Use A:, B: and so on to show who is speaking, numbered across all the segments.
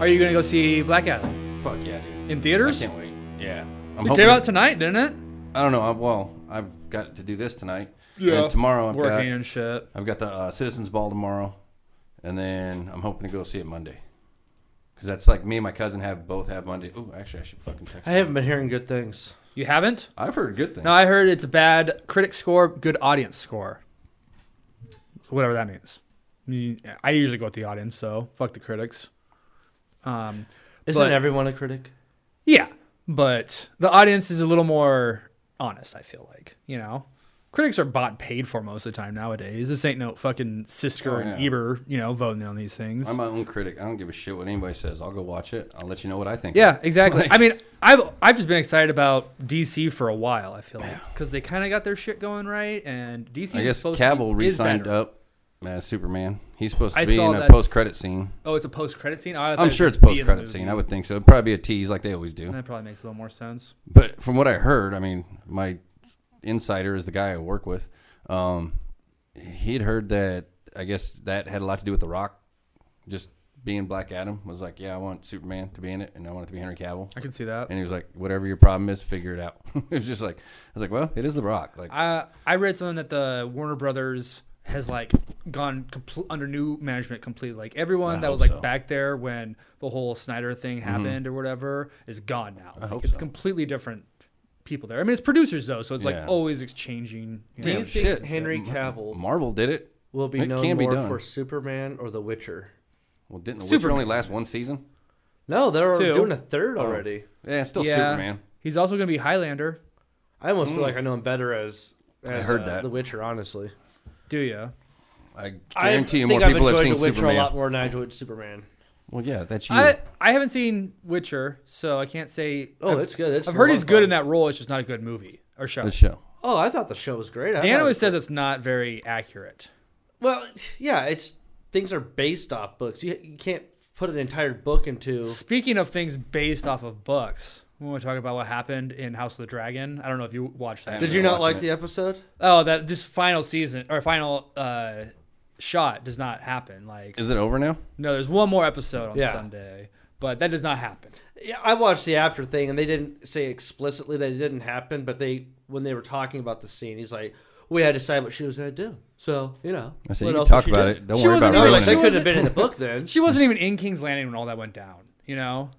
A: Are you gonna go see Black Adam
B: Fuck yeah, dude.
A: in
B: I
A: theaters?
B: can't wait. Yeah. I'm
A: It came out tonight, didn't it?
B: I don't know. I, well, I've got to do this tonight.
A: Yeah.
B: And tomorrow I've
A: Working
B: got,
A: and shit.
B: I've got the uh, Citizens Ball tomorrow, and then I'm hoping to go see it Monday. Cause that's like me and my cousin have both have Monday. Oh, actually, I should fucking text.
C: I haven't been hearing good things.
A: You haven't?
B: I've heard good things.
A: No, I heard it's a bad critic score, good audience score. Whatever that means. Mm, I usually go with the audience, so fuck the critics. Um,
C: Isn't
A: But-
C: everyone a critic?
A: yeah, but the audience is a little more honest. I feel like you know, critics are bought paid for most of the time nowadays. This ain't no fucking Sisker
B: Oh,
A: and
B: yeah.
A: Eber, you know, voting on these things.
B: I'm my own critic. I don't give a shit what anybody says. I'll go watch it. I'll let you know what I think.
A: Yeah, exactly.
B: Like-
A: I mean, I've I've just been excited about DC for a while. I feel like because they kind of got their shit going right, and DC.
B: I
A: is
B: guess
A: supposed to
B: Cavill
A: be, is
B: re-signed
A: better.
B: up as Superman. He's supposed to
A: I
B: be
A: saw
B: in a
A: that's-
B: post-credit scene.
A: Oh, it's a post-credit scene. Oh, I thought
B: I'm
A: it
B: sure
A: was
B: it's
A: gonna be in the
B: post-credit
A: movie.
B: scene. I would think so. It'd probably be a tease, like they always do.
A: That probably makes a little more sense.
B: But from what I heard, I mean, my insider is the guy I work with. Um, he'd heard that. I guess that had a lot to do with The Rock, just being Black Adam. Was like, yeah, I want Superman to be in it, and I want it to be Henry Cavill.
A: I can see that.
B: And he was like, whatever your problem is, figure it out. it was just like, I was like, well, it is The Rock. Like,
A: I I read something that the Warner Brothers has like gone compl- under new management completely. Like everyone
B: I
A: that was
B: hope
A: like
B: so. Mm-hmm.
A: back there when the whole Snyder thing happened or whatever is gone now. Like,
B: hope
A: it's
B: so.
A: completely different people there. I mean, it's producers though, so it's
B: Yeah.
A: like always exchanging. You
C: Do
A: know,
C: you think Henry
B: Ma-
C: Cavill-
B: Marvel did it.
C: Will be
B: It
C: known
B: can be
C: more
B: done.
C: for Superman or The Witcher.
B: Well, didn't The Witcher
A: Superman.
B: only last one season?
C: No, they're
A: Two.
C: doing a
B: Oh.
C: third already.
B: Yeah, it's still
A: yeah,
B: Oh, Superman.
A: He's also gonna be Highlander.
C: I almost feel like I know him better as, as
B: Hmm. heard
C: uh,
B: that.
C: The Witcher. Honestly,
A: Do you?
B: I
C: I
B: guarantee you
C: think
B: more
C: I've
B: people have
C: enjoyed
B: seen
C: The Witcher
B: Superman.
C: a lot more than I enjoyed Superman.
B: Well, yeah, that's you.
A: I I haven't seen Witcher, so I can't say.
C: Oh, it's good. It's
A: I've heard
C: more
A: he's good in
C: fun.
A: that role. It's just not a good movie or show.
B: the show.
C: Oh, I thought the show was great. I
A: Dan
C: thought it
A: always
C: was
A: says it's not very accurate.
C: Well, yeah, it's things are based off books. You, you can't put an entire book into.
A: Speaking of things based off of books, we want to talk about what happened in House of the Dragon. I don't know if you watched that.
B: I-
C: Did you not
B: watching
C: like
B: it.
C: the episode?
A: Oh, that just final season or final uh, shot does not happen. Like
B: Is it over now?
A: no, there's one more episode on
C: Yeah.
A: Sunday, but that does not happen.
C: Yeah, I watched the after thing, and they didn't say explicitly that it didn't happen, but they when they were talking about the scene, he's like, "We had to decide what she was going to do." So you know,
B: I said
C: what
B: you can
C: else would
B: talk
C: she
B: about
C: do?
B: it. Don't
A: She
B: worry
A: wasn't
B: about
C: No,
A: even-
B: ruining
C: like
A: she
C: that
B: it.
C: couldn't
A: wasn't-
C: have been in the book then.
A: She wasn't even in King's Landing when all that went down. You know,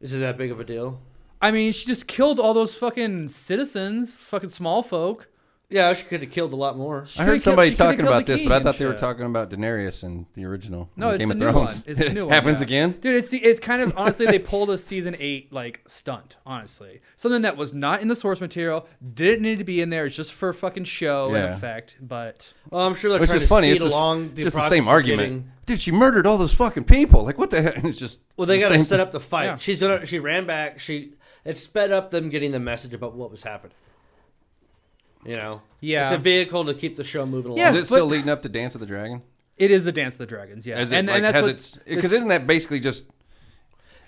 C: Is it that big of a deal?
A: I mean, she just killed all those fucking citizens, fucking small folk.
C: Yeah, she could have killed a lot more.
B: I
A: could've
B: heard
A: killed-
B: somebody
A: she could've
B: talking
A: killed
B: about
A: the
B: this, but I
A: king
B: thought
A: and
B: they were
A: shit.
B: talking about Daenerys and the original.
A: No,
B: in
A: it's
B: Game
A: the
B: of
A: new
B: Thrones.
A: one. It's the new one.
B: Happens
A: yeah.
B: again.
A: dude. It's the, it's kind of honestly they pulled a season eight like stunt. Honestly, something that was not in the source material didn't need to be in there. It's just for fucking show and
B: Yeah.
A: effect. But
C: Well, I'm sure they're
B: Which
C: trying
B: is
C: to
B: funny.
C: speed
B: It's just,
C: along
B: it's
C: the
B: just the
C: process
B: same
C: of
B: argument.
C: getting-
B: Dude, she murdered all those fucking people. Like, what the heck? It's just.
C: Well, they
B: the
C: got to
B: same
C: set
B: thing.
C: up the fight.
A: Yeah.
C: She's gonna, she ran back. She it sped up them getting the message about what was happening. You know,
A: Yeah.
C: it's a vehicle to keep the show moving along.
A: Yeah.
B: Is it still
A: But-
B: leading up to Dance of the Dragon?
A: it is the Dance of the Dragons, yeah.
B: As it, like, has its
A: this-
B: because isn't that basically just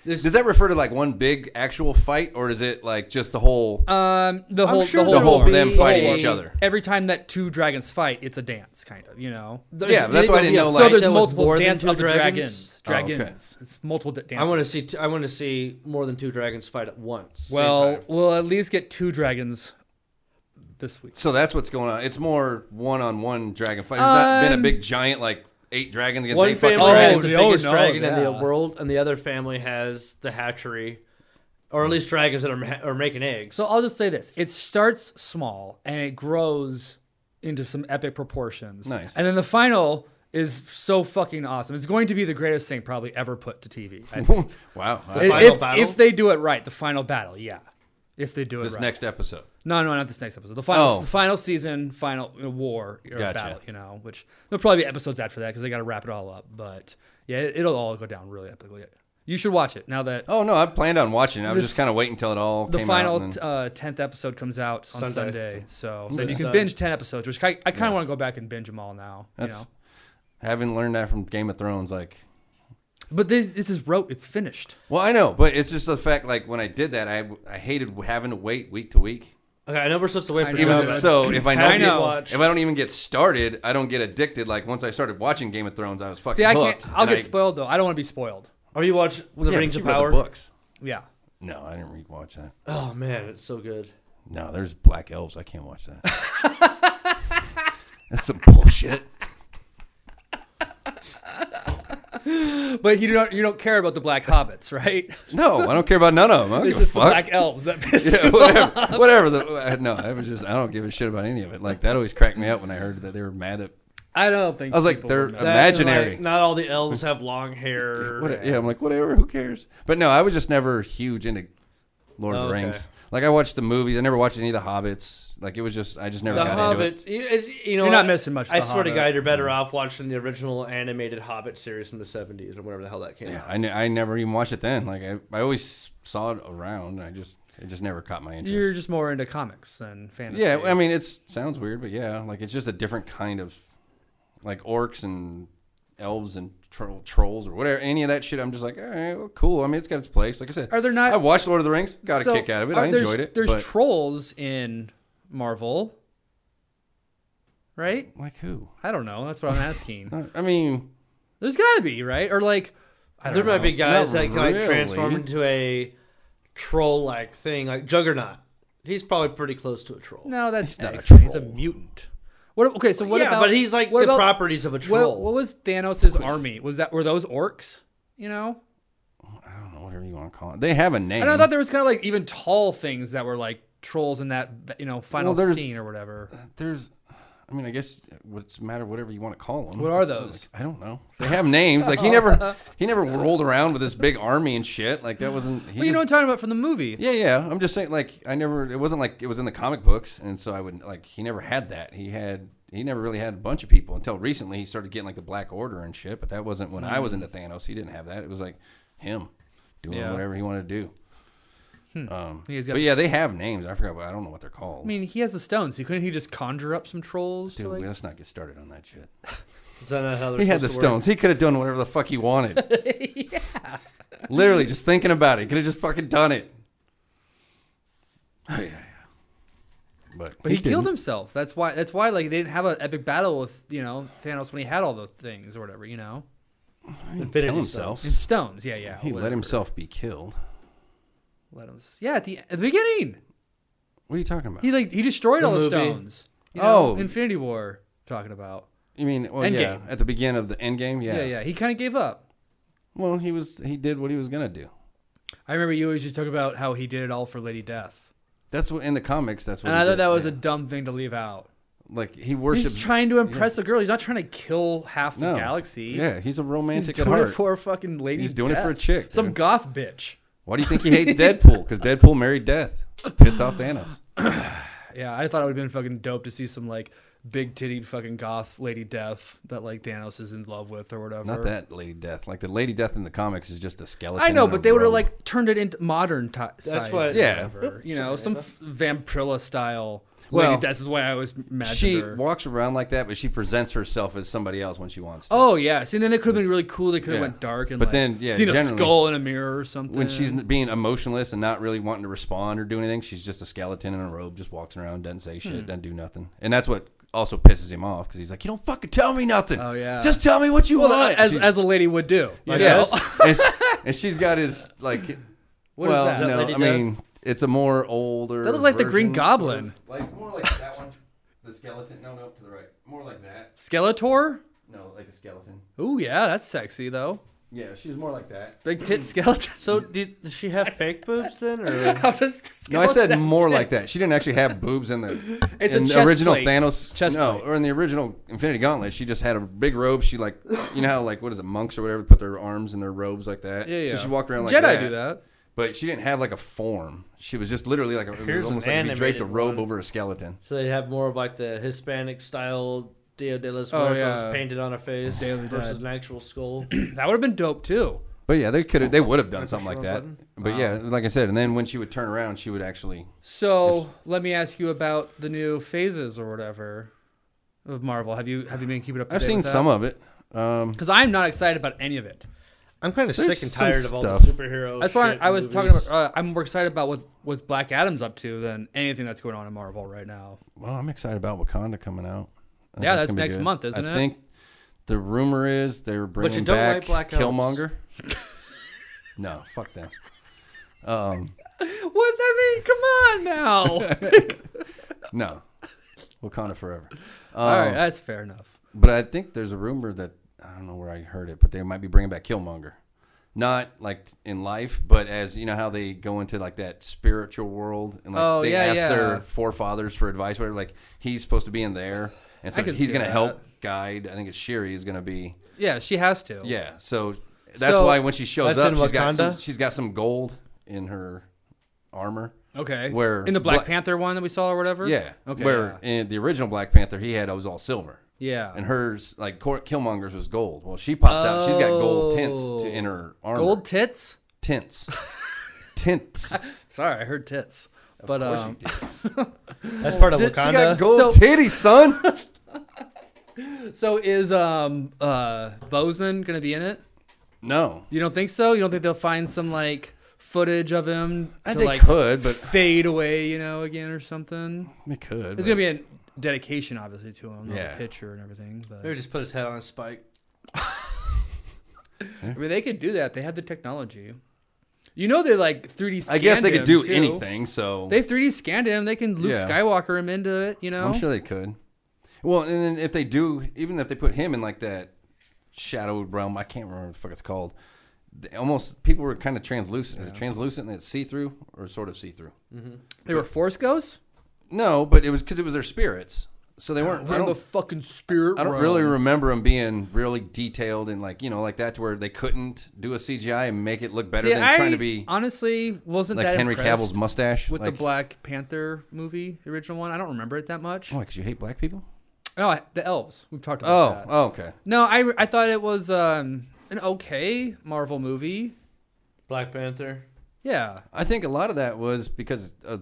C: There's-
B: does that refer to like one big actual fight or is it like just the whole
A: um the whole
C: sure
A: the
B: the
C: there
A: whole
B: whole
C: will
B: them
C: be
B: fighting
C: a-
B: each other?
A: every time that two dragons fight, it's a dance, kind of, you know.
C: there's-
B: Yeah,
C: you
B: that's
C: think
B: why I
C: there'll
B: didn't
C: be a
B: know,
C: fight
B: like-
A: so there's
C: that was
A: multiple
C: more than
A: dance
C: two
A: of the dragons.
B: Oh, okay.
A: Dragons. It's multiple d-
C: I
A: dances.
C: want to see. T- I want to see more than two dragons fight at once. same
A: well,
C: time.
A: we'll at least get two dragons this week.
B: So that's what's going on. It's more one on one dragon fight. There's not been a
A: Um,
B: big giant like eight dragons against
C: one
B: eight fucking
C: family has
A: Oh,
B: dragons.
C: the
A: oh,
C: biggest
A: no,
C: dragon in the
A: yeah.
C: world, and the other family has the hatchery, or at least dragons that are, ma- are making eggs.
A: So I'll just say this: it starts small and it grows into some epic proportions.
B: Nice.
A: And then the final is so fucking awesome. It's going to be the greatest thing probably ever put to TV. I think.
B: wow.
A: if,
C: final
A: if-
C: battle?
A: if they do it right, the final battle, yeah. If they do it
B: this
A: right.
B: next episode.
A: no, no, not this next episode. The final,
B: Oh.
A: the final season, final uh, war or
B: Gotcha.
A: battle. You know, which there'll probably be episodes after that because they got to wrap it all up. But yeah, it, it'll all go down really epically. You should watch it now that
B: Oh no, I planned on watching. it. I was
A: This-
B: just kind of waiting until it all
A: the
B: came out.
A: final
B: and
A: t-
B: then-
A: uh, tenth episode comes out on
C: Sunday.
A: Sunday, so, so
C: Okay.
A: you can
C: Done.
A: binge ten episodes. Which I, I kind of want to go back and binge them all now.
B: That's
A: you know,
B: having learned that from Game of Thrones. Like,
A: but this this is wrote. It's finished.
B: well, I know, but it's just the fact. Like when I did that, I I hated having to wait week to week.
C: okay, I know we're supposed to wait
A: I
C: for
A: know,
B: Even
A: but-
C: Jabba.
B: so, if I
C: Have
B: don't
A: I
C: you
A: know.
C: watched-
B: if I don't even get started, I don't get addicted. Like once I started watching Game of Thrones, I was fucking
A: See, I
B: hooked.
A: can't. I'll
B: and
A: get spoiled though. I don't want to be spoiled.
C: Are you watching The
B: Yeah,
C: Rings
B: but
C: of
B: you read the
C: Power?
B: books.
A: Yeah.
B: No, I didn't read watch that.
C: Oh man, it's so good.
B: No, there's black elves. I can't watch that. That's some bullshit.
A: But you don't you don't care about the black hobbits, right?
B: No, I don't care about none of them. I don't
A: It's
B: give a
A: just the
B: fuck.
A: black elves that piss
B: yeah,
A: you
B: whatever. whatever. The, uh, no, I was just I don't give a shit about any of it. Like that always cracked me up when I heard that they were mad at.
A: I don't think
B: I was like,
A: people
B: they're
A: would know.
C: That and,
B: Imaginary.
C: like, not all the elves have long hair.
B: What, yeah, I'm like whatever. Who cares? But no, I was just never huge into Lord of
A: Oh,
C: Okay.
B: the Rings. Like I watched the movies. I never watched any of the Hobbits. Like it was just I just never
C: The
B: got into it.
C: Hobbit, you, it's- you know,
A: You're not
C: I-
A: missing much
C: I
A: The
C: swear to
A: Hobbit.
C: God, you're better off watching the original animated Hobbit series from the '70s or whatever the hell that came.
B: Yeah,
C: out.
B: I, ne- I never even watched it then. Like I, I always saw it around. And I just it just never caught my interest.
A: You're just more into comics than fantasy.
B: Yeah, I mean, it sounds weird, but yeah, like it's just a different kind of like orcs and elves and tro- trolls or whatever. Any of that shit, I'm just like, all right, well, cool. I mean, it's got its place. Like I said,
A: Are there not-
B: I watched Lord of the Rings, got
A: So,
B: a kick out of it.
A: are-
B: I enjoyed
A: there's,
B: it.
A: There's
B: but,
A: trolls in Marvel, right?
B: like who?
A: I don't know. That's what I'm asking.
B: Uh, I mean,
A: There's gotta be right or like. I
C: There
A: don't
C: might be
A: know.
C: guys
B: Not
C: that can like
B: really.
C: transform into a troll-like thing, like Juggernaut. He's probably pretty close to a troll.
A: No, that's
B: He's not a
A: extra. He's a
B: troll.
A: mutant. What? Okay, so what
C: yeah,
A: about?
C: but he's like
A: what
C: the
A: about-
C: properties of a troll.
A: What, what was Thanos' army? Was that were those orcs? You know,
B: I don't know, whatever you want to call it. They have a name.
A: and I thought there was kind of like even tall things that were like trolls in that you know final
B: Well, there's- uh,
A: scene or whatever.
B: there's, I mean, I guess what's the matter, whatever you want to call them.
A: What are those?
B: I don't know. They have names. Like he never, he never rolled around with this big army and shit. Like that wasn't. He
A: Well, you
B: just-
A: know what I'm talking about from the movie.
B: Yeah, yeah. I'm just saying, like, I never. It wasn't like it was in the comic books, and so I would like. He never had that. He had. He never really had a bunch of people until recently. He started getting like the Black Order and shit, but that wasn't when I was into Thanos. He didn't have that. It was like him doing
A: Mm. Yeah.
B: whatever he wanted to do. Um,
A: He's got
B: but yeah, they have names. I forgot. what I don't know what they're called.
A: I mean, he has the stones. He couldn't he just conjure up some trolls? to,
B: Dude,
A: like-
B: let's not get started on that shit.
C: Is that not how they're
B: He had the
C: supposed to work?
B: stones. He could have done whatever the fuck he wanted. yeah. Literally, just thinking about it, he could have just fucking done it. Oh yeah, yeah. But,
A: but he,
B: didn't.
A: killed himself. That's why. That's why. Like they didn't have an epic battle with you know Thanos when he had all the things or whatever. You know,
C: Infinity
B: kill himself.
A: And stones. Yeah, yeah.
B: He let
A: whatever.
B: himself be killed.
A: Let him. Yeah, at the at the beginning,
B: What are you talking about?
A: he like he destroyed all the
C: movie.
A: stones. You know,
B: Oh.
A: Infinity War. Talking about.
B: you mean well,
A: Endgame.
B: yeah, at the beginning of the end game, yeah.
A: Yeah, yeah. He kind of gave up.
B: Well, he was he did what he was gonna do.
A: I remember you always just talk about how he did it all for Lady Death,
B: That's what in the comics. That's what.
A: and
B: he
A: I thought
B: did,
A: that was
B: yeah.
A: a dumb thing to leave out.
B: like he
A: He's
B: worships.
A: trying to impress the girl. He's not trying to kill half the
B: no.
A: galaxy.
B: Yeah, he's
A: he's
B: a romantic at
A: doing
B: heart.
A: it for a fucking lady.
B: He's doing it for a chick,
A: Some
B: dude.
A: goth bitch.
B: Why do you think he hates Deadpool? Because Deadpool married Death, pissed off Thanos.
A: Yeah, I thought it would have been fucking dope to see some like big titted fucking goth lady death that like Thanos is in love with or whatever.
B: Not that Lady Death. Like the Lady Death in the comics is just a skeleton.
A: I know,
B: and a
A: but they would have
B: robe.
A: like turned it into modern ti size
C: what-
A: or
B: Yeah.
A: whatever. You know, some f- Vampirilla style.
B: Well,
A: lady death is why I always imagined
B: She
A: her.
B: walks around like that, but she presents herself as somebody else when she wants to.
A: Oh yes, and then it could have been really cool. They could have
B: Yeah.
A: went dark and
B: But
A: like,
B: then, yeah,
A: seen a
B: generally-
A: skull in a mirror or something.
B: when she's n- being emotionless and not really wanting to respond or do anything, she's just a skeleton in a robe, just walks around, doesn't say
A: Hmm.
B: shit, doesn't do nothing. And that's what also pisses him off because he's like, "You don't fucking tell me nothing.
A: Oh, yeah.
B: just tell me what you
A: well,
B: want."
A: as
B: She's-
A: as a lady would do. oh, you
B: yeah,
A: know?
B: and, s- and she's got his like.
A: is
B: well,
A: that? Is that
B: no,
C: Lady
B: I mean it's a more older.
A: That looked like the Green
B: version, sort of.
A: Goblin.
B: like more like that one, the skeleton. No, no, to the right. More like that.
A: Skeletor.
B: No, like a skeleton.
A: Ooh yeah, that's sexy though.
B: Yeah, she was more like that.
A: Big tit skeleton.
C: So did, does she have fake boobs then, or
A: How does
B: No, I said
A: skeleton-
B: more like that. She didn't actually have boobs in the
A: It's a
B: in
A: chest
B: the original
A: plate.
B: Thanos.
A: Chest
B: no,
A: plate.
B: or in the original Infinity Gauntlet, she just had a big robe. She like, you know how like what is it, monks or whatever, put their arms in their robes like that.
A: Yeah, yeah.
B: So she walked around like
A: Jedi
B: that.
A: do that.
B: But she didn't have like a form. She was just literally like a, it
C: Here's
B: was almost
C: an
B: like if you draped a
C: animated
B: robe
C: one.
B: over a skeleton.
C: so they have more of like the Hispanic style Dia de los
A: Oh,
C: Muertos
A: yeah.
C: painted on a face
A: Day of the
C: versus
A: Dead.
C: an actual skull?
A: That would have been dope too.
B: But yeah, they could have, they would have done something like
C: the
B: that. But yeah, like I said, and then when she would turn around, she would actually.
A: So let me ask you about the new phases or whatever of Marvel. Have you have you been keeping up? To
B: I've seen some of it. Um,
A: Because I'm not excited about any of it.
C: I'm kind of sick and
B: some
C: tired of all the
B: stuff.
C: superhero.
A: That's why
C: shit
A: I was talking
C: movies.
A: about. Uh, I'm more excited about what what Black Adam's up to than anything that's going on in Marvel right now.
B: Well, I'm excited about Wakanda coming out. I think
A: Yeah,
B: it's
A: that's
B: gonna be
A: next month, isn't
B: I
A: it?
B: think the rumor is they're bringing
C: don't
B: back
C: like Black Ops.
B: Killmonger. No, fuck them. Um,
A: What I mean? Come on now.
B: no, Wakanda forever. Um,
A: All right, that's fair enough.
B: But I think there's a rumor that I don't know where I heard it, but they might be bringing back Killmonger, not like in life, but as you know how they go into like that spiritual world and like
A: Oh,
B: they
A: yeah,
B: ask
A: yeah.
B: their forefathers for advice, whatever. Like he's supposed to be in there, and so
A: I can
B: he's
A: see
B: gonna
A: that.
B: help guide. I think it's Shiri is gonna be
A: Yeah, she has to.
B: yeah. So that's
A: So,
B: why when she shows
C: that's
B: up,
C: in
B: she's got some,
C: Wakanda?
B: she's got some gold in her armor.
A: Okay.
B: Where-
A: in the Black
B: Black-
A: Panther one that we saw or whatever?
B: Yeah.
A: Okay.
B: Where in the original Black Panther, he had it was all silver.
A: yeah.
B: And hers, like Cor- Killmonger's, was gold. Well, she pops out. She's got gold tints to, in her armor.
A: Gold tits?
B: tints. tints. Of
A: Sorry, I heard tits. but
B: course
A: um,
B: she, did.
C: That's part of
A: Did- she
B: she
C: Wakanda.
B: got gold
A: So-
B: titties, son.
A: so is um uh Bozeman gonna be in it?
B: No,
A: You don't think so? You don't think they'll find some like footage of him
B: I
A: to
B: they
A: like
B: could, but
A: fade away, you know, again or something?
B: they could.
A: It's
B: but-
A: gonna be a dedication, obviously, to him, yeah.
B: Yeah.
A: the picture and everything. But
C: Maybe just put his head on a spike.
A: I mean, they could do that. They have the technology. You know, they like 3D.
B: I guess they
A: scanned
B: could
A: him,
B: do
A: too.
B: anything. So
A: They 3D scanned him. They can Luke
B: Yeah.
A: Skywalker him into it. You know.
B: I'm sure they could. Well, and then if they do, even if they put him in like that shadow realm, I can't remember what the fuck it's called. They almost people were kind of translucent. Is it translucent and it's see through or sort of see through?
A: They were Force ghosts.
B: No, but it was because it was their spirits, so they weren't. I
A: We're in the
B: don't.
A: fucking spirit.
B: I don't
A: realm.
B: really remember them being really detailed and like you know like that to where they couldn't do a CGI and make it look better
A: See,
B: than
A: I
B: trying to be
A: honestly wasn't
B: like
A: that
B: Henry
A: impressed
B: Cavill's mustache
A: with
B: like,
A: the Black Panther movie, the original one. I don't remember it that much.
B: Why? Because oh, you hate black people?
A: No, I, Oh, the elves. We've talked about
B: Oh,
A: that.
B: oh, okay.
A: No, I I thought it was um, an okay Marvel movie.
C: Black Panther.
A: Yeah.
B: I think a lot of that was because uh,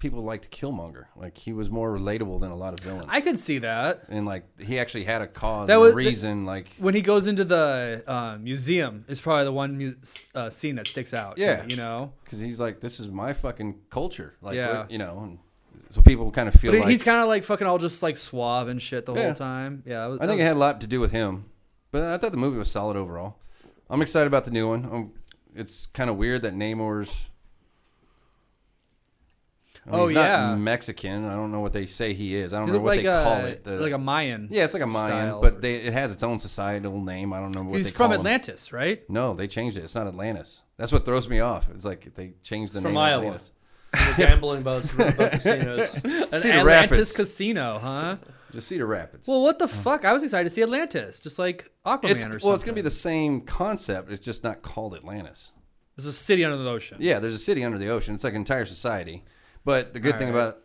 B: people liked Killmonger. Like he was more relatable than a lot of villains.
A: I could see that.
B: and like he actually had a cause,
A: That
B: and
A: was-
B: a reason. like
A: when he goes into the um, museum is probably the one mu- uh, scene that sticks out. to
B: Yeah.
A: me, you know,
B: because he's like, this is my fucking culture. Like
A: Yeah.
B: what- you know, and so people kind of feel
A: but he-
B: like
A: he's kind of like fucking all just like suave and shit the
B: Yeah.
A: whole time. Yeah, it was-
B: I think it
A: that
B: had a lot to do with him. But I thought the movie was solid overall. I'm excited about the new one. Um it's kind of weird that Namor's. I mean,
A: Oh,
B: he's
A: yeah.
B: not Mexican. I don't know what they say he is. I don't
A: was- he
B: know
A: looked
B: what
A: like
B: they call
A: a
B: it. The-
A: like a Mayan.
B: Yeah, it's like a Mayan,
A: style.
B: but they, it has its own societal name. I don't know what
A: he's
B: they
A: from
B: call 'em.
A: Atlantis, right?
B: No, they changed it. It's not Atlantis. That's what throws me off. It's like they changed the
C: It's
B: name.
C: from
B: of
C: Iowa.
B: Atlantis.
C: The gambling boats, riverboat casinos.
A: An
B: Cedar
A: Atlantis
B: Rapids.
A: casino, huh?
B: Just Cedar Rapids.
A: Well, what the fuck? I was excited to see Atlantis, just like Aquaman
B: it's,
A: or something.
B: well, it's going to be the same concept. It's just not called Atlantis.
A: It's a city under the ocean.
B: Yeah, there's a city under the ocean. It's like an entire society. But the good
A: All
B: thing
A: right.
B: about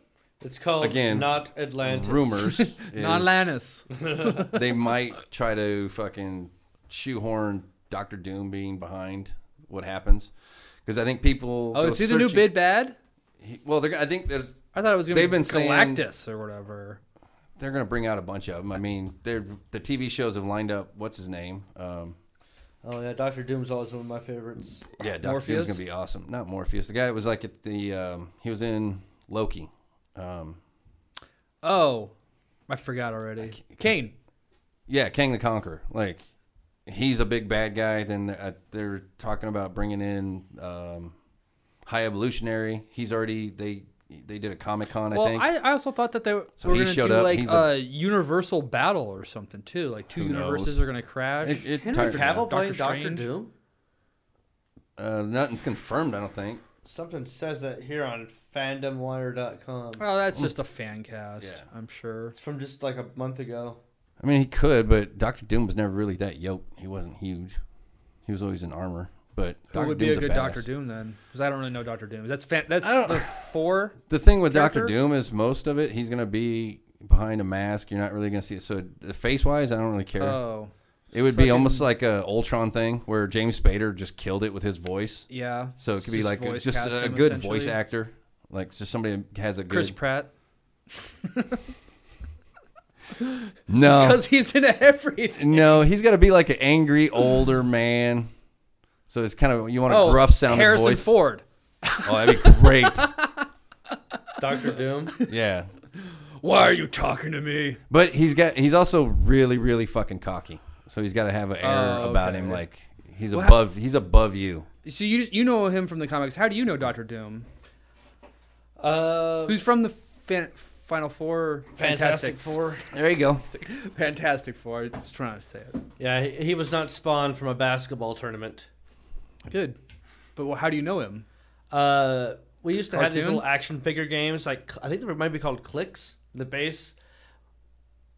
C: It's called
B: Again,
C: Not Atlantis.
B: rumors is
A: Not Atlantis.
B: they might try to fucking shoehorn Doctor Doom being behind what happens. Because I think people.
A: Oh,
B: go
A: is he the new
B: searching-
A: bid bad?
B: he- well, they're, I think there's
A: I thought it was going to
B: They've
A: be
B: been saying-
A: Galactus or whatever.
B: they're going to bring out a bunch of them. I mean, they're the TV shows have lined up. What's his name? Um,
C: Oh yeah, Doctor Doom's always one of my favorites.
B: yeah, Doctor
A: Morpheus?
B: Doom's going to be awesome. Not Morpheus. The guy that was like at the. Um, he was in Loki. Um,
A: Oh, I forgot already. Kane.
B: yeah, Kang the Conqueror. Like he's a big bad guy. Then uh, they're talking about bringing in um, High Evolutionary. He's already they they did a Comic Con. I
A: well,
B: think.
A: I, I also thought that they were
B: So he
A: going to
B: showed
A: do
B: up,
A: like
B: he's
A: a,
B: a-
A: universal battle or something too. Like two
B: Who knows?
A: universes are going to crash.
B: It- it
C: Henry
B: tired me
C: Cavill
B: out.
A: Doctor
C: playing Doctor
A: Strange.
C: Doom?
B: Uh, nothing's confirmed. I don't think.
C: Something says that here on fandomwire.com.
A: well, that's just a fan cast,
B: Mm. Yeah.
A: I'm sure.
C: It's from just like a month ago.
B: I mean, he could, but Doctor Doom was never really that yoked. He wasn't huge. He was always an armor. But
A: Who
B: Doctor
A: would be
B: Doom's
A: a good
B: badass.
A: Doctor Doom then? Because I don't really know Doctor Doom. That's fan, that's
B: I don't-
A: the four.
B: The thing with Doctor
A: character?
B: Doom is most of it, he's gonna be behind a mask. You're not really gonna see it. So face wise, I don't really care.
A: Oh,
B: it would be
A: fucking-
B: almost like a Ultron thing where James Spader just killed it with his voice.
A: yeah.
B: So it could be
A: Just
B: like a-
A: voice
B: just
A: cast
B: a,
A: him,
B: good voice
A: essentially.
B: actor, like just somebody that has a good.
A: Chris Pratt.
B: no,
A: Because he's in everything.
B: no, he's got to be like an angry older man. So it's kind of you want a
A: Oh,
B: gruff sounding
A: Harrison
B: voice.
A: Ford.
B: Oh, that'd be great.
C: Doctor Doom.
B: yeah.
A: Why are you talking to me?
B: But he's got he's also really really fucking cocky. So he's got to have an air
A: Oh,
B: about
A: okay.
B: him like he's
A: Well,
B: above he's above you.
A: So you you know him from the comics. How do you know Doctor Doom?
C: Uh,
A: Who's from the fan, Final Four?
C: Fantastic Four.
B: There you go.
A: Fantastic Four. I was trying to say it.
C: Yeah, he, he was not spawned from a basketball tournament.
A: Good. But well, how do you know him?
C: Uh, we used to have these
A: Cartoon?
C: little action figure games. Like I think they might be called clicks. The base,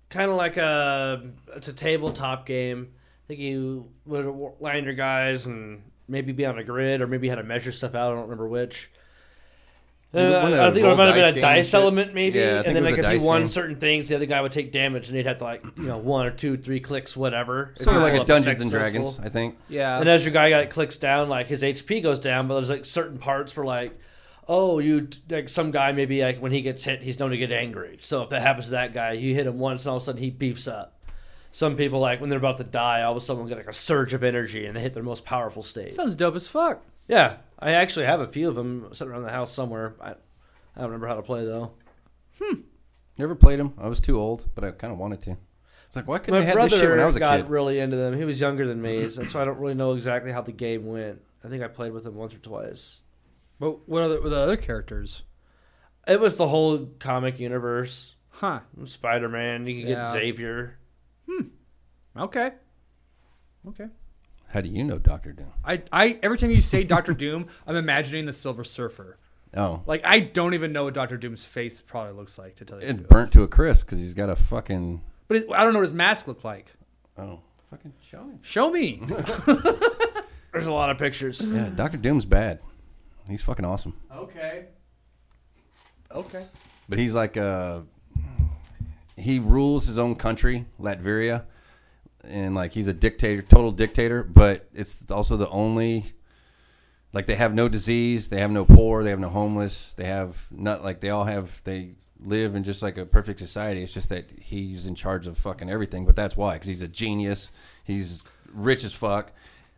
C: kind of like a it's a tabletop game. I think you would line your guys and maybe be on a grid or maybe you had to measure stuff out. I don't remember which. Uh,
B: One of the
C: I think there
B: roll
C: might have been
B: dice
C: a
B: game
C: dice
B: and shit.
C: element, maybe,
B: Yeah, I think
C: and
B: it
C: then
B: was
C: like
B: a
C: if
B: dice
C: you won
B: game.
C: certain things, the other guy would take damage, and they'd have to like you know one or two, three clicks, whatever. if
B: Sort
C: you
B: of like
C: pull
B: a
C: up
B: Dungeons and
C: successful.
B: Dragons, I think.
A: Yeah.
C: And as your guy got clicks down, like his HP goes down, but there's like certain parts where like, oh, you like some guy maybe like when he gets hit, he's known to get angry. So if that happens to that guy, you hit him once, and all of a sudden he beefs up. Some people like when they're about to die, all of a sudden will get like a surge of energy and they hit their most powerful state.
A: Sounds dope as fuck.
C: Yeah, I actually have a few of them sitting around the house somewhere. I, I don't remember how to play though.
B: Never played them. I was too old, but I kind of wanted to. It's like, why couldn't
C: My
B: they have
C: brother
B: this shit when I was a
C: got
B: kid?
C: really into them. He was younger than me, so that's why I don't really know exactly how the game went. I think I played with him once or twice.
A: But what other what are the other characters?
C: It was the whole comic universe.
A: Huh.
C: Spider Man. You can
A: Yeah.
C: get Xavier.
A: Okay. Okay.
B: How do you know Doctor Doom?
A: I, I every time you say Doctor Doom, I'm imagining the Silver Surfer.
B: Oh,
A: Like I don't even know what Doctor Doom's face probably looks like to tell you. the
B: it
A: truth.
B: burnt to a crisp because he's got a fucking
A: But it, I don't know what his mask looked like.
B: oh, fucking show me.
A: Show me.
C: There's a lot of pictures.
B: Yeah, Doctor Doom's bad. He's fucking awesome,
A: okay. Okay.
B: but he's like uh, he rules his own country, Latveria, and like he's a dictator, total dictator. But it's also the only like they have no disease, they have no poor, they have no homeless, they have not like they all have they live in just like a perfect society. It's just that he's in charge of fucking everything, but that's why because he's a genius. He's rich as fuck.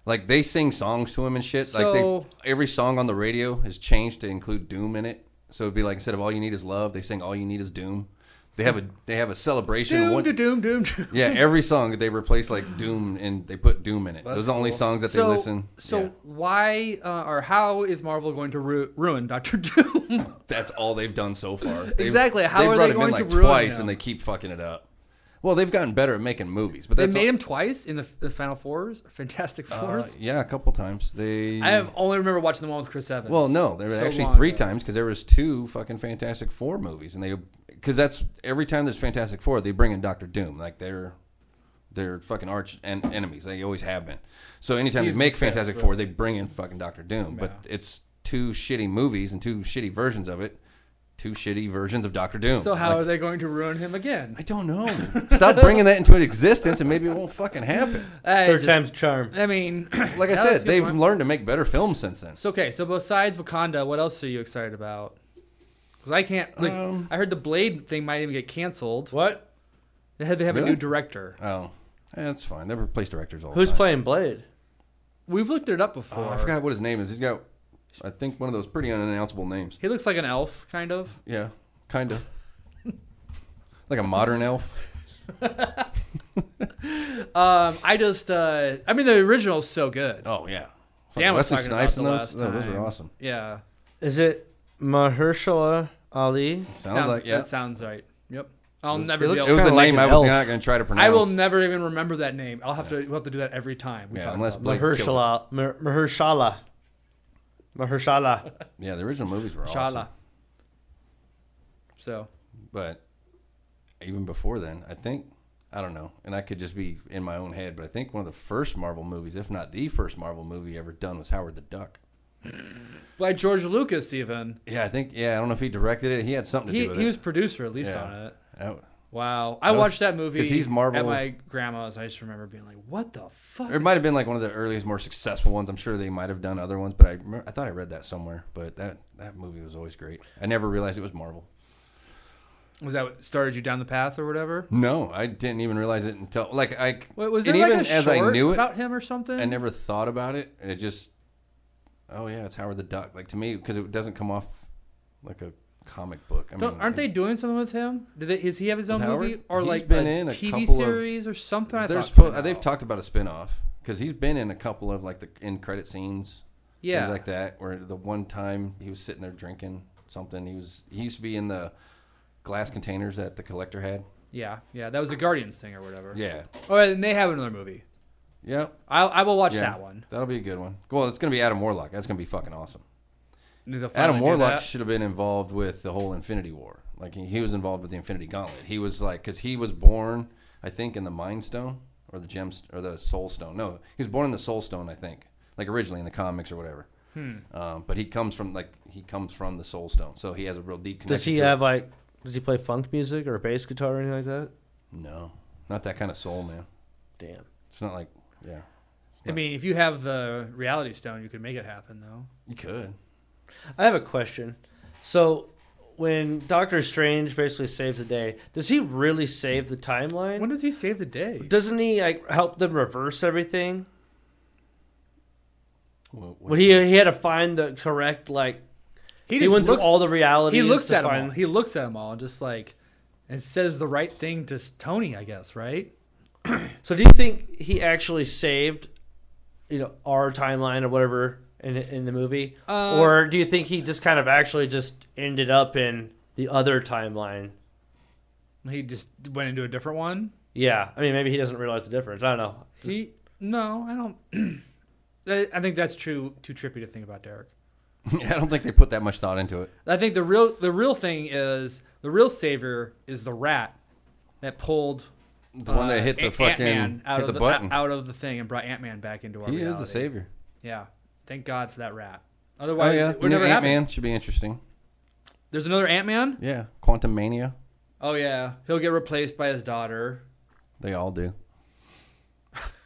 B: Like they sing songs to him and shit. like
A: So-
B: they every song on the radio has changed to include doom in it. So it'd be like instead of all you need is love, they sing all you need is doom. They have a they have a celebration.
A: Doom,
B: one-
A: to doom, doom, doom.
B: yeah, every song they replace like doom and they put doom in it. Those are the only
A: cool.
B: songs that
A: so,
B: they listen.
A: So
B: Yeah.
A: why uh, or how is Marvel going to ru- ruin Doctor Doom?
B: that's all they've done so far. They've-
A: Exactly. How
B: they've
A: are
B: brought
A: they
B: him in
A: going
B: like
A: to ruin
B: twice,
A: him?
B: and they keep fucking it up. Well, they've gotten better at making movies, but
A: they
B: that's
A: made
B: all-
A: him twice in the, the Final Fours, Fantastic
B: uh,
A: Fours.
B: yeah, a couple times. They
A: I have only remember watching the one with Chris Evans.
B: well, no, there were
A: So
B: actually
A: long
B: three
A: ago.
B: times because there was two fucking Fantastic Four movies, and they because that's every time there's Fantastic Four, they bring in Doctor Doom, like they're they're fucking arch en- enemies. They always have been. So anytime
A: He's
B: they make
A: the fifth,
B: Fantastic
A: really.
B: Four, they bring in fucking Doctor Doom, but it's two shitty movies and two shitty versions of it, two shitty versions of Doctor Doom.
A: So how
B: Like,
A: are they going to ruin him again?
B: I don't know. Stop bringing that into existence, and maybe it won't fucking happen.
A: I
C: Third
A: just-
C: time's a charm.
A: I mean,
B: Like I
A: yeah, that's
B: said,
A: a good
B: they've
A: point.
B: learned to make better films since then.
A: So okay, so besides Wakanda, what else are you excited about? Because I can't. Like,
B: Um,
A: I heard the Blade thing might even get canceled.
C: What?
A: They have, they have a new
B: Really?
A: director.
B: Oh, eh, that's fine. They replace directors all. the
C: Who's
B: time.
C: playing Blade?
A: We've looked it up before.
B: Oh, I forgot what his name is. He's got, I think, one of those pretty unannounceable names.
A: He looks like an elf, kind of.
B: Yeah, kind of. like a modern elf.
A: Um, I just, uh, I mean, the original's so good.
B: Oh yeah.
A: Dan
B: Fucking
A: was
B: Wesley
A: talking about
B: Snipes
A: the
B: and those.
A: last
B: Oh, those are
A: time.
B: awesome.
A: Yeah,
C: Is it Mahershala Ali?
B: Sounds, like yeah.
A: that sounds right. Yep. I'll never
C: it
A: be
C: looks
A: able.
B: It was a
C: kinda like
B: name I
C: an
B: was
C: elf.
B: not going to try to pronounce.
A: I will never even remember that name. I'll have to. We'll have to do that every time. We
B: Yeah,
A: talk
B: unless
A: about
B: Blake kills it.
C: Mahershala. Mah- Mahershala. Mahershala.
B: Yeah, the original movies were
A: it.
B: awesome.
A: Shala. So
B: but even before then, I think I don't know, and I could just be in my own head, but I think one of the first Marvel movies, if not the first Marvel movie ever done, was Howard the Duck.
A: by George Lucas, even
B: Yeah, I think. Yeah, I don't know if he directed it. He had something to
A: he
B: do with
A: he
B: it.
A: was producer at least
B: Yeah.
A: on it.
B: I-
A: Wow, I
B: That was-
A: watched that movie
B: 'cause he's Marvel-
A: at my grandma's. I just remember being like, "What the fuck?"
B: It might have been like one of the earliest, more successful ones. I'm sure they might have done other ones, but I remember, I thought I read that somewhere. But that that movie was always great. I never realized it was Marvel.
A: Was that what started you down the path or whatever?
B: No, I didn't even realize it until like I
A: Wait, was there
B: and
A: like
B: even
A: a
B: as
A: short
B: I knew it,
A: about him or something?
B: I never thought about it. and It just, oh yeah, it's Howard the Duck. Like to me, because it doesn't come off like a comic book. I
A: Don't, aren't they doing something with him? Did they, does he have his own
B: Oh With
A: movie
B: Howard?
A: or
B: He's
A: like
B: been
A: a
B: in a
A: TV
B: couple of-
A: series or something? I
B: They're
A: thought
B: supposed.
A: coming
B: They've
A: out.
B: talked about a spinoff because he's been in a couple of like the end credit scenes. things
A: Yeah.
B: like that. Where the one time he was sitting there drinking something, he was he used to be in the glass containers that the collector had.
A: yeah, yeah. That was the Guardians thing or whatever.
B: Yeah,
A: Oh, and they have another movie.
B: yep,
A: I I will watch
B: yeah.
A: that one.
B: That'll be a good one. Well, it's gonna be Adam Warlock. That's gonna be fucking awesome.
A: They'll finally
B: Adam
A: do
B: Warlock
A: that.
B: should have been involved with the whole Infinity War. Like he, he was involved with the Infinity Gauntlet. He was like because he was born, I think, in the Mind Stone or the gem or the Soul Stone. No, he was born in the Soul Stone, I think. Like originally in the comics or whatever.
A: Hmm.
B: Um, but he comes from like he comes from the Soul Stone, so he has a real deep connection.
C: Does he
B: to it.
C: have like? Does he play funk music or bass guitar or anything like that?
B: No, not that kind of soul, man.
C: Damn.
B: It's not like yeah.
A: I mean, if you have the Reality Stone, you could make it happen, though.
B: You could.
C: I have a question. So, when Doctor Strange basically saves the day, does he really save the timeline?
A: When does he save the day?
C: Doesn't he like help them reverse everything?
B: Well, what-
C: Well, he he had to find the correct like he,
A: just
C: went through
A: looks-
C: all the realities.
A: He looks
C: to
A: at them
C: find,
A: all. He looks at them all, and just like, and says the right thing to s- Tony, I guess. Right?
C: So do you think he actually saved, you know, our timeline or whatever in in the movie,
A: Uh,
C: or do you think he just kind of actually just ended up in the other timeline?
A: He just went into a different one.
C: Yeah, I mean maybe he doesn't realize the difference. I don't know. Just-
A: He no, I don't. I I think that's too too trippy to think about, Derek.
B: I don't think they put that much thought into it.
A: I think the real the real thing is the real savior is the rat that pulled
B: The one that
A: uh,
B: hit the
A: Ant-
B: fucking
A: Ant-Man out
B: hit
A: of
B: the,
A: the,
B: button.
A: out of the thing and brought Ant Man back into our.
B: he
A: reality.
B: is the savior.
A: Yeah, thank God for that rat.
B: Oh
A: Otherwise,
B: yeah,
A: it would
B: the new
A: never
B: Ant
A: happen.
B: Man should be interesting.
A: There's another Ant Man.
B: Yeah, Quantum Mania.
A: Oh yeah, he'll get replaced by his daughter.
B: They all do.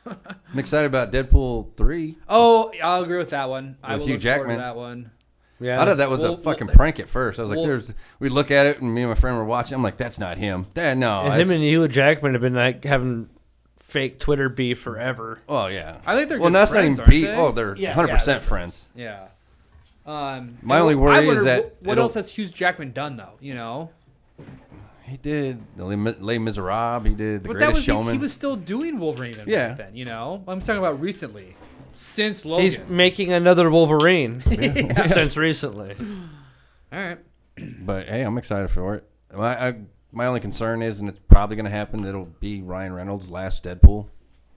B: I'm excited about Deadpool three.
A: Oh, I'll agree with that one. I
B: With
A: will
B: Hugh
A: look forward to
B: Jackman.
A: that one.
C: yeah,
B: I thought that was
A: Well,
B: a fucking
A: well,
B: prank at first. I was like,
A: well-
B: "There's." We look at it, and me and my friend were watching. I'm like, "That's not him. That no."
C: and him
B: that's-
C: and Hugh Jackman have been like having fake Twitter beef forever.
B: oh yeah.
A: I think they're
B: well.
A: good
B: that's
A: friends,
B: not
A: aren't
B: even beat.
A: they?
B: Oh, they're 100
C: Yeah, yeah, they're
B: percent friends.
A: Yeah. Um,
B: My
A: and
B: only
A: wh-
B: worry
A: I
B: is
A: wonder
B: that
A: wh- what
B: it'll-
A: else has Hugh Jackman done though? You know,
B: He did the Les Mi- Les Miserables. He did the
A: but that
B: Greatest
A: was he-
B: Showman.
A: he was still doing Wolverine even
B: Yeah.
A: back then. You know, I'm talking about recently, since Logan.
C: He's making another Wolverine since recently.
A: All right.
B: but hey, I'm excited for it. My I, my only concern is, and it's probably going to happen. It'll be Ryan Reynolds' last Deadpool.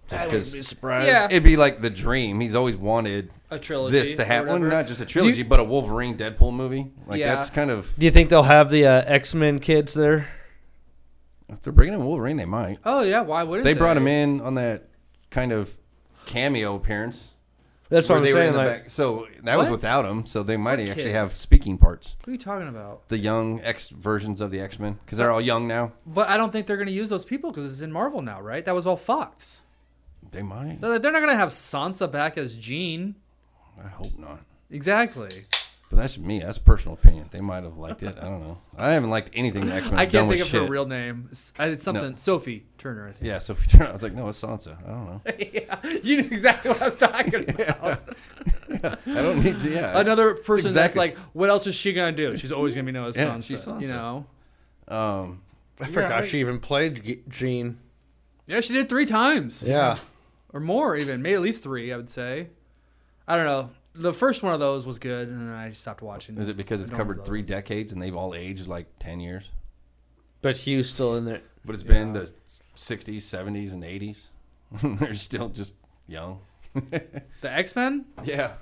B: Just
C: I wouldn't be
B: because
C: surprised.
A: Yeah.
B: it'd be like the dream. He's always wanted
A: A trilogy
B: this to
A: or
B: happen.
A: whatever.
B: not just a trilogy, but a Wolverine Deadpool movie. Like
A: Yeah.
B: that's kind of
C: Do you think they'll have the uh, X Men kids there?
B: if they're bringing in Wolverine, they might.
A: Oh yeah, why wouldn't
B: They
A: they?
B: brought him in on that kind of cameo appearance.
C: That's what
B: where
C: I'm
B: they were in
C: saying.
B: the
C: Like,
B: back. So that was
A: What?
B: without him. So they might
A: What
B: actually
A: kids?
B: have speaking parts.
A: What are you talking about?
B: The young X versions of the X Men because they're all young now.
A: But I don't think they're going to use those people because it's in Marvel now, right? That was all Fox.
B: They might.
A: They're they're not going to have Sansa back as Jean.
B: I hope not.
A: Exactly.
B: But that's me. That's a personal opinion. They might have liked it. I don't know. I haven't liked anything the X Men.
A: I can't think
B: with
A: of
B: shit.
A: her real name. It's, I- it's something Sophie Turner. I think.
B: Yeah. So if you turn, I was like, no, it's Sansa. I don't know.
A: you knew exactly what I was talking about.
B: I don't need to. Yeah. it's-
A: Another
B: it's
A: person that's
B: exactly-
A: like, what else is she going to do? She's always going to be known as
B: Yeah,
A: Sansa.
B: she's Sansa.
A: You know?
B: Um,
C: I forgot she even played G- Jean.
A: Yeah, she did three times
C: Yeah.
A: or more, even maybe at least three. I would say. I don't know. The first one of those was good, and then I just stopped watching.
B: is it because it's
A: Don't
B: covered
A: love
B: three
A: those.
B: decades and they've all aged like ten years?
C: But Hugh's still in there.
B: But it's been the '60s, '70s, and '80s. They're still just young.
A: The X Men.
B: Yeah.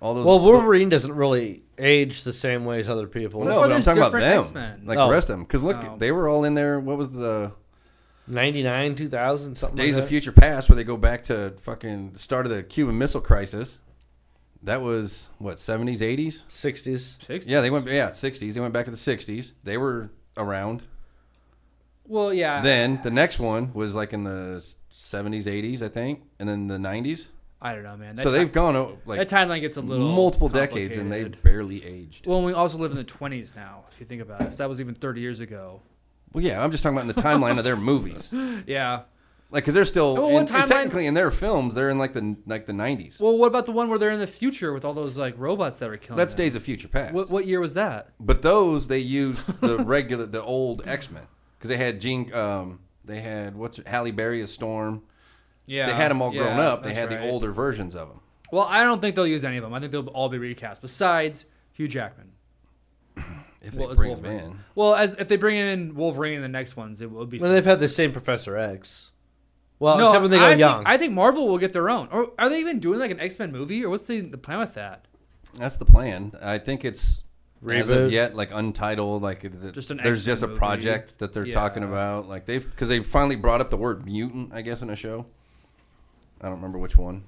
B: All those.
C: Well, Wolverine doesn't really age the same way as other people.
A: That's why
B: no, but I'm
A: there's
B: talking about
A: different
B: them,
A: X-Men.
B: like
C: Oh.
B: the rest of them. Because look,
A: Oh.
B: they were all in there. What was the
C: 99, 2000, something
B: Days
C: like
B: of
C: that.
B: Future Past, where they go back to fucking the start of the Cuban Missile Crisis? That was what '70s, '80s.
C: 60s.
A: Six.
B: Yeah, they went. Yeah, '60s. They went back to the '60s. They were around.
A: Well, yeah.
B: Then the next one was like in the '70s, '80s, I think, and then the '90s.
A: I don't know, man. That
B: So
A: ti-
B: they've gone oh, like
A: that timeline gets a little
B: multiple decades, and they
A: complicated.
B: barely aged.
A: Well, we also live in the twenties now. If you think about it, so that was even thirty years ago.
B: Well, yeah, I'm just talking about in the timeline of their movies.
A: Yeah.
B: Like, because they're still
A: Well, what
B: and- and
A: timeline-
B: technically in their films, they're in like the like the nineties.
A: Well, what about the one where they're in the future with all those like robots that are killing?
B: That's
A: them?
B: Days of Future Past.
A: Oh, What, what year was that?
B: but those they used the regular, the old X Men because they had Jean, um, they had what's Halle Berry as Storm.
A: Yeah.
B: they had them all grown
A: yeah,
B: up. They
A: that's
B: had
A: right.
B: the older versions of them.
A: Well, I don't think they'll use any of them. I think they'll all be recast. Besides Hugh Jackman.
B: If
A: Well,
B: they
A: it's
B: bring him
A: Wolverine.
B: in,
A: Well, as if they bring in Wolverine in the next ones, it will be.
C: Well, they've had the same Professor X. Well, except when they go
A: I
C: young.
A: Think, I think Marvel will get their own. Or are they even doing like an X Men movie? Or what's the, the plan with that?
B: that's the plan. I think it's as of
C: Reboot?
B: yet like untitled. Like th-
A: Just an
B: there's
A: X-Men
B: just a
A: movie.
B: project that they're talking
A: Yeah.
B: about. Like they've because they finally brought up the word mutant. I guess in a show. I don't remember which one.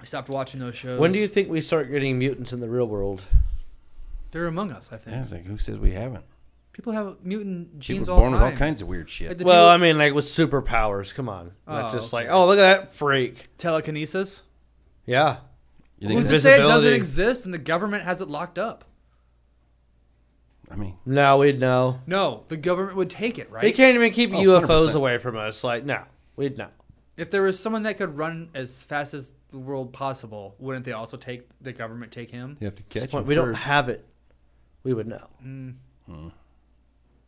A: I stopped watching those shows.
C: when do you think we start getting mutants in the real world?
A: They're among us, I think.
B: Yeah, I was like, who says we haven't?
A: People have mutant genes
B: People
A: all
B: born
A: the
B: with all
A: time.
B: kinds of weird shit.
A: Like the
C: well,
A: dude-
C: I mean, like with superpowers. Come on, not
A: Oh,
C: just like,
A: okay.
C: oh, look at that freak.
A: telekinesis.
C: Yeah,
B: You think
A: Who's
B: that-
A: to say it doesn't
C: Invisibility.
A: exist and the government has it locked up?
B: I mean,
C: now we'd know.
A: No, the government would take it,
C: They
A: right?
C: can't even keep
B: Oh,
C: UFOs
B: 100%.
C: away from us. Like, no, we'd know.
A: If there was someone that could run as fast as the world possible, wouldn't they also take the government take him?
B: you have to
C: At this
B: catch him
C: point, we don't
B: first.
C: have it. We would know.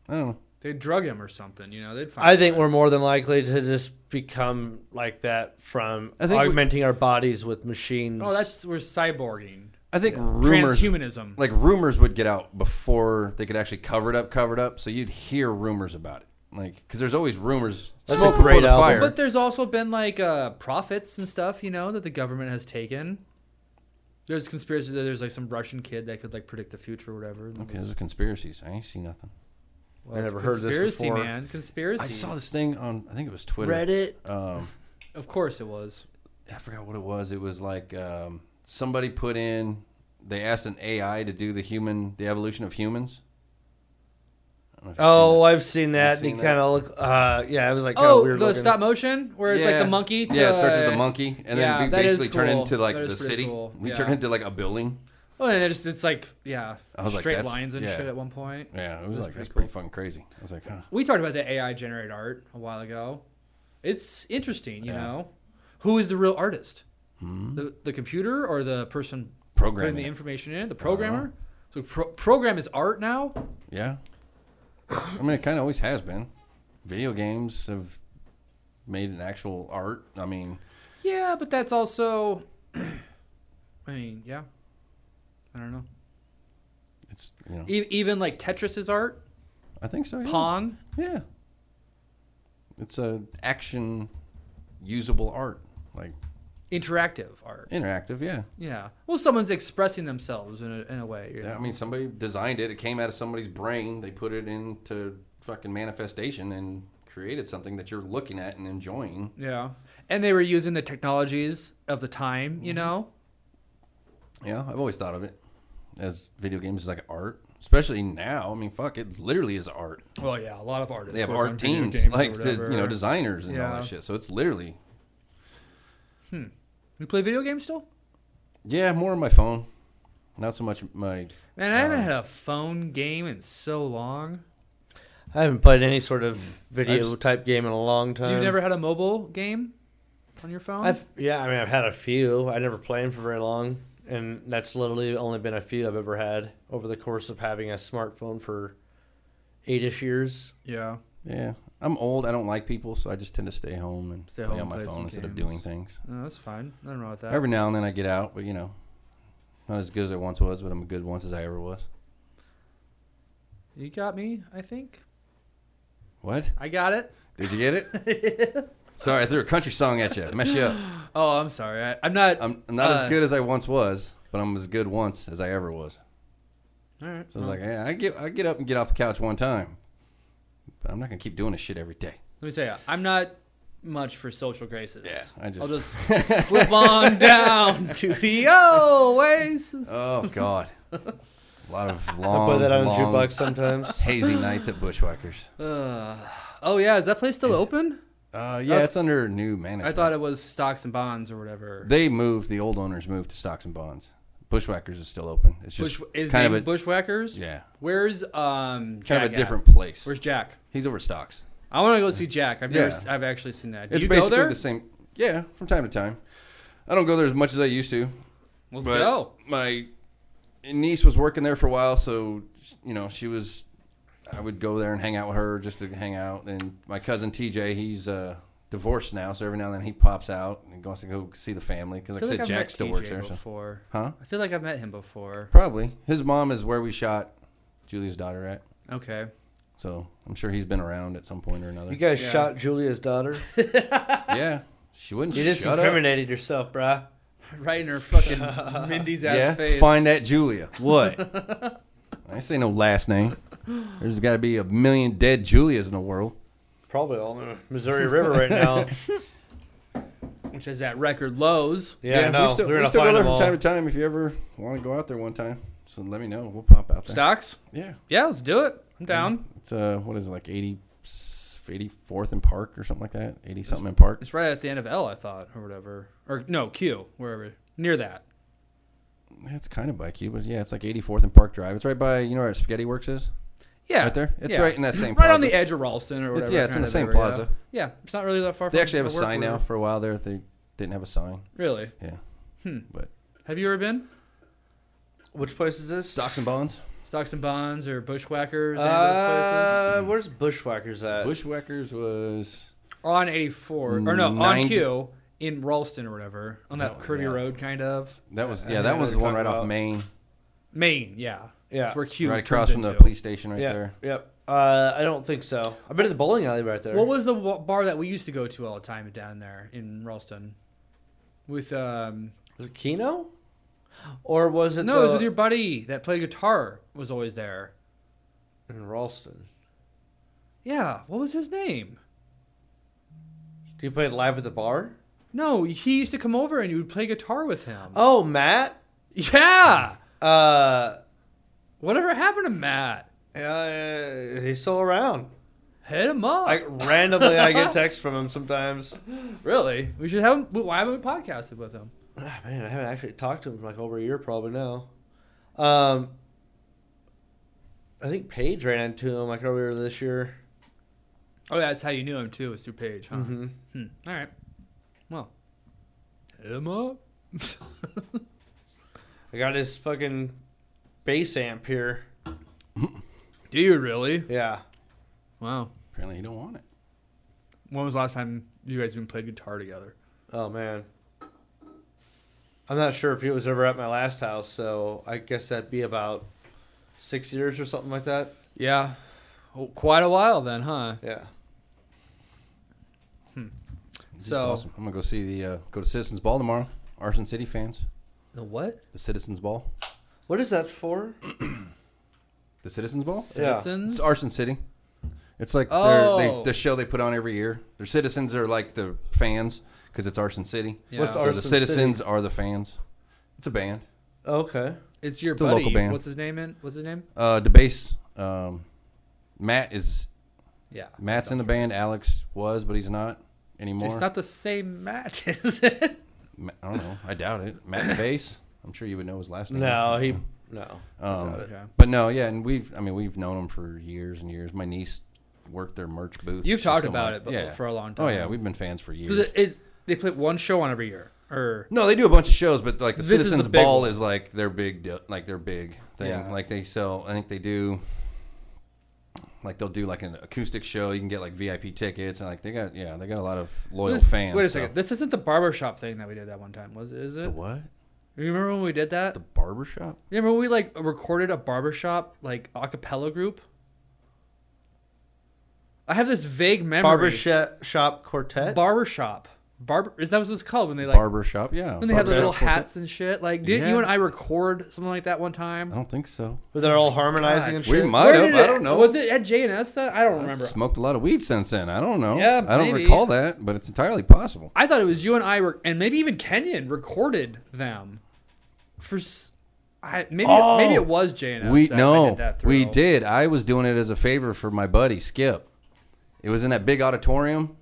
B: I don't know.
A: They'd drug him or something, you know? They'd find
C: I
A: a
C: think
A: way.
C: we're more than likely to just become like that from
B: I think we-
C: augmenting our bodies with machines.
A: Oh, that's we're cyborging.
B: I think rumors
A: Transhumanism.
B: like rumors would get out before they could actually cover it up, cover it up. So you'd hear rumors about it, like because there's always rumors.
C: That's
B: smoke
C: a great
B: before the
C: album.
B: fire.
A: But there's also been like uh, profits and stuff, you know, that the government has taken. There's conspiracies that there's like some Russian kid that could like predict the future or whatever. and
B: okay, those are conspiracies. I ain't seen nothing.
A: Well,
C: I
A: it's
C: never heard this
A: conspiracy,
C: before.
A: man. Conspiracy.
B: I saw this thing on I think it was Twitter.
C: Reddit.
B: Um,
A: Of course it was.
B: I forgot what it was. It was like um, somebody put in. They asked an AI to do the human, the evolution of humans. I don't know if you've
C: Oh,
B: seen
C: I've seen that.
B: seen
C: They kind of look. Uh, yeah, it was like kind of
A: Oh,
C: weird
A: the
C: looking.
A: stop motion where it's like
B: Yeah.
A: the monkey. To, uh,
B: yeah, it starts with the monkey, and
A: yeah,
B: then we
A: that is
B: basically turn
A: cool.
B: into like
A: That is
B: the
A: pretty
B: city.
A: cool.
B: We
A: Yeah.
B: turn into like a building.
A: Well, oh, and it's, it's like yeah,
B: I was like,
A: straight
B: that's-
A: lines and
B: yeah.
A: shit at one point.
B: Yeah, it was, like that's
A: pretty
B: pretty fucking crazy. I was like, huh.
A: We talked about the AI generated art a while ago. It's interesting, you
B: Yeah. Hmm?
A: know. Who is the real artist? The the computer or the person putting
B: programming.
A: the information in?
B: Uh-huh.
A: The programmer. So pro- program is art now.
B: yeah. I mean, it kind of always has been. Video games have made an actual art. I mean,
A: Yeah, but that's also. I mean, yeah. I don't know.
B: it's you know,
A: E- even like Tetris is art.
B: I think so. Yeah.
A: Pong.
B: Yeah. It's a action usable art, like
A: interactive art.
B: interactive. Yeah.
A: Yeah. Well, someone's expressing themselves in a, in a way. You know?
B: yeah. I mean, somebody designed it. It came out of somebody's brain. They put it into fucking manifestation and created something that you're looking at and enjoying.
A: Yeah. And they were using the technologies of the time,
B: Mm-hmm.
A: you know?
B: Yeah, I've always thought of it as video games as like art, especially now. I mean, fuck, it literally is art.
A: Well, yeah, a lot of artists.
B: They have
A: work on
B: art
A: video
B: teams,
A: games or
B: like the, you know,
A: whatever.
B: designers and all
A: Yeah.
B: that shit. So it's literally,
A: You play video games still?
B: yeah, more on my phone, not so much my.
A: Man, I
B: Uh,
A: haven't had a phone game in so long.
C: I haven't played any sort of video
B: just-
C: type game in a long time.
B: um,
A: You've never had a mobile game on your phone?
C: I've yeah, I mean, I've had a few. I never played them for very long, and that's literally only been a few I've ever had over the course of having a smartphone for eight-ish years.
A: yeah.
B: Yeah, I'm old. I don't like people, so I just tend to stay home and
A: Stay
B: play
A: home,
B: on my
A: play some
B: phone instead of
A: games.
B: doing things.
A: No, that's fine. Nothing wrong with that.
B: Every now and then I get out, but you know, not as good as I once was, but I'm as good once as I ever was.
A: you got me, I think.
B: What?
A: I got it.
B: Did you get it? Sorry, I threw a country song at you. Mess you up.
A: Oh, I'm sorry. I, I'm not.
B: I'm I'm not
A: Uh,
B: as good as I once was, but I'm as good once as I ever was.
A: all right.
B: So it's like, yeah, I get I get up and get off the couch one time, but I'm not gonna keep doing this shit every day.
A: Let me tell you, I'm not much for social graces.
B: Yeah, I just-
A: I'll just slip on down to the oasis.
B: Oh God, a lot of
C: I
B: long,
C: play that on a
B: long,
C: jukebox sometimes.
B: hazy nights at Bushwhackers.
A: Ugh. oh yeah, is that place still open?
B: Uh, yeah, it's under new management.
A: I thought it was stocks and bonds or whatever.
B: they moved. The old owners moved to stocks and bonds. Bushwhackers is still open. It's just
A: Bush, is
B: kind of
A: named
B: a
A: Bushwhackers.
B: yeah,
A: Where's um?
B: kind
A: Jack
B: of a
A: at?
B: different place.
A: Where's Jack?
B: He's over stocks.
A: I want to go see Jack. I've never.
B: Yeah.
A: s- I've actually seen that. Do
B: It's
A: you go
B: basically
A: there?
B: the same. Yeah, from time to time. I don't go there as much as I used to.
A: Let's
B: But
A: go.
B: my niece was working there for a while, so you know she was. I would go there and hang out with her just to hang out. And my cousin TJ, he's uh, divorced now, so every now and then he pops out and goes to go see the family because, like I,
A: feel
B: said,
A: like I've
B: Jack
A: met
B: still
A: TJ
B: works there. So.
A: before.
B: Huh?
A: I feel like I've met him before.
B: Probably his mom is where we shot Julia's daughter at,
A: Okay.
B: so I'm sure he's been around at some point or another.
C: You guys
A: Yeah.
C: shot Julia's daughter.
B: yeah, she wouldn't
C: You just
B: shut up.
C: incriminated yourself, bruh.
A: Right in her fucking Mindy's ass
B: Yeah,
A: face.
B: find that Julia. What? I say no last name. There's got to be a million dead Julias in the world.
C: Probably all in the Missouri River right now.
A: Which is at record lows.
C: Yeah, no,
B: we still,
C: they're
B: we
C: gonna
B: still go
C: find
B: there
C: them
B: from time to
C: all.
B: time. If you ever want to go out there one time, so let me know. We'll pop out there.
A: Stocks?
B: Yeah,
A: Yeah, let's do it. I'm down.
B: it's uh, what is it like 80, 84th in Park or something like that? Eighty something in Park.
A: It's right at the end of L, I thought, or whatever. Or no, Q, wherever. Near that.
B: Yeah, It's kind of by Cuba. Yeah, it's like eighty fourth and Park Drive. It's right by you know where Spaghetti Works is.
A: Yeah.
B: Right there. It's
A: yeah.
B: right in that same.
A: Right
B: plaza.
A: on the edge of Ralston or whatever.
B: It's, yeah, it's in
A: kind
B: the
A: of
B: same
A: there, yeah.
B: plaza.
A: Yeah. it's not really that far
B: They
A: from
B: actually have a
A: the work
B: sign
A: we were-
B: now. For a while there, they didn't have a sign.
A: Really?
B: Yeah.
A: Hmm.
B: But
A: Have you ever been?
C: Which place is this?
B: stocks and bonds,
A: Stocks and Bonds or Bushwhackers? any of those places?
C: Uh, where's Bushwhackers
B: Uh,
C: at?
B: Bushwhackers was
A: On 84. Or no, on
B: 90
A: Q in Ralston or whatever. On that
B: Oh,
A: curvy
B: yeah.
A: road, kind of.
B: that was
C: I
B: yeah
C: know
B: that
C: what
B: was the
C: you're
B: one
C: talking
B: right off
C: about.
B: Main,
A: Maine, yeah.
C: Yeah.
A: That's where Q
B: right
A: turns
B: across from the
A: into.
B: police station right
C: yeah.
B: there.
C: Yep. Uh, I don't think so. I've been to the bowling alley right there.
A: What was the wa- bar that we used to go to all the time down there in Ralston? With um
C: Was it Kino? Or was it
A: no,
C: the,
A: it was with your buddy that played guitar was always there.
C: in Ralston?
A: Yeah, what was his name?
C: Do you play it live at the bar?
A: No, he used to come over and you would play guitar with him.
C: Oh, Matt.
A: Yeah,
C: Uh,
A: whatever happened to Matt?
C: uh, he's still around.
A: Hit him up.
C: I randomly I get texts from him sometimes.
A: really? We should have him. Why haven't we podcasted with him?
C: Ah, man, I haven't actually talked to him for like over a year probably now. Um, I think Paige ran into him like earlier this year.
A: Oh, that's how you knew him too. Was through Paige, huh?
C: Mm-hmm.
A: Hmm. All right. Well, hit him up.
C: I got his fucking bass amp here.
A: Do you really?
C: Yeah.
A: Wow.
B: Apparently, he don't want it.
A: When was the last time you guys even played guitar together?
C: Oh man. I'm not sure if he was ever at my last house, so I guess that'd be about six years or something like that.
A: Yeah, well, quite a while then, huh?
C: Yeah.
B: It's
A: So-
B: awesome. I'm gonna go see the uh, go to Citizens Ball tomorrow. Arson City fans,
A: The what?
B: the Citizens Ball,
C: What is that for?
B: the Citizens Ball.
C: Yeah.
A: Citizens.
B: It's Arson City. It's like
A: Oh.
B: their, they, the show they put on every year. Their citizens are like the fans because it's Arson City.
A: Yeah.
C: What's
B: So
C: Arson
B: the
C: City?
B: citizens are the fans. It's a band.
C: Oh, Okay.
A: It's your
B: It's a
A: buddy.
B: local band.
A: What's his name? In what's his name?
B: Uh, the bass, um, Matt is
A: Yeah.
B: Matt's in the band. Alex was, but he's not anymore.
A: It's not the same match, is it?
B: Ma- I don't know. I doubt it. Matt bass. I'm sure you would know his last name.
C: No, he no.
B: Um,
C: Got it.
A: Okay.
B: But no, yeah, and we've I mean we've known them for years and years. My niece worked their merch booth.
A: You've
B: She's
A: talked
B: still
A: about
B: my-
A: it before, for a long time.
B: Oh yeah, we've been fans for years.
A: Because it is they play one show on every year, or
B: no, they do a bunch of shows, but like the
A: This is the
B: Citizens
A: big
B: Ball
A: one.
B: is like their big deal- like their big thing.
A: Yeah.
B: Like they sell. I think they do. Like they'll do like an acoustic show. You can get like VIP tickets and like they got yeah they got a lot of loyal
A: This-
B: fans.
A: Wait a
B: so-
A: second, this isn't the barbershop thing that we did that one time, was it? Is
B: The
A: it?
B: what?
A: You remember when we did that?
B: The barbershop?
A: You remember when we like recorded a barbershop like a cappella group? I have this vague memory.
C: Barbershop shop quartet.
A: barbershop. Barber is that what it's called when they like
B: barbershop? Yeah.
A: when they have the
C: Barbershop
A: little
B: quartet.
A: hats and shit. Like, did not
B: Yeah.
A: you and I record something like that one time?
B: I don't think so.
C: Where they're all harmonizing and
B: We
C: shit.
B: might
A: Where
B: have.
A: did
B: I
A: it-
B: don't know.
A: Was it at JNS? That I don't
B: I've
A: remember.
B: smoked a lot of weed since then. I don't know.
A: Yeah,
B: I don't
A: maybe.
B: recall that, but it's entirely possible.
A: I thought it was you and I were, and maybe even Kenyon recorded them. For s- I maybe
B: Oh!
A: maybe it was JNS.
B: we
A: that I
B: no,
A: did that
B: we
A: through.
B: did. I was doing it as a favor for my buddy Skip. It was in that big auditorium,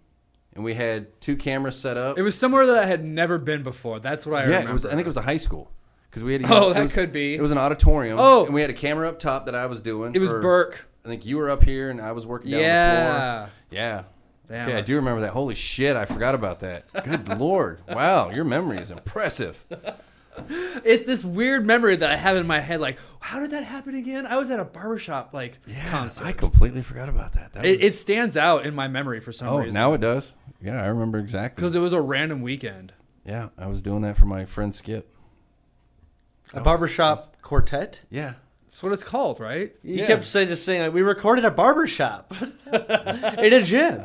B: and we had two cameras set up.
A: It was somewhere that I had never been before. That's what I
B: yeah,
A: remember.
B: it was. I think it was a high school because we had.
A: Oh,
B: it
A: that
B: was-
A: could be.
B: It was an auditorium.
A: Oh.
B: and we had a camera up top that I was doing.
A: It was
B: for-
A: Burke.
B: I think you were up here, and I was working down
A: Yeah.
B: on the floor. Yeah.
A: Damn.
B: Okay, I do remember that. Holy shit, I forgot about that. Good lord. Wow, your memory is impressive.
A: it's this weird memory that I have in my head. Like, how did that happen again? I was at a barbershop like concert.
B: I completely forgot about that. that
A: it,
B: was-
A: it stands out in my memory for some
B: oh,
A: reason.
B: now it does. Yeah, I remember exactly.
A: because it was a random weekend.
B: Yeah, I was doing that for my friend Skip.
C: A barbershop quartet.
B: Yeah.
A: That's what it's called, right?
C: You
B: Yeah.
C: kept saying just saying like we recorded a barbershop in a gym.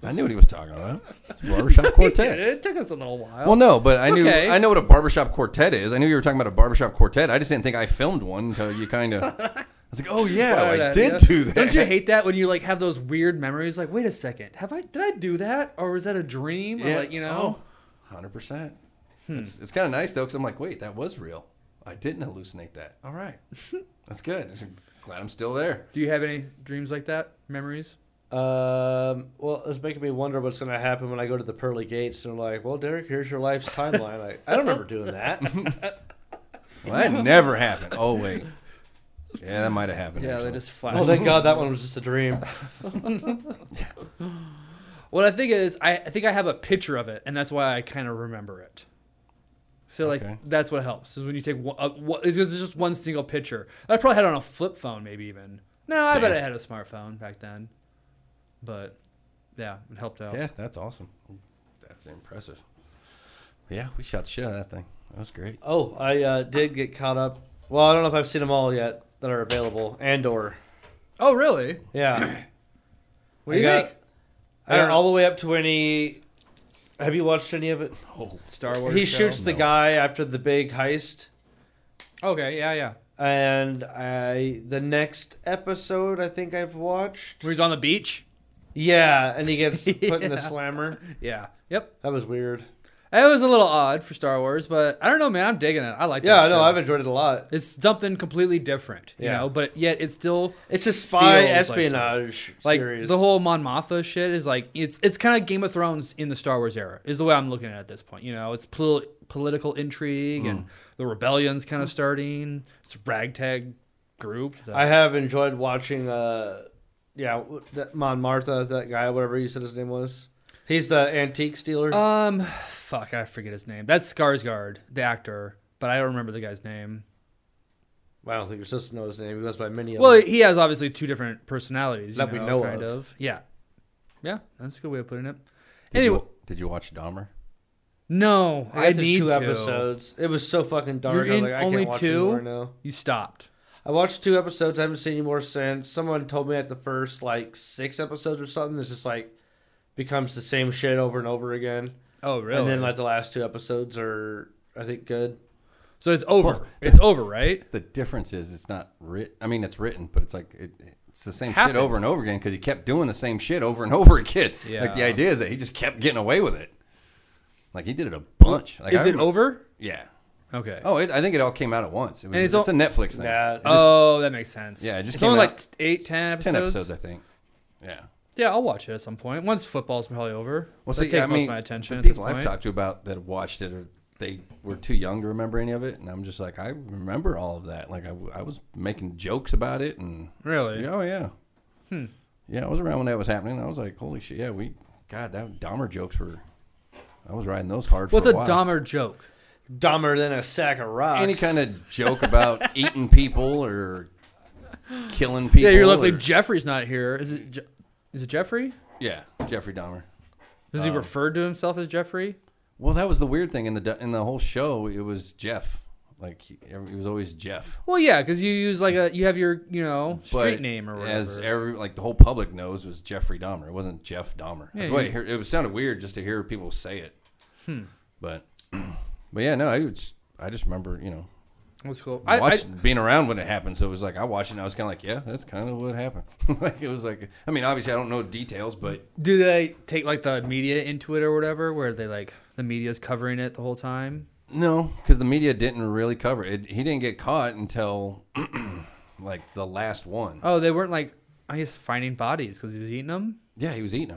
B: I knew what he was talking about. It's a barbershop quartet.
A: It took us a little while.
B: Well, no, but I knew
A: Okay.
B: I know what a barbershop quartet is. I knew you were talking about a barbershop quartet. I just didn't think I filmed one until you kind of. I was like, oh yeah,
A: Right,
B: I
A: uh,
B: did
A: yeah.
B: do that.
A: Don't you hate that when you like have those weird memories? Like, wait a second, have I did I do that or was that a dream? Or like, you
B: Oh.
A: know, Hmm.
B: 100 percent. It's it's kind of nice though, because I'm like, wait, that was real. I didn't hallucinate that. All right, that's good. Glad I'm still there.
A: do you have any dreams like that? Memories?
C: Um, well, it's making me wonder what's going to happen when I go to the pearly gates. And they're like, "Well, Derek, here's your life's timeline." Like, I don't remember doing that.
B: Well, that never happened. Oh wait, yeah, that might have happened.
A: Yeah, they
B: actually.
A: just flash.
C: oh, thank God, that one was just a dream.
A: what I think is, I, I think I have a picture of it, and that's why I kind of remember it. I feel
B: Okay.
A: like that's what helps is when you take one. Uh, one it's just it's just one single picture. I probably had it on a flip phone, maybe even. No, I bet
B: Damn.
A: I had a smartphone back then, but yeah, it helped out.
B: yeah, that's awesome. That's impressive. Yeah, we shot the shit out of that thing. That was great.
C: Oh, I uh, did get caught up. Well, I don't know if I've seen them all yet that are available and or
A: Oh, really?
C: yeah.
A: What do you
C: I got-
A: think?
C: I got
A: Or-
C: all the way up to when he. Have you watched any of it?
B: Oh,
A: Star Wars.
C: he
A: show?
C: shoots the guy after the big heist.
A: Okay. Yeah. Yeah.
C: and I the next episode I think I've watched.
A: Where he's on the beach.
C: Yeah, and he gets put in
A: Yeah.
C: the slammer.
A: Yeah. Yep.
C: That was weird.
A: It was a little odd for Star Wars, but I don't know, man. I'm digging it. I like.
C: Yeah,
A: that
C: I know.
A: show.
C: I've enjoyed it a lot.
A: It's something completely different, you
C: Yeah.
A: know, but yet it's still
C: It's a spy
A: Feels like
C: espionage
A: like
C: series.
A: the whole Mon Mothma shit is like it's it's kind of Game of Thrones in the Star Wars era is the way I'm looking at it at this point. You know, it's pol- political intrigue and
C: Hmm.
A: the rebellion's kind of starting. It's a ragtag group. that-
C: I have enjoyed watching. Uh, yeah, that Mon Martha, that guy, whatever you said his name was. He's the antique stealer.
A: um, fuck, I forget his name. That's Skarsgård, the actor, but I don't remember the guy's name.
C: I don't think you're supposed to know his name. He goes by many. of
A: Well,
C: them.
A: he has obviously two different personalities you
C: That we know
A: kind
C: of.
A: of. Yeah, yeah, that's a good way of putting it.
B: Did
A: anyway,
B: you, did you watch Dahmer?
A: no,
C: I
A: I,
C: got to
A: need
C: two
A: to.
C: episodes. It was so fucking dark.
A: You're
C: I'm
A: in
C: like, I
A: only
C: can't watch
A: two?
C: anymore now.
A: You stopped.
C: I watched two episodes. I haven't seen any more since. Someone told me at the first like six episodes or something. It's just like becomes the same shit over and over again.
A: Oh, really?
C: And then like the last two episodes are I think good.
A: so it's over. It's over, right?
B: The difference is it's not writ. I mean, it's written, but it's like it, it's the same
A: Happened.
B: shit over and over again because he kept doing the same shit over and over again. Like the
A: Yeah.
B: idea is that he just kept getting away with it. Like he did it a bunch. Like,
A: Is
B: I
A: it
B: remem-
A: over?
B: Yeah.
A: Okay.
B: Oh, it, I think it all came out at once. It was,
A: And
B: it's,
A: it's
B: a Netflix thing.
C: Yeah.
B: It just-
A: Oh, that makes sense.
B: Yeah, it just
A: it's
B: came
A: only
B: out-
A: like eight, ten episodes.
B: ten episodes, I think. Yeah.
A: Yeah, I'll watch it at some point. Once football's probably over.
B: Well,
A: that
B: see,
A: takes
B: I
A: most
B: mean,
A: of my attention.
B: the
A: at this
B: people I've
A: point.
B: talked to about that have watched it, are, they were too young to remember any of it, and I'm just like, I remember all of that. Like I, w- I was making jokes about it, and
A: Really? Hmm.
B: Yeah, oh yeah, yeah, I was around when that was happening. I was like, holy shit, yeah, we, God, that Dahmer jokes were, I was riding those hard.
A: What's
B: for
A: a
B: a, while.
A: Dahmer joke?
C: Dumber than a sack of rocks.
B: Any kind of joke about eating people or killing people?
A: Yeah, you're
B: or-
A: luckily Jeffrey's not here. Is it? Je- is it Jeffrey?
B: yeah, Jeffrey Dahmer.
A: Is
B: Um,
A: he referred to himself as Jeffrey?
B: Well, that was the weird thing in the in the whole show. It was Jeff. Like he, it was always Jeff.
A: Well, yeah, because you use like a you have your you know street
B: But
A: name or whatever.
B: As every like the whole public knows was Jeffrey Dahmer. It wasn't Jeff Dahmer.
A: Yeah,
B: That's
A: Hmm.
B: why
A: you-
B: it, hear- it was sounded weird just to hear people say it. But but yeah, no, I was, I just remember you know
A: That's cool. I, I,
B: watch, being around when it happened. So it was like I watched it. and I was kind of like, yeah, that's kind of what happened. like it was like I mean, obviously I don't know details, but
A: do they take like the media into it or whatever, where they like the media's covering it the whole time?
B: No, because the media didn't really cover it. He didn't get caught until like the last one.
A: Oh, they weren't like I guess finding bodies because he was eating them.
B: Yeah, he was eating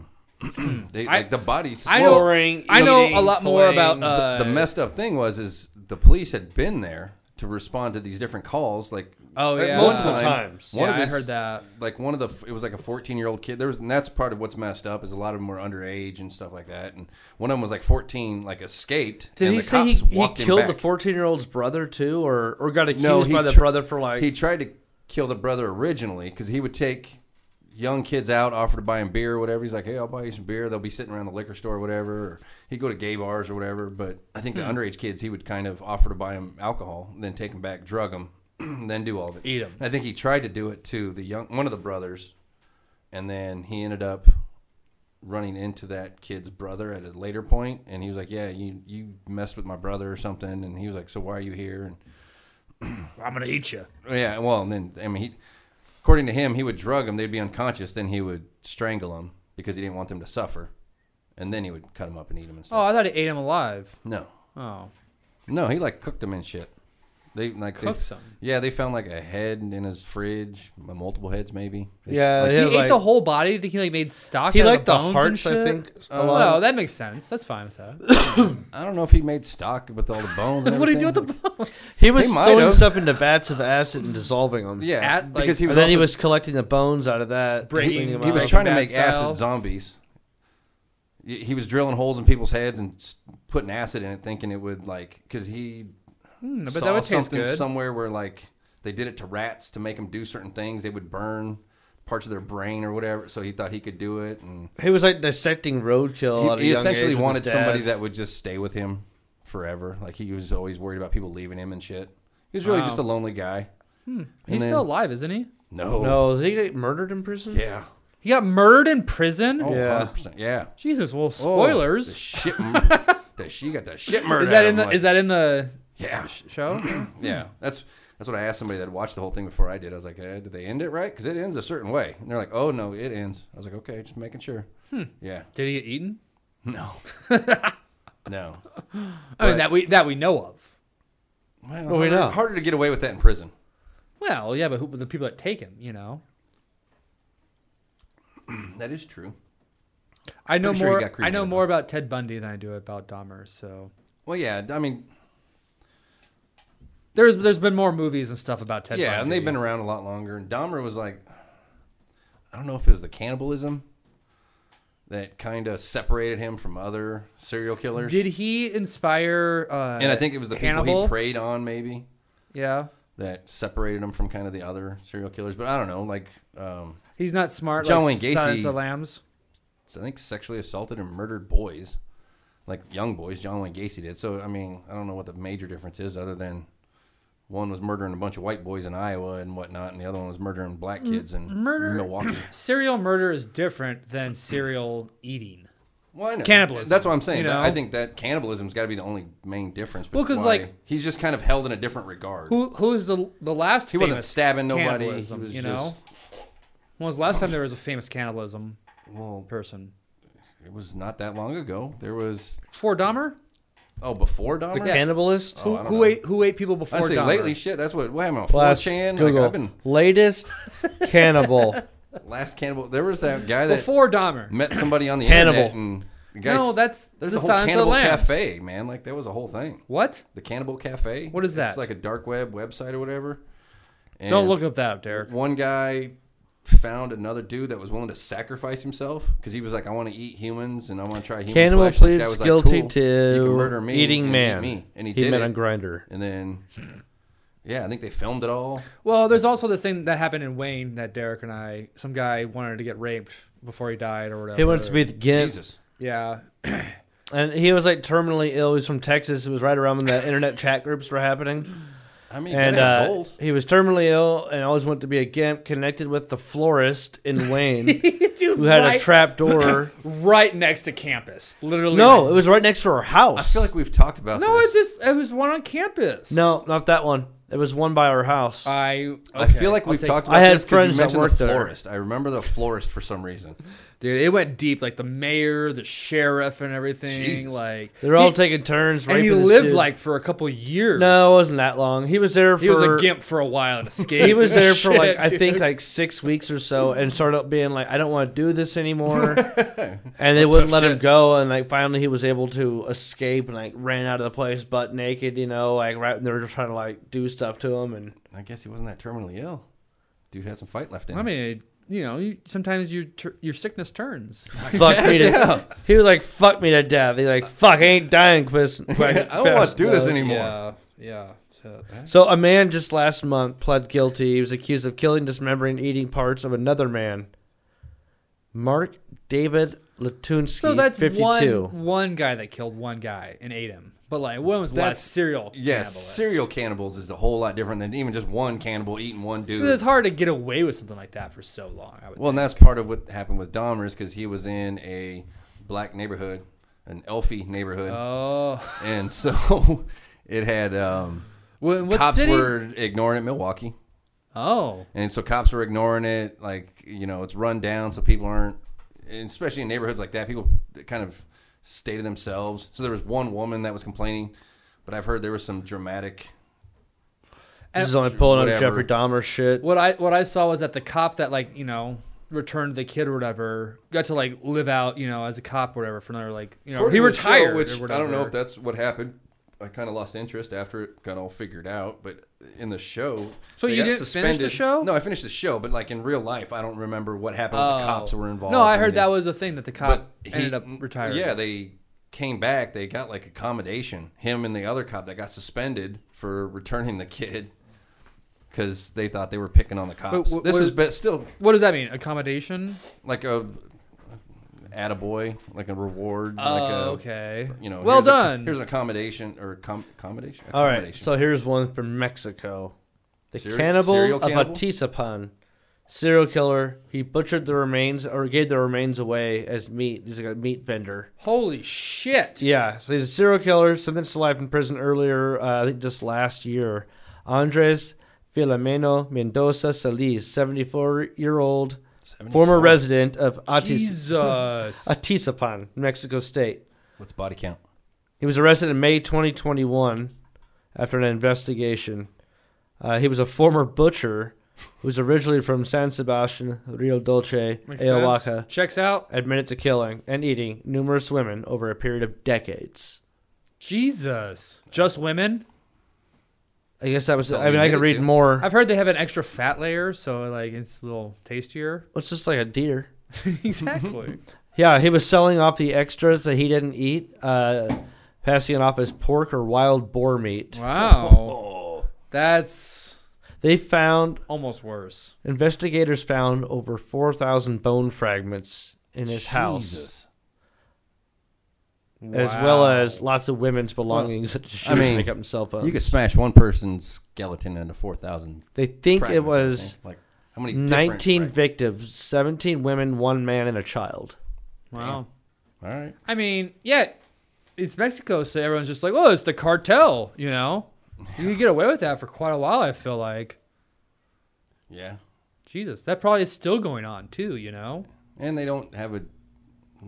B: them. they, like the bodies.
A: I know.
C: Flooring,
A: I know
C: eating,
A: a lot more
C: filleting.
A: about uh,
B: the messed up thing was is the police had been there to respond to these different calls. Like
A: Oh,
B: at
A: yeah.
C: Multiple times.
B: one
A: yeah,
B: of
A: I
B: this-
A: heard that.
B: Like one of the, it was like a 14 year old kid. There was, and that's part of what's messed up is a lot of them were underage and stuff like that. And one of them was like 14, like escaped.
C: Did
B: and
C: he
B: the
C: say he,
B: cops
C: he
B: walked him
C: killed
B: back.
C: the 14 year old's brother too, or or got accused
B: No, he
C: by the
B: tr-
C: brother for like?
B: he tried to kill the brother originally because he would take young kids out, offer to buy him beer or whatever. He's like, hey, I'll buy you some beer. They'll be sitting around the liquor store or whatever. Or he'd go to gay bars or whatever. But I think the
A: Hmm.
B: underage kids, he would kind of offer to buy them alcohol, then take them back, drug them, then do all of it.
A: Eat 'em.
B: And I think he tried to do it to the young one of the brothers, and then he ended up running into that kid's brother at a later point, and he was like, "Yeah, you you messed with my brother or something," and he was like, "So why are you here?" And
D: I'm gonna eat you.
B: yeah, well, and then I mean, he, according to him, he would drug them. They'd be unconscious. Then he would strangle them because he didn't want them to suffer, and then he would cut them up and eat them and
A: Oh,
B: stuff.
A: I thought he ate him alive.
B: No,
A: Oh,
B: no, he like cooked them and shit. They like they-
A: Cooked 'em?
B: Yeah, they found like a head in his fridge, multiple heads maybe.
C: yeah,
B: Like,
C: yeah,
A: he ate
C: like-
A: the whole body. Think he like made stock.
C: He
A: out of
C: liked the
A: bones and
C: hearts, I
A: shit?
C: think. a
A: Oh,
C: lot.
A: no, that makes sense. That's fine with that.
B: I don't know if he made stock with all the bones. And
A: what do you do with
B: everything.
A: the bones?
C: He was
B: He might
C: throwing
B: have.
C: stuff into vats of acid and dissolving them.
B: Yeah,
A: At, like-
B: because he
C: and
B: was
C: then he
B: also-
C: was collecting the bones out of that.
A: Breaking-
C: cleaning them
B: he was
C: out.
B: trying to
A: Bad
B: make
A: style.
B: acid zombies. Y- He was drilling holes in people's heads and s- putting acid in it, thinking it would like because he
A: Hmm, but
B: saw
A: that would taste
B: something
A: good.
B: somewhere where like they did it to rats to make them do certain things. They would burn parts of their brain or whatever, so he thought he could do it. And
C: He was like dissecting roadkill. at a
B: he, he
C: young
B: essentially
C: age with
B: wanted
C: his
B: somebody
C: dad.
B: that would just stay with him forever. Like he was always worried about people leaving him and shit. He was really
A: Wow.
B: just a lonely guy.
A: He's
B: then-
A: still alive, isn't he?
B: No.
C: No, did he get murdered in prison?
B: Yeah.
A: He got murdered in prison.
B: Oh,
C: Yeah.
B: 100%. Yeah.
A: Jesus. Well,
B: Oh, the
A: spoilers.
B: shit. the, she got the shit murdered.
A: is that
B: out of
A: in the?
B: him,
A: Is that in the
B: like, Yeah.
A: show?
B: Yeah, that's that's what I asked somebody that watched the whole thing before I did. I was like, eh, "Did they end it right? Because it ends a certain way." And they're like, "Oh no, it ends." I was like, "Okay, just making sure."
A: Hmm.
B: Yeah,
A: Did he get eaten?
B: no, no.
A: I mean
B: But-
A: that we that we know of.
B: Well,
C: we
B: harder,
C: know.
B: harder to get away with that in prison.
A: Well, yeah, but who, the people that take him, you know.
B: That is true.
A: I know
B: Pretty sure he
A: more.
B: got
A: I know
B: cremated,
A: more about Ted Bundy than I do about Dahmer. So
B: Well, yeah, I mean,
A: there's there's been more movies and stuff about Ted.
B: yeah,
A: Bundy.
B: and they've been around a lot longer. And Dahmer was like, I don't know if it was the cannibalism that kind of separated him from other serial killers.
A: Did he inspire? Uh,
B: and I think it was the people
A: Hannibal?
B: he preyed on, maybe.
A: Yeah,
B: that separated him from kind of the other serial killers. But I don't know, like um,
A: he's not smart.
B: John
A: like
B: Wayne
A: Silence of the
B: Gacy-
A: Lambs.
B: so I think sexually assaulted and murdered boys, like young boys. John Wayne Gacy did. So I mean, I don't know what the major difference is, other than one was murdering a bunch of white boys in Iowa and whatnot, and the other one was murdering black kids in
A: murder-
B: Milwaukee.
A: Serial murder is different than serial eating.
B: Well, I know.
A: Cannibalism,
B: That's what I'm saying.
A: you
B: That- I
A: know?
B: think that cannibalism's got to be the only main difference. but
A: Well, 'cause,
B: why-
A: like-
B: he's just kind of held in a different regard.
A: Who who's the the last?
B: he wasn't
A: famous
B: stabbing nobody. He was
A: cannibalism, you
B: just-
A: know. When was the last time there was a famous cannibalism
B: well,
A: person?
B: it was not that long ago. There was
A: Before Dahmer,
B: oh before Dahmer.
C: The cannibalist.
B: Oh,
A: who,
B: I don't
A: who
B: know.
A: ate who ate people before
B: Honestly,
A: Dahmer?
B: lately, shit, that's what what happened on
C: Last
B: 4chan. Like,
C: Google
B: I've been
C: latest cannibal.
B: last cannibal. There was that guy that
A: before Dahmer.
B: met somebody on the
C: Hannibal.
B: internet and the guy,
A: No, that's
B: there's
A: the
B: a whole
A: Silence of the
B: cannibal
A: Lambs.
B: cafe, man. Like that was a whole thing.
A: What?
B: The cannibal cafe.
A: What is
B: It's
A: that?
B: like a dark web website or whatever. And
A: Don't look up that, Derek.
B: One guy found another dude that was willing to sacrifice himself because he was like, "I want to eat humans and I want to try human
C: Cannibal
B: flesh."
C: pleads
B: was
C: guilty
B: cool,
C: to
B: you can murder me
C: eating
B: and eat
C: man.
B: me. And he,
C: he
B: did
C: met
B: it.
C: on Grinder.
B: and then, yeah, I think they filmed it all.
A: Well, there's also this thing that happened in Wayne that Derek and I. Some guy wanted to get raped before he died or whatever.
C: He wanted to be the Gimp,
B: Jesus.
A: Yeah.
C: and he was like terminally ill. He was from Texas. It was right around when the internet chat groups were happening.
B: I mean,
C: and
B: and, have
C: uh,
B: goals.
C: he was terminally ill and always wanted to be a gimp. Connected with the florist in Wayne,
A: Dude,
C: who had a
A: right,
C: trap door.
A: right next to campus. Literally.
C: no, it
A: right-
C: was right next to our house.
B: I feel like we've talked about
A: No,
B: this.
A: it's just it was one on campus.
C: no, not that one. It was one by our house.
A: I
B: I feel like
A: I'll
B: we've
A: take-
B: talked about
C: I had
B: this 'cause
C: friends that
B: you mentioned
C: worked
B: the
C: there.
B: florist. I remember the florist for some reason.
A: Dude, it went deep. Like the mayor, the sheriff, and everything.
B: Jesus.
A: Like
C: They're all
A: He-
C: taking turns.
A: and he
C: raping this
A: lived
C: dude.
A: like for a couple years.
C: No, it wasn't that long. He was there for
A: he was a gimp for a while and escaped.
C: He was there for like
A: Shit,
C: I think
A: dude.
C: like six weeks or so, and started up being like, "I don't want to do this anymore," and they wouldn't let him go. And like finally, he was able to escape and like ran out of the place butt naked. You know, like right, they were just trying to like do stuff to him, and
B: I guess he wasn't that terminally ill. Dude had some fight left in
A: I
B: him.
A: mean, you know, you, sometimes your tur your sickness turns.
C: fuck me to. He was like, "Fuck me to death." He's like, "Fuck, I ain't dying, Chris."
B: I don't want to do this anymore.
A: Yeah, yeah. So,
C: So a man just last month pled guilty. He was accused of killing, dismembering, and eating parts of another man. Mark David Latunsky,
A: so that's
C: 52.
A: one one guy that killed one guy and ate him. But like, when was the
B: That's-
A: last serial?
B: Yeah,
A: cannibal?
B: serial cannibals is a whole lot different than even just one cannibal eating one dude.
A: It's hard to get away with something like that for so long. I would.
B: Well, and that's part of what happened with Dahmer is because he was in a black neighborhood, an elfie neighborhood,
A: oh,
B: and so it had um,
A: well, in what
B: cops
A: city?
B: were ignoring it. Milwaukee,
A: oh,
B: and so cops were ignoring it. Like you know, it's run down, so people aren't, and especially in neighborhoods like that, people kind of stay to themselves. So there was one woman that was complaining, but I've heard there was some dramatic.
C: This is only pulling up
B: Whatever.
C: Jeffrey Dahmer shit.
A: what I what I saw was that the cop that like you know returned the kid or whatever got to like live out you know as a cop or whatever for another like you know he
B: According to the show,
A: retired
B: which
A: or
B: I don't know
A: whatever.
B: if that's what happened. I kind of lost interest after it got all figured out, but in the show,
A: So
B: they
A: you
B: got
A: didn't finish the show?
B: No, I finished the show, but like in real life, I don't remember what happened. when
A: Oh.
B: The cops were involved.
A: No, I
B: and
A: heard
B: they-
A: that was the thing that the cop ended up retiring.
B: Yeah, they came back. They got like accommodation. Him and the other cop that got suspended for returning the kid because they thought they were picking on the cops.
A: wh-
B: this
A: what-
B: was but still
A: What does that mean? Accommodation?
B: like a attaboy, like a reward.
A: Oh,
B: Uh, like a,
A: okay.
B: you know,
A: well
B: here's a-
A: done.
B: here's an accommodation or com- accommodation.
C: All right,
B: Accommodation.
C: so here's one from Mexico. The
B: Seri-
C: cannibal,
B: serial
C: of
B: cannibal?
C: Atizapan, serial killer. He butchered the remains or gave the remains away as meat. He's like a meat vendor.
A: Holy shit.
C: Yeah, so he's a serial killer sentenced to life in prison earlier, uh, I think just last year. Andres Filomeno Mendoza Salis, 74 year old,
B: 74?
C: former resident of Atiz-
A: Jesus.
C: Atizapan, Mexico State.
B: What's body count?
C: He was arrested in May 2021 after an investigation. Uh, he was a former butcher who was originally from San Sebastian, Rio Dolce,
A: Makes
C: Oaxaca.
A: sense. Checks out.
C: Admitted to killing and eating numerous women over a period of decades.
A: Jesus. Just women?
C: I guess that was.
B: That's all
C: I
B: he
C: mean, I could
B: admitted
C: read
B: to.
C: more.
A: I've heard they have an extra fat layer, so like it's a little tastier.
C: It's just like a deer.
A: exactly.
C: Yeah, he was selling off the extras that he didn't eat, uh, passing it off as pork or wild boar meat.
A: Wow.
B: Oh,
A: That's
C: They found
A: almost worse.
C: investigators found over four thousand bone fragments in his house. as well
A: Wow.
C: as lots of women's belongings that she
B: I mean,
C: make up himself up.
B: You could smash one person's skeleton into four thousand.
C: they think it was
B: like how many? different
C: 19
B: fragments?
C: victims, 17 women, one man, and a child.
A: Wow.
B: All right.
A: I mean, yeah, it's Mexico, so everyone's just like, oh, it's the cartel, you know? You could get away with that for quite a while, I feel like.
B: Yeah,
A: Jesus, that probably is still going on too, you know?
B: and they don't have a.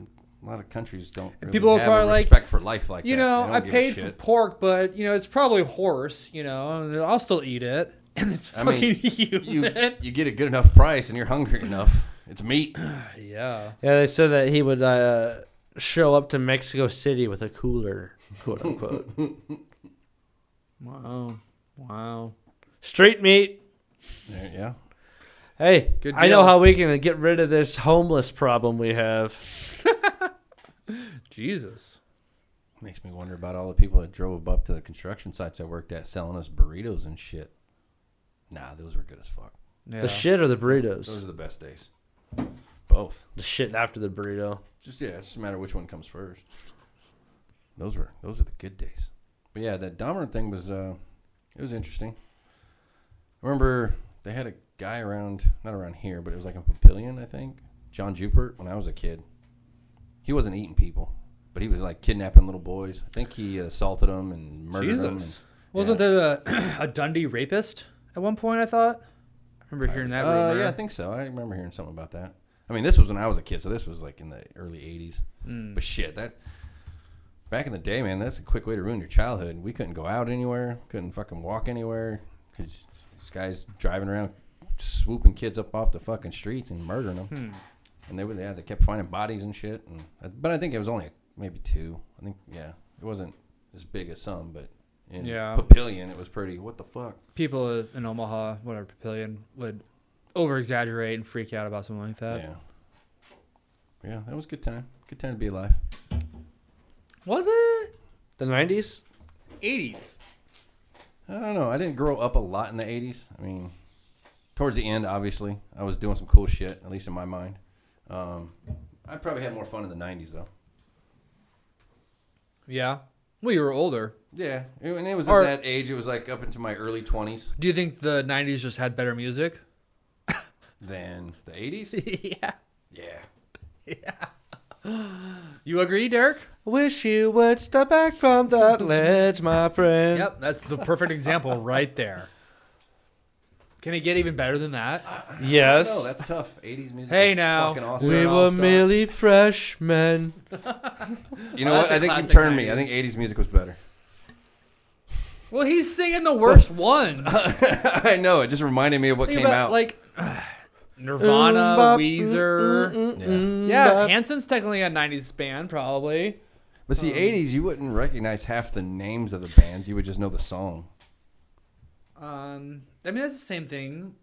B: A lot of countries don't. Really
A: people are
B: have
A: probably
B: a
A: like,
B: respect for life like
A: You
B: that.
A: know,
B: They don't
A: I
B: give a
A: paid for
B: shit.
A: pork, but, you know, it's probably horse, you know? and I'll still eat it. And it's
B: I
A: fucking
B: mean, you
A: human.
B: you get a good enough price and you're hungry enough. It's meat.
A: yeah.
C: Yeah, they said that he would uh, show up to Mexico City with a cooler, quote unquote.
A: Wow. Wow.
C: Street meat.
B: yeah.
C: Hey,
A: Good
C: I know
A: deal.
C: how we can get rid of this homeless problem we have.
A: Jesus.
B: Makes me wonder about all the people that drove up to the construction sites I worked at selling us burritos and shit. Nah, those were good as fuck.
A: Yeah.
C: The shit or the
B: Those are
C: burritos?
B: the best days. Both.
C: The shit after the burrito.
B: Just yeah, it's just a matter of which one comes first. Those were those are the good days. But yeah, that Dahmer thing was uh it was interesting. I remember they had a guy around not around here, but it was like a Papillion, I think. John Jupert when I was a kid. He wasn't eating people, but he was like kidnapping little boys. I think he assaulted them and murdered them.
A: Jesus. Wasn't there a, a Dundee rapist at one point, I thought? I remember hearing that
B: Uh,
A: rumor.
B: yeah, I think so. I remember hearing something about that. I mean, this was when I was a kid, so this was like in the early '80s.
A: Mm.
B: But shit, that back in the day, man, that's a quick way to ruin your childhood. We couldn't go out anywhere, couldn't fucking walk anywhere because this guy's driving around, swooping kids up off the fucking streets and murdering them.
A: Hmm.
B: And they would, yeah, they kept finding bodies and shit. And uh, but I think it was only maybe two. I think yeah, it wasn't as big as some, but in
A: Yeah.
B: Papillion, it was pretty. What the fuck?
A: People in Omaha, whatever, Papillion, would over exaggerate and freak out about something like that.
B: yeah. Yeah, that was a good time. Good time to be alive.
A: Was it?
C: The nineties.
A: 80s.
B: I don't know. I didn't grow up a lot in the 80s. I mean, towards the end, obviously, I was doing some cool shit, at least in my mind. Um, I probably had more fun in the 90s, though.
A: Yeah. Well, you were older.
B: Yeah. it- And it was
A: Or-
B: at that age, it was like up into my early 20s
A: Do you think the 90s just had better music?
B: than the 80s.
A: yeah.
B: yeah.
A: You agree, Derek?
C: Wish you would step back from that ledge, my friend.
A: Yep, that's the perfect example right there. Can it get even better than that?
C: Yes.
B: No, that's tough. 80s music.
A: Hey,
B: was
A: now.
B: Fucking awesome.
C: we
A: I'll
C: were
A: stop.
C: merely freshmen.
B: You know what?
A: That's a
B: I think you
A: classic
B: turned me. I
A: 90s.
B: think 80s music was better.
A: Well, he's singing the worst one.
B: I know. It just reminded me of what
A: Think
B: came
A: about,
B: out.
A: like Nirvana,
C: Oom-bop,
A: Weezer.
B: yeah.
A: Yeah, Hanson's technically a '90s band, probably.
B: But
A: Um,
B: see, 80s, you wouldn't recognize half the names of the bands. You would just know the song.
A: Um, I mean that's the same thing.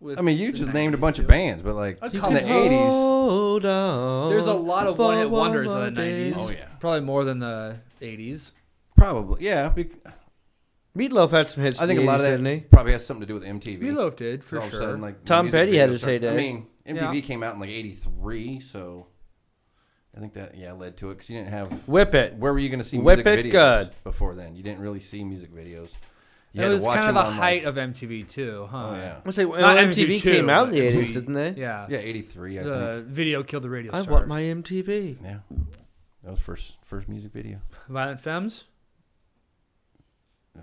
A: With
B: I mean,
A: the
B: you just
A: 90s
B: named a bunch
A: too.
B: of bands, but like
A: A
B: in
A: couple.
B: the eighties,
C: Hold on.
A: There's a lot of
C: for
A: one-hit
C: one
A: wonders
C: more
A: in the
C: day.
A: '90s.
B: Oh, yeah.
A: probably more than the '80s.
B: probably yeah. bec-
C: Meatloaf had some hits.
B: I think a
C: in the
B: lot of
C: 80s,
B: that
C: didn't he?
B: probably has something to do with MTV.
A: Meatloaf did for
B: All of a
A: sure.
B: sudden, like, the
C: Tom
B: music
C: Petty had
B: videos
C: his heyday.
B: I mean, MTV
A: Yeah.
B: came out in like '83, so I think that yeah led to it because you didn't have
C: Whip it.
B: where were you going to see
C: Whip
B: music
C: it
B: videos
C: good.
B: before then? You didn't really see music videos. You
A: it
B: had to
A: was
B: watch
A: kind of
B: them
A: the
B: on, like-
A: height of MTV too, huh?
B: oh yeah,
C: I say,
A: Not
C: MTV
A: MTV2,
C: came out in
A: but
C: the eighties,
B: MTV.
C: didn't they?
A: yeah.
B: yeah '83. I
A: the
B: think
A: video killed the radio
C: I
A: star.
C: want my MTV.
B: yeah. That was first first music video.
A: Violent Femmes.
B: Uh,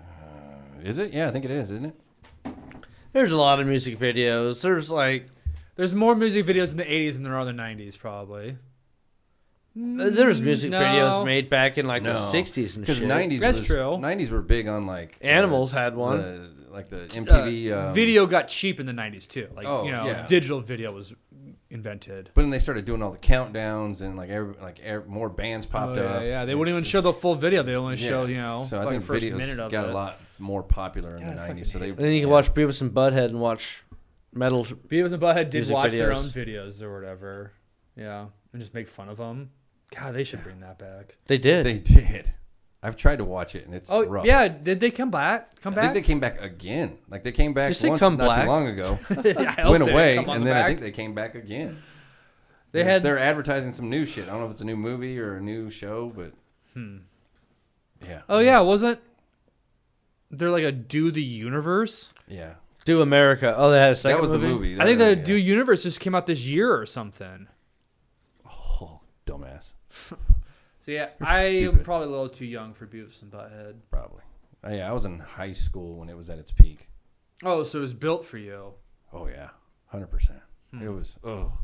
B: Is it? Yeah, I think it is, isn't it?
C: There's a lot of music videos. There's like,
A: There's more music videos in the '80s than there are in the '90s, probably.
C: uh, there's music
A: no.
C: videos made back in like the
B: No.
C: '60s and
B: Because
C: shit.
B: nineties,
A: That's
B: was,
A: true.
B: Nineties were big on like the-
C: Animals had one.
B: the- like the MTV um,
A: Uh, video got cheap in the 90s too like
B: Oh,
A: you know
B: yeah.
A: digital video was invented
B: But then they started doing all the countdowns and like every, like every, more bands popped
A: Oh, yeah,
B: up.
A: yeah they
B: It's
A: wouldn't even
B: just-
A: show the full video they only
B: yeah.
A: showed you know
B: So I
A: like
B: think
A: first
B: videos
A: minute of
B: got
A: it.
B: a lot more popular in the nineties. So they
C: And then you can
B: yeah.
C: watch Beavis and Butthead and watch metal.
A: beavis and butthead did
C: music
A: watch their
C: videos.
A: own videos or whatever yeah and just make fun of them god they should bring that back
C: They did.
B: They did. I've tried to watch it and it's
A: oh
B: rough.
A: yeah did they come back come
B: I think
A: back
B: they came back again. Like they came back
C: Did you say
B: once
C: come
B: not
C: black?
B: too long ago,
A: I hope
B: went
A: they
B: away,
A: come on
B: and
A: the
B: then I
A: back.
B: think they came back again.
A: they
B: They're-
A: had
B: they're advertising some new shit. I don't know if it's a new movie or a new show, but yeah.
A: Hmm. oh yeah wasn't they're like a do the universe
B: yeah.
C: Do America. Oh, they had a second
B: That was
C: movie?
B: the movie.
A: i think the
B: yeah.
A: do universe just came out this year or something
B: Oh, dumbass.
A: so yeah i am
B: stupid.
A: probably a little too young for beavis and butthead
B: Probably. Oh, yeah, I was in high school when it was at its peak.
A: Oh, so it was built for you.
B: Oh yeah, hundred percent.
A: Hmm.
B: It was. Oh,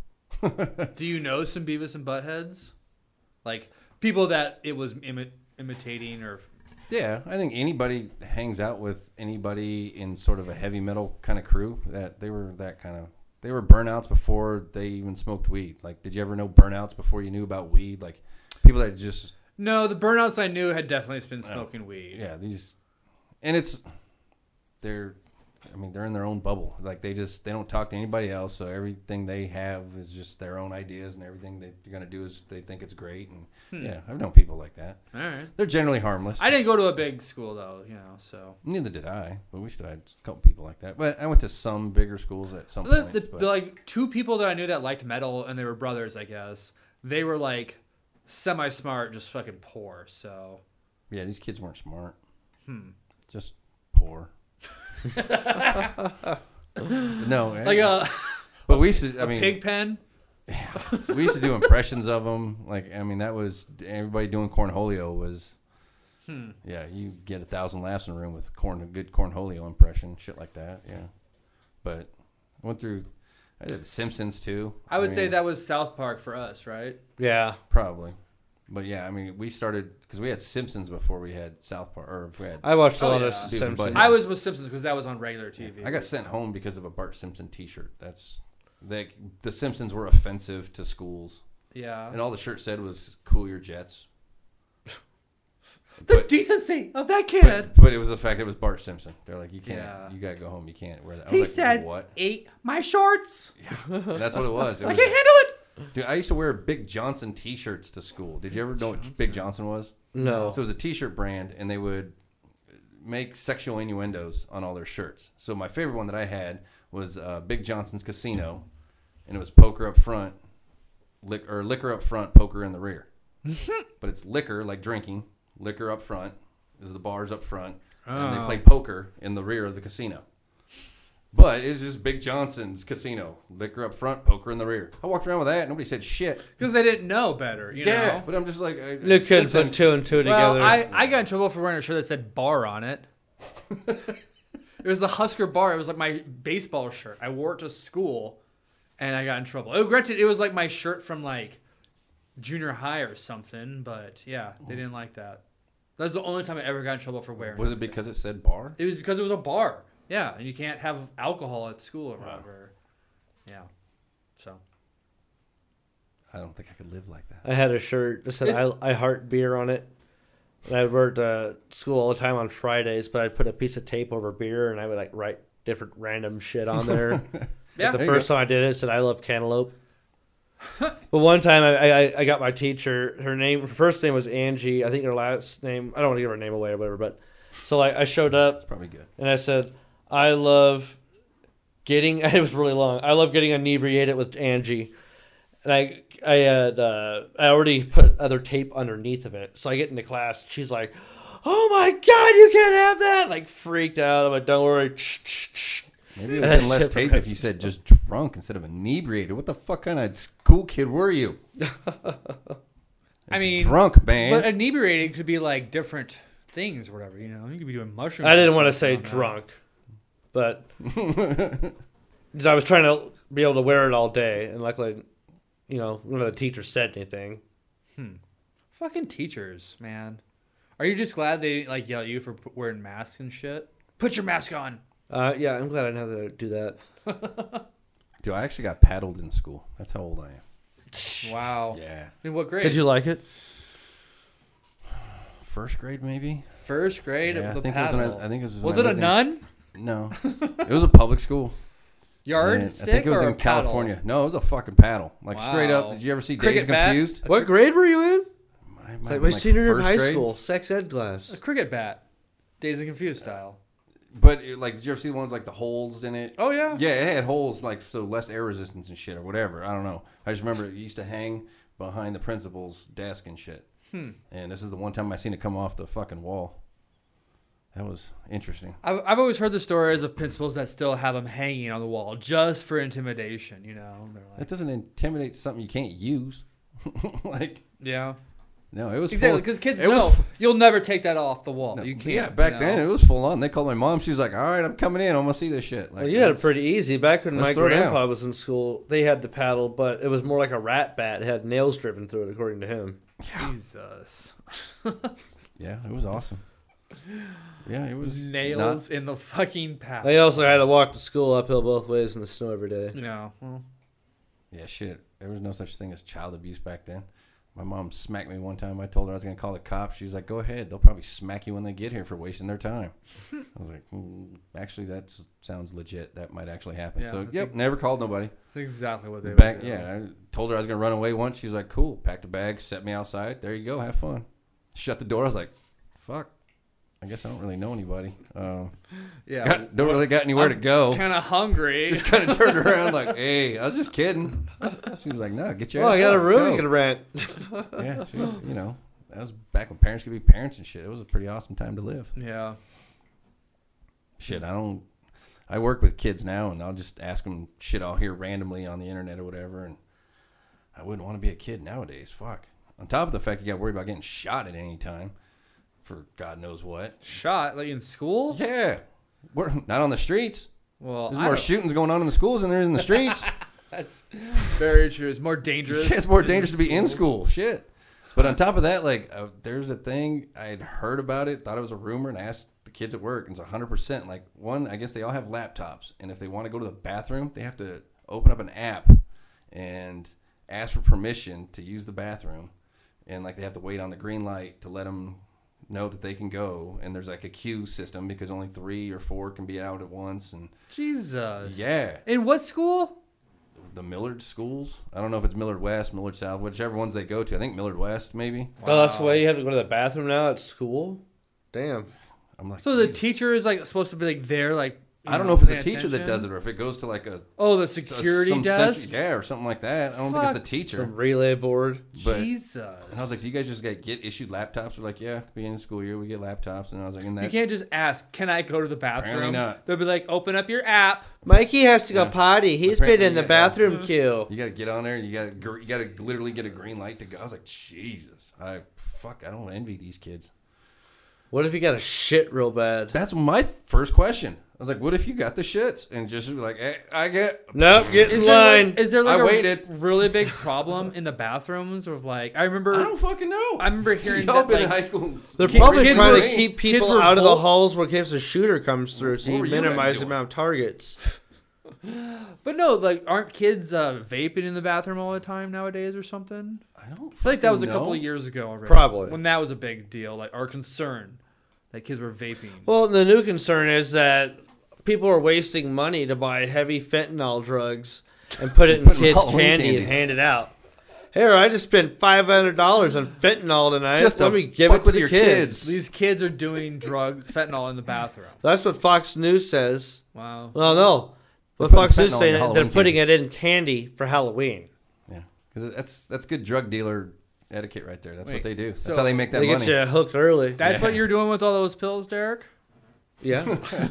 A: Do you know some Beavis and Buttheads? Like people that it was imi- imitating or
B: yeah. I think anybody hangs out with anybody in sort of a heavy metal kind of crew that they were that kind of. They were burnouts before they even smoked weed. Like, did you ever know burnouts before you knew about weed? Like, people that just
A: No, the burnouts I knew had definitely been smoking weed.
B: Oh, yeah these, and it's they're. I mean, they're in their own bubble. Like they just they don't talk to anybody else. So everything they have is just their own ideas, and everything that they're gonna do is they think it's great. And yeah, I've known people like that.
A: All right.
B: They're generally harmless.
A: Hmm. I didn't go to a big school though, you know, so
B: Neither did I, but we still had a couple people like that. But I went to some bigger schools at some
A: the,
B: point.
A: the,
B: but-
A: the, like two people that I knew that liked metal and they were brothers, I guess. They were like semi smart, just fucking poor. So
B: yeah, these kids weren't smart.
A: Hmm.
B: Just poor. no,
A: like uh, a
B: but we used to. I mean,
A: pig pen.
B: we used to do impressions of them. Like, I mean, that was everybody doing cornholio was.
A: Hmm.
B: Yeah, you get a thousand laughs in a room with corn, a good cornholio impression, shit like that. Yeah, but I went through. I did The Simpsons too.
A: I would say
B: mean,
A: that was South Park for us, right?
C: Yeah.
B: probably. But yeah, I mean, we started because we had Simpsons before we had South Park, or we had
C: I watched a
A: Oh,
C: lot of
A: yeah.
B: Beavis and
C: Simpsons.
B: Butthead.
A: I was with Simpsons because that was on regular TV.
B: I got sent home because of a Bart Simpson T-shirt. That's they, the Simpsons were offensive to schools,
A: yeah.
B: and all the shirt said was "Cool your jets."
A: The
B: But-
A: decency of that kid.
B: But, but it was the fact that it was Bart Simpson. They're like, "You can't,
A: Yeah.
B: you gotta go home. You can't wear that." I
A: He
B: was like,
A: said,
B: "What?"
A: "Ate my shorts.
B: That's what it was. It
A: I
B: was
A: can't handle it."
B: dude, I used to wear Big Johnson T-shirts to school. Did you ever know what Big Johnson was?
C: No.
B: So it was a T-shirt brand, and they would make sexual innuendos on all their shirts. So my favorite one that I had was uh, Big Johnson's Casino, and it was poker up front, lick or liquor up front, poker in the rear. but it's liquor like drinking, liquor up front is the bars up front, and they
A: Oh.
B: play poker in the rear of the casino. But it's just Big Johnson's casino, liquor up front, poker in the rear. I walked around with that. Nobody said shit.
A: Because they didn't know better, you
B: yeah,
A: know.
B: but I'm just like, I,
C: Luke couldn't put
B: Simpsons-
C: two and two
A: Well,
C: together.
A: I, I got in trouble for wearing a shirt that said bar on it. it was the Husker bar. It was like my baseball shirt. I wore it to school, and I got in trouble. Oh, granted, it was like my shirt from like junior high or something. But yeah, they didn't like that. That's the only time I ever got in trouble for wearing.
B: Was it because it said bar?
A: It was because it was a bar. Yeah, and you can't have alcohol at school or whatever. Yeah. So
B: I don't think I could live like that.
C: I had a shirt that said I,
A: It's-
C: I heart beer on it. And I wore it to school all the time on Fridays, but I'd put a piece of tape over beer and I would like write different random shit on there.
A: yeah,
C: The
B: There you
C: first time I did it, it said I love cantaloupe. but one time I, I I got my teacher. Her name, her first name was Angie. I think her last name. I don't want to give her name away or whatever. But so like I showed up
B: Probably good.
C: and I said, I love getting. It was really long. I love getting inebriated with Angie, and I I had uh, I already put other tape underneath of it. So I get into class. She's like, "Oh my god, you can't have that!" Like freaked out. I'm like, "Don't worry."
B: Maybe it would have been less tape if you said just drunk instead of inebriated. What the fuck kind of school kid were you?
A: I
B: It's
A: mean,
B: drunk man.
A: but inebriated could be like different things, or whatever. You know, you could be doing mushrooms.
C: I
A: or
C: didn't want to say
A: something. I don't know.
C: drunk, but because I was trying to be able to wear it all day, and luckily, you know, none of the teachers said anything.
A: Fucking teachers, man. Are you just glad they didn't like yell at you for p- wearing masks and shit? Put your mask on.
C: Uh, yeah, I'm glad I didn't have to do that.
B: Dude, I actually got paddled in school. That's how old I am.
A: Wow.
B: Yeah,
A: I mean, what grade?
C: Did you like it?
B: first grade maybe.
A: First grade
B: Yeah,
A: of the
B: I think
A: paddle.
B: it was. When I, I think it was. when
A: was
B: I
A: it a
B: lived in-
A: nun?
B: No, it was a public school.
A: Yard
B: And
A: stick
B: I think it was
A: or
B: in
A: a paddle?
B: California. No, it was a fucking paddle. Like straight
A: Wow.
B: up. Did you ever see
A: Cricket
B: Days
A: bat?
B: Confused?
C: What grade were you in?
B: I might
C: Like,
B: have
C: my
B: been, like,
C: senior year in
B: first
C: high
B: grade.
C: school, sex ed class.
A: A cricket bat. Days and Confused style.
B: But like, did you ever see the ones like the holes in it?
A: Oh, yeah.
B: yeah, it had holes like so less air resistance and shit or whatever. I don't know. I just remember it used to hang behind the principal's desk and shit.
A: Hmm.
B: And this is the one time I seen it come off the fucking wall. That was interesting.
A: I've, I've always heard the stories of principals that still have them hanging on the wall just for intimidation, you know? They're like,
B: That doesn't intimidate something you can't use. like
A: yeah.
B: no, it was
A: Exactly,
B: full-
A: because kids
B: it
A: know
B: Was,
A: you'll never take that off the wall.
B: no,
A: you can't.
B: yeah, back
A: you
B: then
A: know?
B: it was full on. They called my mom. She was like, "All right, I'm coming in. I'm gonna see this shit." Like,
C: Well, you had it
B: that's-
C: pretty easy. Back when
B: Let's
C: my
B: throw it
C: grandpa
B: down.
C: was in school, they had the paddle, but it was more like a rat bat. It had nails driven through it, according to him.
A: Jesus.
B: Yeah, it was awesome. Yeah, it was not-
A: Nails in the fucking paddle.
C: They also had to walk to school uphill both ways in the snow every day.
A: You know, well,
B: Yeah, shit. There was no such thing as child abuse back then. My mom smacked me one time. I told her I was going to call the cops. She's like, go ahead. They'll probably smack you when they get here for wasting their time. I was like, mm, actually, that s- sounds legit. That might actually happen.
A: Yeah,
B: so,
A: that's
B: yep,
A: ex-
B: never called nobody.
A: that's exactly what they
B: Back,
A: would do.
B: yeah, I told her I was going to run away once. She's like, cool. Packed a bag, set me outside. There you go. Have fun. Shut the door. I was like, fuck. I guess I don't really know anybody. Um,
A: Yeah.
B: got- don't really got anywhere to go.
A: Kind of hungry.
B: just kind of turned around like, hey, I was just kidding. She was like, no, get your
C: Well,
B: ass
C: I got a
B: up,
C: room
B: go."
C: you can rent.
B: yeah, she, you know, that was back when parents could be parents and shit. It was a pretty awesome time to live.
A: yeah.
B: Shit, I don't. I work with kids now, and I'll just ask them shit I'll hear randomly on the internet or whatever, and I wouldn't want to be a kid nowadays. Fuck. On top of the fact you got to worry about getting shot at any time for God knows what.
A: Shot like in school.
B: Yeah, we're not on the streets.
A: Well,
B: There's
A: I
B: more
A: don't-
B: shootings going on in the schools than there is in the streets.
A: That's very true. It's more dangerous.
B: it's more dangerous to be in school. Shit. But on top of that, like, uh, there's a thing I had heard about it, thought it was a rumor, and asked the kids at work, and it's 100%. Like, one, I guess they all have laptops, and if they want to go to the bathroom, they have to open up an app and ask for permission to use the bathroom. And, like, they have to wait on the green light to let them know that they can go. And there's, like, a queue system because only three or four can be out at once. And
A: Jesus.
B: yeah,
A: In what school?
B: the Millard schools. I don't know if it's Millard West, Millard South, whichever ones they go to. I think Millard West, maybe.
C: Oh, that's why you have to go to the bathroom now at school. Damn.
B: I'm like,
A: So the
B: Jesus.
A: teacher is like supposed to be like there, like.
B: I don't know if it's a
A: paying
B: teacher that
A: attention?
B: does it or if it goes to like a
A: Oh, the
B: a-
A: security
B: some
A: desk.
B: central- yeah, or something like that. I don't think
A: Fuck.
B: it's the teacher.
C: Some relay board.
B: But
A: Jesus.
B: and I was like, do you guys just get, get issued laptops? They're like, yeah, beginning of school year, we get laptops. And I was like, and
A: you
B: that
A: can't just ask, "Can I go to the bathroom?"
B: not.
A: They'll be like, "Open up your app."
C: Mikey has to go potty. He's been
B: Apparently,
C: in the
B: yeah.
C: bathroom queue.
B: you got to get on there and you got to gr- you got to literally get a green light to go. I was like, Jesus, I fuck, I don't envy these kids.
C: What if you got a shit real bad?
B: That's my first question. I was like, what if you got the shits and just be like, eh, I get
C: Nope, get in
A: Is there,
C: line.
A: like, is there like
B: I
A: a
B: waited.
A: really big problem in the bathrooms of like? I
B: I
A: remember
B: don't fucking know.
A: I remember hearing
B: y'all
A: that,
B: been in
A: like-
B: high school. and-
C: They're
A: Kid-
C: probably
A: kids
C: trying
A: were-
C: to keep
A: kids
C: people
A: were
C: out of the
A: vol-
C: halls where case a shooter comes through, so
B: What
C: you
B: were you guys
C: minimize the
B: doing?
C: amount of targets.
A: But no, like, aren't kids uh, vaping in the bathroom all the time nowadays or something?
B: I don't.
A: I feel like that was a couple of
B: years.
A: years ago already.
C: Probably.
A: When that was a big deal, like, our concern that kids were vaping.
C: Well, the new concern is that people are wasting money to buy heavy fentanyl drugs and put it in
B: Put it in
C: kids'
B: Halloween
C: candy,
B: candy.
C: and hand it out. Here, I just spent five hundred dollars on fentanyl tonight.
B: Just
C: Let
B: to
C: me give
B: fuck
C: it to
B: with
C: the
B: your
C: kids.
B: kids.
A: These kids are doing drugs, fentanyl in the bathroom.
C: That's what Fox News says.
A: Wow.
C: Well, no, what
B: putting
C: Fox
B: fentanyl
C: News
B: in
C: saying they're
B: Halloween
C: putting
B: candy.
C: it in candy for Halloween.
B: Yeah, because that's that's good drug dealer etiquette right there. That's what
A: Wait,
B: they do. That's
A: so
B: how they make that
C: they
B: money.
C: get you hooked early.
A: That's what you're doing with all those pills, Derek?
C: yeah,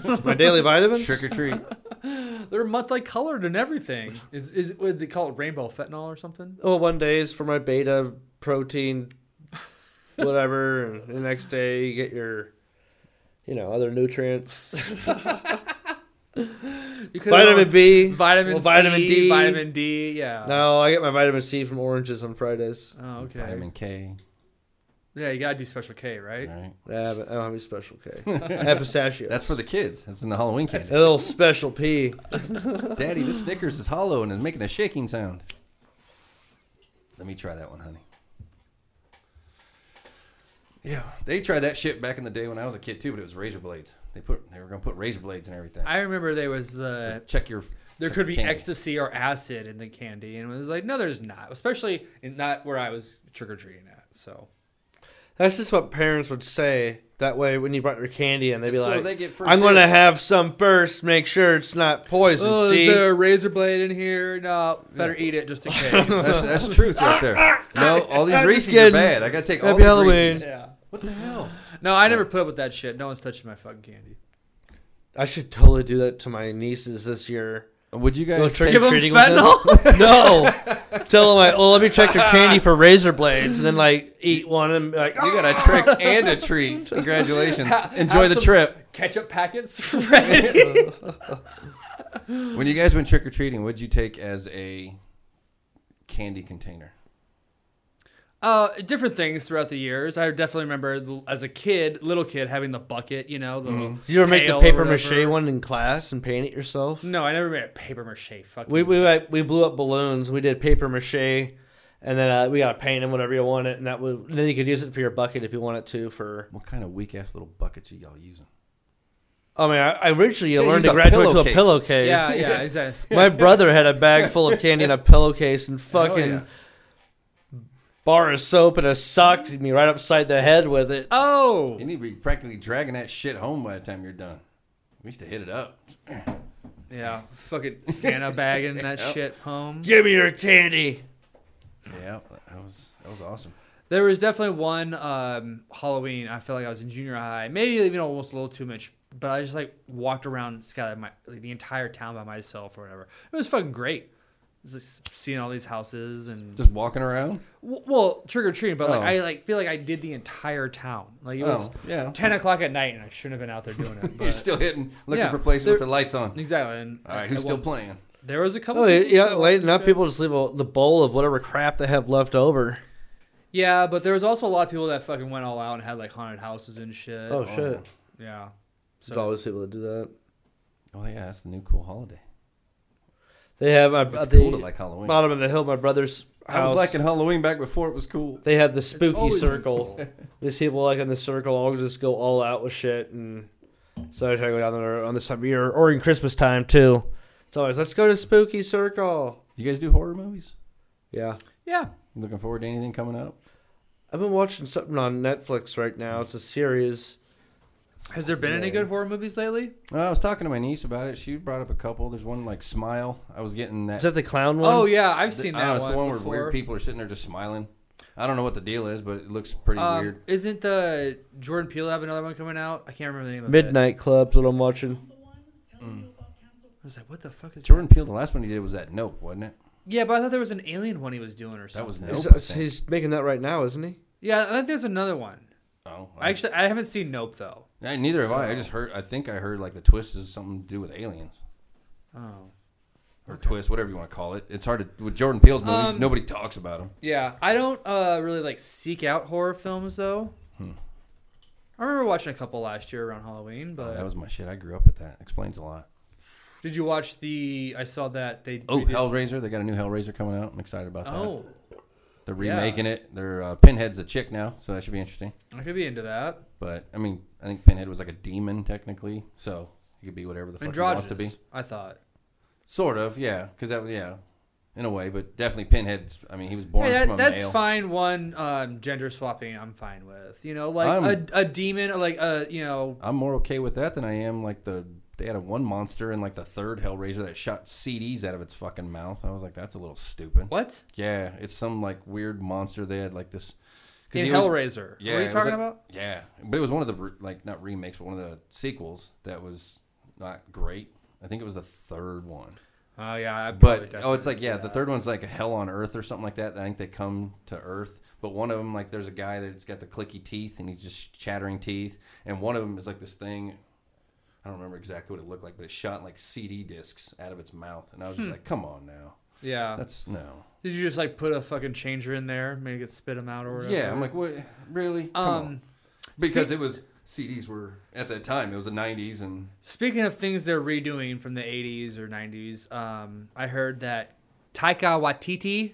C: my daily vitamins.
B: Trick or treat.
A: They're multicolored and everything. Is is what they call it rainbow fentanyl or something?
C: Oh, one day is for my beta protein, whatever, and the next day you get your, you know, other nutrients,
A: You could've
C: vitamin
A: gone
C: B,
A: vitamin
C: well,
A: C,
C: vitamin D.
A: vitamin D. Yeah.
C: No, I get my vitamin C from oranges on Fridays.
A: Oh, okay.
B: Vitamin K.
A: Yeah, you gotta do special K, right?
B: Right.
C: Yeah, but I don't have any special K. I have pistachio.
B: That's for the kids. That's in the Halloween
C: a
B: candy.
C: little special P.
B: Daddy, this Snickers is hollow and is making a shaking sound. Let me try that one, honey. Yeah, they tried that shit back in the day when I was a kid too, but it was razor blades. They put they were gonna put razor blades and everything.
A: I remember there was the
B: So check your.
A: Uh, there
B: check
A: could
B: your
A: be
B: candy.
A: ecstasy or acid in the candy, and it was like, no, there's not, especially in not where I was trick or treating at. So
C: That's just what parents would say. That way, when you brought your candy in, they'd be
B: So
C: like,
B: they get free
C: "I'm going to
B: goods."
C: have some first. Make sure it's not poison."
A: oh,
C: see,
A: is there a razor blade in here? No, better eat it just in case.
B: That's, that's the truth right there. No, all these
C: I'm
B: Reese's
C: just
B: are
C: kidding.
B: bad. I gotta take all
C: Happy
B: these
C: Halloween.
B: Reese's.
A: yeah.
B: What the hell?
A: No, I never put up with that shit. No one's touching my fucking candy.
C: I should totally do that to my nieces this year.
B: Would you
C: Go
B: guys
C: trick
B: take
A: Give them
C: treating with them?
A: fentanyl.
C: No, tell them like, oh, let me check their candy for razor blades, and then like eat one and be like,
B: You got a trick and a treat. Congratulations. Enjoy
A: have
B: the
A: some-
B: trip.
A: Ketchup packets ready.
B: When you guys went trick or treating, what'd you take as a candy container?
A: Uh, different things throughout the years. I definitely remember the- as a kid, little kid, having the bucket. You know, the
C: did you ever make the
A: pail or
C: paper mache
A: whatever.
C: one in class and paint it yourself?
A: No, I never made a paper mache. Fuck.
C: We
A: you.
C: we like, we blew up balloons. We did paper mache, and then uh, we got to paint them whatever you wanted, and that would and then you could use it for your bucket if you wanted to. For
B: What kind of weak ass little buckets are y'all using?
C: I mean, I, I originally you
B: Yeah,
C: learned
B: use
C: to
B: a
C: graduate to a
B: pillowcase.
C: pillowcase.
A: Yeah, yeah, exactly.
C: My brother had a bag full of candy and a pillowcase and fucking
B: yeah.
C: bar of soap and a sock to me right upside the head with it.
A: Oh,
B: You need to be practically dragging that shit home by the time you're done. We used to hit it up.
A: yeah, fucking Santa bagging that shit home.
C: Give me your candy.
B: Yeah, that was that was awesome.
A: There was definitely one um, Halloween. I felt like I was in junior high, maybe even almost a little too much. But I just like walked around Skyline, my, like, the entire town by myself or whatever. It was fucking great. It's like seeing all these houses and
B: Just walking around.
A: w- well, trick or treating, but like
B: Oh.
A: I like feel like I did the entire town. Like it was
B: Oh, yeah.
A: ten o'clock at night, and I shouldn't have been out there doing it.
B: You're
A: But,
B: still hitting, looking
A: Yeah,
B: for places with
A: there-
B: the lights on.
A: exactly. And
B: All
A: I-
B: right, who's
A: I
B: still
A: wa-
B: playing?
A: There was a couple.
C: Oh,
A: people
C: yeah,
A: that
C: late
A: watched
C: enough
A: it.
C: people just leave a, the bowl of whatever crap they have left over.
A: Yeah, but there was also a lot of people that fucking went all out and had like haunted houses and shit.
C: Oh, shit.
A: yeah.
C: There's always people that do that.
B: Oh yeah, that's the new cool holiday.
C: They have my
B: It's
C: uh,
B: cool to
C: the
B: like Halloween.
C: bottom of the hill. My brother's house.
B: I was liking Halloween back before it was cool.
C: they have the spooky
A: always been
C: circle. These people like in the circle all just go all out with shit, and so I try to go down there on this time of year or in Christmas time too. It's always let's go to spooky circle.
B: Do you guys do horror movies?
C: Yeah,
A: Yeah.
B: You looking forward to anything coming up?
C: I've been watching something on Netflix right now. It's a series.
A: Has there been any good horror movies lately?
B: Well, Uh, I was talking to my niece about it. She brought up a couple. There's one like Smile. I was getting that.
C: Is that the clown one?
A: Oh yeah, I've
B: I
A: seen
B: don't
A: that
B: know,
A: one.
B: it's the one where
A: before.
B: weird people are sitting there just smiling. I don't know what the deal is, but it looks pretty
A: Um,
B: weird.
A: Isn't the Jordan Peele have another one coming out? I can't remember the name of it.
C: Midnight Club's what I'm watching.
A: I was like, what the fuck is
B: Jordan Peele, the last one he did was that Nope, wasn't it?
A: That? Yeah, but I thought there was an alien one he was doing or
B: That
A: something.
B: was Nope.
C: He's,
B: I think.
C: he's making that right now, isn't he?
A: Yeah, I think there's another one.
B: oh, I,
A: I actually I haven't seen Nope though.
B: I- neither have I. I just heard. I think I heard like the twist is something to do with aliens
A: Oh.
B: or twist, whatever you want to call it. It's hard to with Jordan Peele's movies.
A: Um,
B: nobody talks about him.
A: Yeah, I don't uh, really like seek out horror films though.
B: Hmm.
A: I remember watching a couple last year around Halloween, but
B: Oh, that was my shit. I grew up with that. Explains a lot.
A: did you watch the? I saw that they.
B: Oh,
A: redid-
B: Hellraiser. They got a new Hellraiser coming out. I'm excited about that.
A: Oh,
B: They're
A: yeah.
B: remaking it. Their uh, Pinhead's a chick now, so that should be interesting.
A: I could be into that.
B: But I mean, I think Pinhead was like a demon technically, so he could be whatever the fuck he wants to be.
A: Androgynous, I thought.
B: Sort of, yeah, because that was yeah, in a way, but definitely Pinhead's. I mean, he was born
A: Hey,
B: from
A: that,
B: a
A: that's
B: male.
A: fine. One um, gender swapping, I'm fine with. You know, like
B: I'm-
A: a, a demon, like a you know,
B: I'm more okay with that than I am like the they had a one monster in like the third Hellraiser that shot CDs out of its fucking mouth. I was like, that's a little stupid.
A: what
B: Yeah, it's some like weird monster they had like this. 'cause
A: in
B: he always-
A: Hellraiser?
B: Yeah,
A: what are
B: it
A: you
B: was
A: talking
B: like-
A: about?
B: Yeah, but it was one of the re- like not remakes, but one of the sequels that was not great. I think it was the third one.
A: Oh yeah, I probably
B: But oh,
A: definitely
B: it's like
A: see
B: yeah, the
A: that.
B: third one's like a hell on earth or something like that. I think they come to Earth, but one of them like there's a guy that's got the clicky teeth and he's just chattering teeth, and one of them is like this thing. I don't remember exactly what it looked like, but it shot like CD discs out of its mouth, and I
A: Hmm.
B: was just like, "Come on now,
A: Yeah,
B: that's no."
A: did you just like put a fucking changer in there, make it spit them out or whatever?
B: Yeah, I'm like, what? Really? Come
A: Um,
B: on. Because it was CDs were at that time. It was the '90s, and
A: Speaking of things they're redoing from the 80s or 90s, um, I heard that Taika Waititi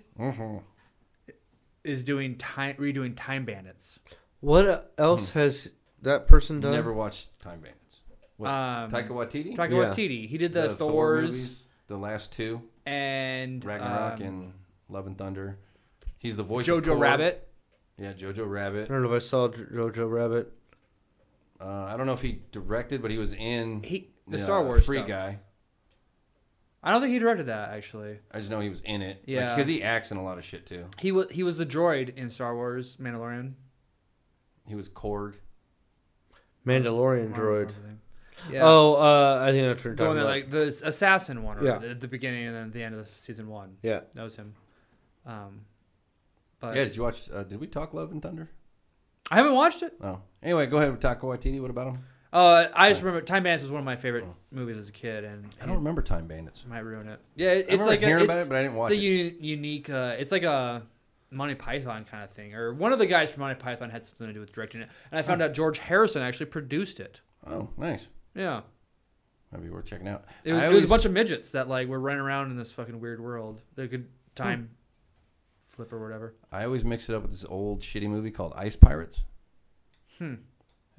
A: is doing time, redoing Time Bandits.
C: What else has that person done?
B: never watched Time Bandits. What?
A: Um,
B: Taika Waititi.
A: Taika
C: Yeah.
A: Waititi, he did the,
B: Thor
A: Thors
B: movies, the last two,
A: and
B: Ragnarok
A: um,
B: and Love and Thunder. He's the voice. of
A: Jojo
B: Korg.
A: Rabbit.
B: Yeah, Jojo
C: I
B: Rabbit.
C: don't know if I saw J- Jojo Rabbit.
B: Uh, I don't know if he directed, but he was in
A: He the
B: uh,
A: Star Wars
B: Free
A: stuff.
B: Guy.
A: I don't think he directed that actually.
B: I just know he was in it.
A: Yeah.
B: because he acts in a lot of shit too.
A: He was he was the droid in Star Wars Mandalorian.
B: He was Korg.
C: Mandalorian droid.
A: Yeah.
C: Oh, uh, I think that's what you're
A: the one
C: talking
A: that
C: about.
A: like the assassin one, or
C: Yeah.
A: the, the beginning and then the end of the season one.
C: yeah.
A: That was him. Um, but
B: Yeah, did you watch? Uh, did we talk Love and Thunder?
A: I haven't watched it.
B: Oh, anyway, go ahead with Taika Waititi. What about him?
A: Uh, I just remember Time Bandits was one of my favorite movies as a kid, and
B: Oh. I don't remember Time Bandits.
A: it might ruin it. Yeah, it-
B: I
A: it's
B: remember
A: like
B: hearing
A: a,
B: about
A: it's-
B: it, but I didn't watch
A: it's
B: it.
A: a u- unique. Uh, it's like a Monty Python kind of thing, or one of the guys from Monty Python had something to do with directing it, and I found out George Harrison actually produced it.
B: Oh, nice.
A: Yeah,
B: Might be worth checking out.
A: it was, it
B: I
A: was a
B: always-
A: bunch of midgets that like were running around in this fucking weird world. They could
B: Hmm.
A: time flip or whatever.
B: I always mix it up with this old shitty movie called Ice Pirates. Hmm.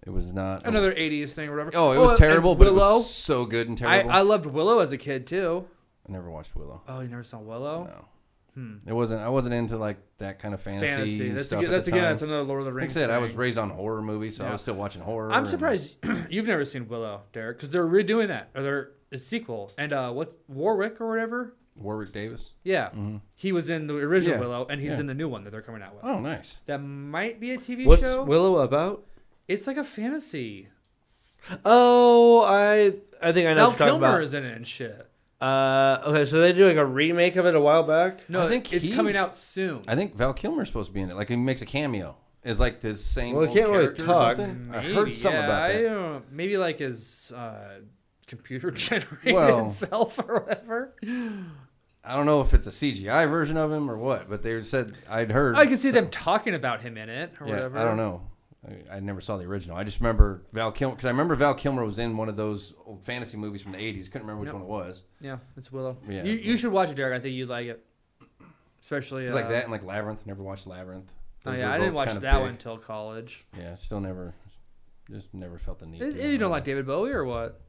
B: It was not.
A: Another '80s thing or whatever.
B: Oh, it was
A: and
B: terrible, but it
A: Willow.
B: was so good and
A: I,
B: terrible. I,
A: I loved Willow as a kid too.
B: never watched Willow.
A: Oh, you never saw Willow?
B: No. It wasn't. I wasn't into like that kind of fantasy,
A: Fantasy. That's
B: stuff
A: again.
B: at
A: That's
B: the
A: again.
B: time.
A: That's another Lord of the
B: like I
A: Rings.
B: said, I was
A: thing.
B: raised on horror movies, so I
A: Yeah.
B: was still watching horror.
A: I'm
B: and-
A: surprised you've never seen Willow, Derek, because they're redoing that. Or they're it's sequel. And uh, what's Warwick or whatever?
B: Warwick Davis.
A: Yeah, he was in the original
B: Mm-hmm. Yeah.
A: Willow, and he's
B: Yeah.
A: in the new one that they're coming out with.
B: Oh, nice.
A: That might be a TV
C: What's
A: show.
C: Willow about?
A: it's like a fantasy.
C: Oh, I I think I
A: Val
C: know what you're talking
A: Kilmer
C: about.
A: is in it and shit.
C: Uh, okay, so they do like a remake of it a while back.
A: No,
B: I think
A: it's coming
B: he's-
A: out soon.
B: I think Val Kilmer's supposed to be in it. Like he makes a cameo. Is like his same
C: Well, he
B: old
C: can't really
B: character
C: talk.
B: or something.
A: Maybe,
B: I heard something
A: yeah,
B: about
A: I
B: that.
A: don't know. Maybe like his uh, computer generated
B: Well-
A: itself or whatever.
B: I don't know if it's a CGI version of him or what, but they said I'd heard.
A: I can see them talking about him in it or
B: Yeah,
A: whatever.
B: I don't know. I, I never saw the original. I just remember Val Kilmer because I remember Val Kilmer was in one of those old fantasy movies from the '80s. Couldn't remember which
A: Yep.
B: one it was.
A: Yeah, it's Willow.
B: Yeah.
A: you, you should watch it, Derek. I think you'd like it, especially.
B: It was
A: uh,
B: like that and like Labyrinth. Never watched Labyrinth.
A: Oh
B: Those
A: yeah,
B: were
A: I didn't
B: both
A: watch
B: kinda
A: that one
B: big.
A: until college.
B: Yeah, still never, just never felt the need.
A: It-
B: to.
A: you don't like David Bowie or what?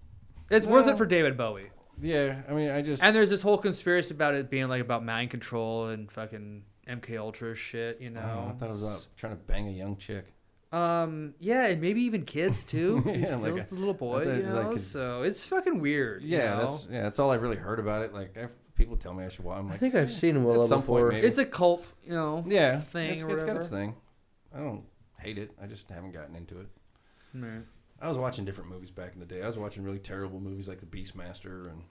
A: It's worth it
B: Well-
A: for David Bowie.
B: Yeah, I mean, I just
A: And there's this whole conspiracy about it being like about mind control and fucking MK Ultra shit. You
B: Oh, I, don't know,
A: know.
B: I thought it was about trying to bang a young chick.
A: Um. Yeah, and maybe even kids too.
B: Yeah,
A: He's still
B: like,
A: just a little boy,
B: I thought
A: you
B: it was
A: know.
B: like a-
A: so it's fucking weird. you
B: Yeah,
A: know?
B: that's yeah, that's all I really heard about it. Like i people tell me I should watch. I'm
C: I
B: like,
C: think I've seen
B: Willow
C: Willow
B: At some point, before.
C: before.
B: maybe.
A: it's a cult, you know.
B: yeah,
A: thing
B: it's,
A: or
B: it's got
A: whatever.
B: its thing. I don't hate it. I just haven't gotten into it.
A: Mm.
B: I was watching different movies back in the day. I was watching really terrible movies like The Beastmaster and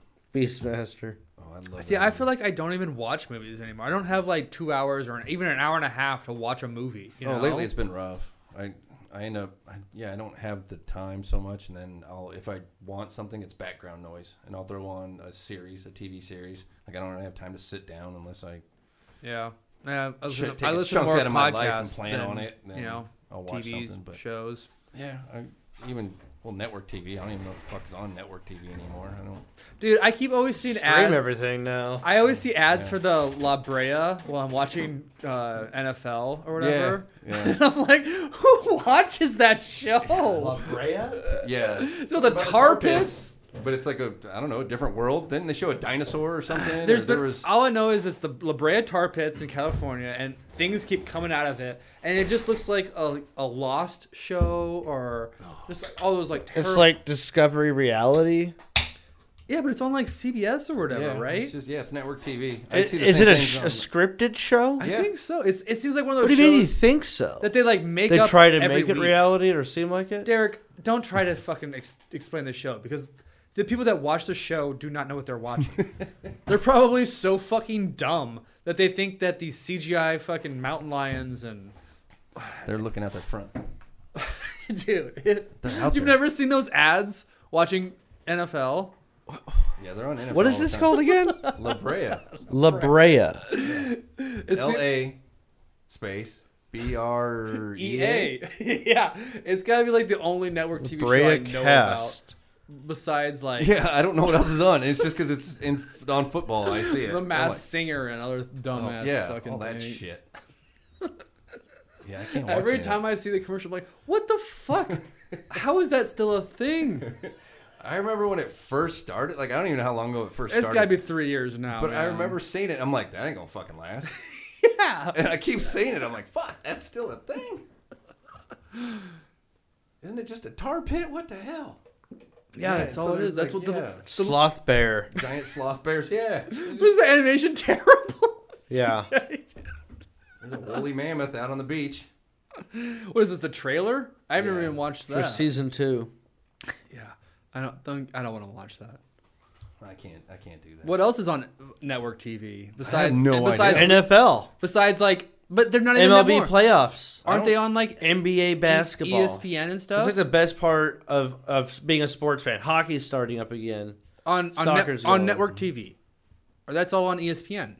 C: Beastmaster.
B: oh, I love.
A: See,
B: that
A: I
B: movie.
A: feel like I don't even watch movies anymore. I don't have like two hours or an, even an hour and a half to watch a movie. You
B: oh,
A: know?
B: lately it's been rough. I I end up I, yeah, I don't have the time so much, and then I'll if I want something, it's background noise, and I'll throw on a series, a TV series. Like I don't really have time to sit down unless I
A: yeah. Yeah, I
B: shit,
A: listen,
B: take
A: I
B: a
A: listen to
B: chunk
A: more
B: out of my life and
A: podcasts
B: plan
A: than,
B: on it. Then
A: you know,
B: I'll watch
A: TV
B: something. But
A: shows.
B: yeah, I even well network TV. I don't even know what the fuck is on network TV anymore. I don't.
A: Dude, I keep always seeing
C: Stream
A: ads.
C: everything now.
A: I always see ads
B: Yeah.
A: for the La Brea while I'm watching uh, NFL or whatever.
B: Yeah,
A: I'm like, who watches that show?
C: Brea?
B: yeah. yeah.
A: So the
B: About
A: tar
B: tar pits.
A: pits.
B: But it's like a I don't know a different world. Didn't they show a dinosaur or something?
A: There's
B: Or there
A: been-
B: was
A: all I know is it's the La Brea tar pits in California, and things keep coming out of it, and it just looks like a, a lost show or
B: Oh.
A: just like all those like terrible.
C: It's like Discovery Reality.
A: yeah, but it's on like CBS or whatever,
B: yeah,
A: right?
B: It's just, yeah, it's network TV. I
C: Is
B: see the
C: it
B: same
C: a,
B: things
C: sh- a
B: on-
C: scripted show?
A: I
B: Yeah.
A: think so. It's, it seems like one of
C: What do
A: those
C: you mean you
A: shows
C: think so?
A: that they like make
C: They
A: up.
C: try to
A: every
C: make it
A: week.
C: reality or seem like it?
A: Derek, don't try to fucking ex- explain the show because the people that watch the show do not know what they're watching. they're probably so fucking dumb that they think that these CGI fucking mountain lions and
B: They're looking at their front.
A: dude. It,
B: They're out
A: you've
B: there.
A: never seen those ads watching NFL.
B: Yeah, they're on NFL.
C: What
B: all
C: is
B: the
C: this
B: time.
C: called again?
B: La Oh, Brea.
C: La Brea.
A: It's
B: L
A: the
B: A space B R E A.
A: EA. yeah, it's gotta be like the only network TV show I
C: Brea
A: know
C: Cast.
A: about besides like
B: Yeah, I don't know what else is on. It's just because it's in on football. I see it.
A: the
B: I'm
A: Masked
B: like,
A: Singer and other
B: Oh,
A: dumbass
B: yeah,
A: fucking
B: all that
A: things.
B: shit. yeah, I can't watch
A: Every
B: it.
A: time I see the commercial, I'm like, what the fuck? How is that still a thing?
B: I remember when it first started. Like I don't even know how long ago it 1st
A: It's
B: started.
A: gotta be three years now.
B: but I
A: man.
B: remember seeing it. I'm like, that ain't gonna fucking last.
A: Yeah.
B: And I keep seeing it. I'm like, fuck, that's still a thing. Isn't it just a tar pit? What the hell?
A: Yeah, that's all
B: so
A: it is. That's
B: like,
A: what the,
B: yeah.
C: Sloth Bear.
B: giant sloth bears. Yeah,
A: was the animation terrible.
C: Yeah.
B: there's a woolly mammoth out on the beach.
A: what is this? The trailer? I haven't
B: Yeah.
A: even watched
C: For
A: that.
C: season two.
A: yeah, I don't think I don't want to watch that.
B: I can't. I can't do that.
A: What else is on network TV besides
B: no
A: and besides
B: idea.
C: NFL.
A: besides like but they're not even
C: MLB
A: MLB play-
C: playoffs.
A: aren't they on like E-
C: NBA basketball.
A: ESPN and
C: That's
A: stuff
C: like the best part of, of being a sports fan. Hockey's starting up again.
A: on on,
C: Soccer's
A: net- on
C: going.
A: network TV or that's all on E ESPN.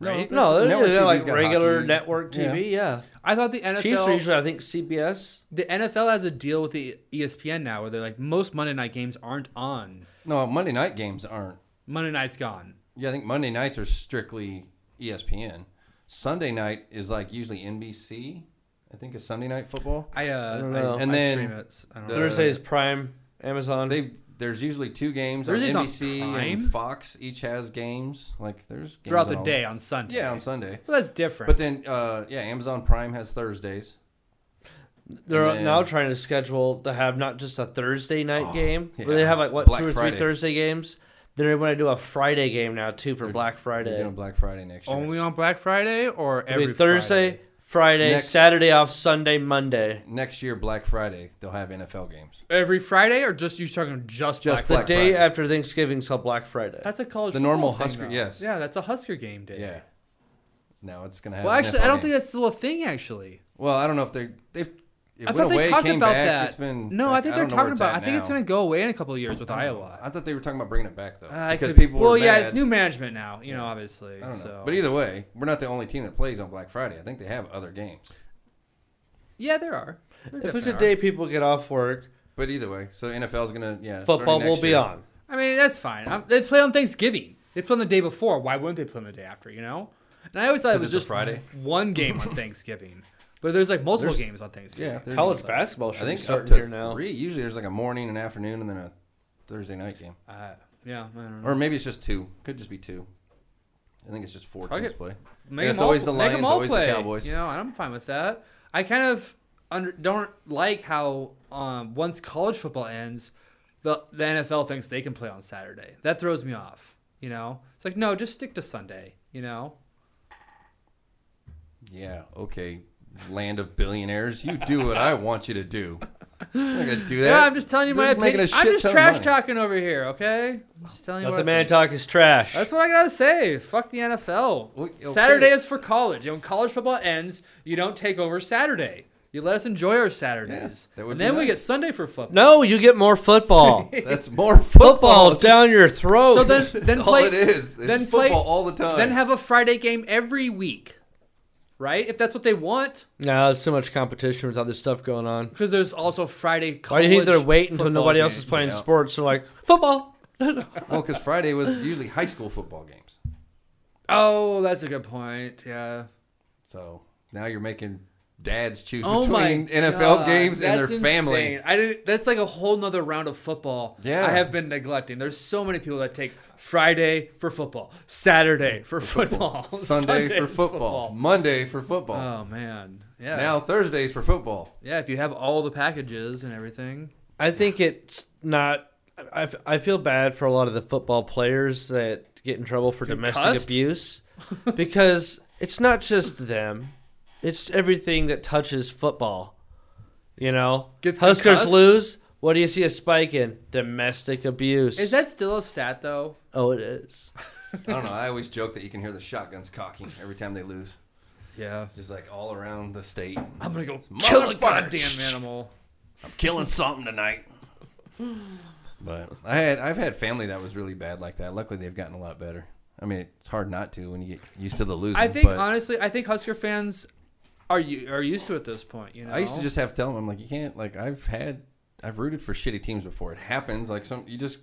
A: Right?
C: No, they're,
B: Network
C: they're
B: TV's
C: like
B: got
C: regular
B: hockey.
C: network TV. Yeah,
A: I thought the NFL
C: Chiefs are usually I think CBS.
A: the NFL has a deal with the E ESPN now where they're like most Monday night games aren't on.
B: No, Monday night games aren't.
A: Monday night's gone.
B: Yeah, I think Monday nights are strictly E ESPN. Sunday night is like usually NBC. I think is Sunday night football.
A: I uh
C: don't
A: I-
C: know.
A: I
B: And then
A: stream it. I don't
B: the-
A: know.
C: Thursday is Prime, Amazon.
B: They there's usually two games
A: Thursday's
B: on
A: on
B: NBC
A: Prime?
B: and Fox. Each has games. Like there's games
A: throughout
B: on
A: the
B: all-
A: day on Sunday.
B: Yeah, on Sunday.
A: Well, that's different.
B: But then, uh, yeah, Amazon Prime has Thursdays.
C: they're
B: and then- Oh,
C: now trying to schedule to have not just a Thursday night game, but they
B: yeah.
C: have like what
B: Black
C: two or
B: Friday.
C: three Thursday games. They're going to do a Friday game now too for Black
B: They're
C: Friday.
B: doing Black Friday next year.
A: only on Black Friday or
C: It'll be
A: every
C: Thursday,
A: Friday?
C: Friday,
B: Next-
C: Saturday off, Sunday, Monday.
B: next year Black Friday they'll have NFL games.
A: Every Friday or just you're talking just,
B: Just
A: Black Friday?
B: Black
C: The day
B: Friday.
C: after Thanksgiving till Black Friday.
A: That's a college.
B: The normal
A: football thing,
B: Husker-
A: though.
B: yes.
A: Yeah, that's a Husker game day.
B: Yeah. Now it's gonna have.
A: Well,
B: an
A: actually,
B: NFL
A: I don't
B: game.
A: think that's still a thing. Actually,
B: Well, I don't know if they they've It
A: I
B: went
A: thought
B: away,
A: they
B: it
A: talked
B: came
A: about
B: back.
A: that.
B: It's been
A: no, I
B: like,
A: think
B: don't
A: they're
B: know where
A: talking about. I think it's
B: at now.
A: going to go away in a couple of years with Iowa.
B: I thought they were talking about bringing it back though,
A: Uh, it
B: because
A: could be-
B: people
A: Well,
B: were
A: yeah,
B: mad.
A: it's new management now. You know, obviously.
B: I don't know.
A: So.
B: But either way, we're not the only team that plays on Black Friday. I think they have other games.
A: yeah, there are. There
C: If it's
A: definitely
C: a
A: are.
C: day people get off work,
B: But either way, so NFL's gonna yeah.
C: football
B: starting next
C: will be
B: year.
C: on.
A: I mean, that's fine. i they play on Thanksgiving. They play on the day before. Why wouldn't they play on the day after? You know. And I always thought it
B: 'Cause
A: was
B: it's a
A: just
B: Friday.
A: one game on Thanksgiving, but there's like multiple
B: There's-
A: games on Thanksgiving.
B: Yeah, there's-
C: College basketball
B: I
C: should
B: think
C: be
B: up
C: starting here
B: to
C: now.
B: three. Usually there's like a morning, an afternoon, and then a Thursday night game,
A: Uh, yeah, I don't know.
B: or maybe it's just two. Could just be two. I think it's just four
A: Fuck
B: teams
A: it.
B: play.
A: Make
B: And it's
A: them
B: always
A: all, make
B: the Lions,
A: them all
B: always the
A: play.
B: Cowboys.
A: You know, and I'm fine with that. I kind of under, don't like how um, once college football ends, the, the NFL thinks they can play on Saturday. That throws me off. You know, it's like no, just stick to Sunday. You know,
B: Yeah. Okay. Land of billionaires, you do what I want you to do. I'm not gonna do that.
A: yeah, I'm just telling you my
B: They're just making
A: opinion.
B: a
A: I'm
B: shit
A: just
B: ton of
A: trash
B: money.
A: talking over here. Okay, I'm just telling you
C: Let
A: what
C: the
A: I
C: man
A: think.
C: talk is trash.
A: That's what I gotta say. Fuck the NFL.
B: Well, okay.
A: Saturday is for college. And when college football ends, you don't take over Saturday. You let us enjoy our Saturdays.
B: Yes, that would
A: and
B: be
A: then we
B: nice.
A: get Sunday for football.
C: no, you get more football.
B: That's more football.
C: football down your throat.
A: So then, then
B: That's
A: play.
B: all it is. It's
A: then
B: football
A: play-
B: all the time.
A: Then have a Friday game every week, right? If that's what they want,
C: no, there's too much competition with other stuff going on.
A: because there's also Friday.
C: Why do you think they're
A: college
C: waiting until
A: football
C: nobody else is
A: games.
C: playing
B: Yeah.
C: sports? They're like football.
B: well, because Friday was usually high school football games.
A: Oh, that's a good point. Yeah.
B: So now you're making dads choose
A: Oh my
B: between NFL
A: God,
B: games and their
A: that's
B: family.
A: insane. I didn't. That's like a whole nother round of football.
B: Yeah.
A: I have been neglecting. There's so many people that take Friday for football, Saturday for football,
B: Sunday, for football. Monday for football.
A: Oh man. Yeah.
B: now Thursdays for football.
A: yeah. If you have all the packages and everything.
C: I think it's not. I, I feel bad for a lot of the football players that get in trouble for domestic
A: cussed?
C: abuse because it's not just them, it's everything that touches football. You know,
A: Gets
C: Huskers
A: concussed?
C: lose. What do you see a spike in? Domestic abuse.
A: Is that still a stat though?
C: Oh, it is.
B: I don't know. I always joke that you can hear the shotguns cocking every time they lose,
A: Yeah.
B: just like all around the state.
A: I'm gonna go
B: Motherfucker.
A: kill a goddamn animal.
B: I'm killing something tonight. But I had I've had family that was really bad like that. Luckily, they've gotten a lot better. I mean, it's hard not to when you get used to the losing.
A: I think
B: but
A: honestly, I think Husker fans are you are used to it at this point. You know,
B: I used to just have to tell them, I'm like, you can't, like, I've had, I've rooted for shitty teams before. It happens. Like, some, you just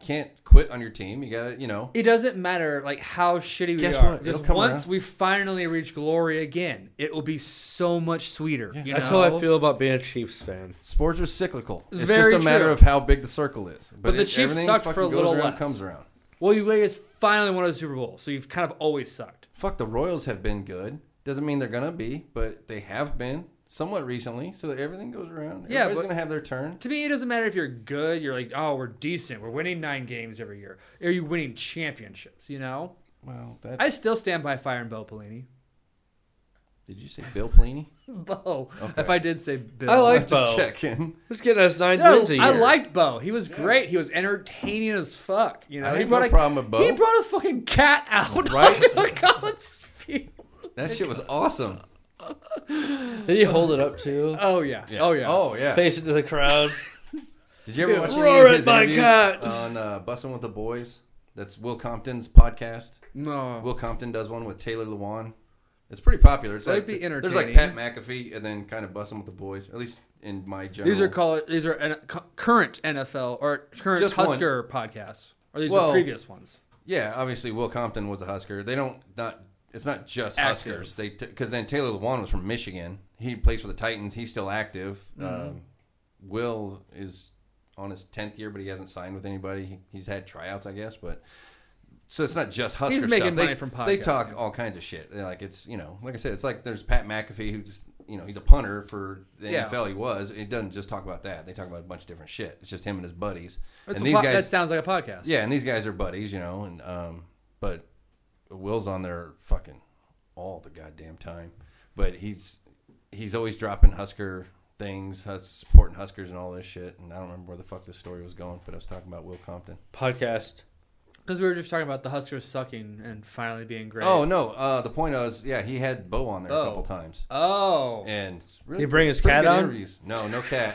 B: can't quit on your team. You gotta, you know,
A: It doesn't matter like how shitty we
B: Guess
A: are.
B: what?
A: because
B: It'll come
A: once
B: around.
A: we finally reach glory again, it will be so much sweeter. You know?
C: That's how I feel about being a Chiefs fan.
B: sports are cyclical. It's
A: Very
B: just a matter
A: true.
B: of how big the circle is. But,
A: But the
B: it-
A: Chiefs
B: everything
A: sucked
B: fucking
A: for a
B: goes
A: little
B: around,
A: less.
B: comes around.
A: Well, you guys finally won a Super Bowl, so you've kind of always sucked.
B: Fuck, the Royals have been good. Doesn't mean they're gonna be, but they have been somewhat recently. So that everything goes around.
A: Yeah,
B: Everybody's
A: but-
B: gonna have their turn.
A: To me, it doesn't matter if you're good. You're like, oh, we're decent. We're winning nine games every year. Are you winning championships? You know,
B: Well, that's,
A: I still stand by firing Bill Pelini.
B: did you say Bill Pliny?
A: Bo, if I did say Bill,
C: I like
B: Just
C: Bo.
B: checking.
C: Let's get us nine
A: No,
C: wins a year.
A: I liked Bo. He was great. He was entertaining as fuck. You know,
B: I
A: he
B: had
A: brought
B: no
A: a
B: problem with Bo.
A: He brought a fucking cat out
B: Right?
A: onto a college field.
B: That shit was awesome.
C: Did he hold it up too?
A: Oh yeah. Oh yeah.
B: Oh yeah.
C: Face it to the crowd.
B: Did you ever watch any of
C: Roar at
B: his
C: my
B: interviews
C: cat.
B: on uh, Bussin' with the Boys? That's Will Compton's podcast.
A: No.
B: Will Compton does one with Taylor Lewan. It's pretty popular. It's
A: That'd
B: like
A: be
B: there's like Pat
A: entertaining.
B: McAfee and then kind of Bussin' with the Boys. At least in my general.
A: These are called. These are N- cu- current NFL or current
B: Just one.
A: Husker podcasts. Or these
B: Well,
A: are previous ones.
B: yeah. Obviously, Will Compton was a Husker. They don't not. It's not just
A: Active.
B: Huskers. They because then Taylor Lewan was from Michigan. He plays for the Titans. He's still active.
A: Mm-hmm.
B: Um, Will is on his tenth year, but he hasn't signed with anybody. He- He's had tryouts, I guess, but so it's not just Husker
A: He's making
B: stuff. they,
A: money from
B: They talk
A: podcasting.
B: all kinds of shit. They're like it's you know, like I said, it's like there's Pat McAfee who's you know he's a punter for the
A: Yeah.
B: NFL. He was. It doesn't just talk about that. They talk about a bunch of different shit. It's just him and his buddies.
A: That's a
B: and these
A: po-
B: guys,
A: that sounds like a podcast.
B: yeah, and these guys are buddies, you know, and um, but Will's on there fucking all the goddamn time. But he's he's always dropping Husker things, hus- supporting Huskers and all this shit. And I don't remember where the fuck this story was going, but I was talking about Will Compton.
C: Podcast.
A: Because we were just talking about the Huskers sucking and finally being great.
B: Oh no, uh, the point was, yeah, he had Bo on there a
A: Bo.
B: couple times,
A: Oh.
B: and it's really
C: Did he bring his
B: pretty
C: cat
B: good
C: on?
B: Interviews. No, no cat.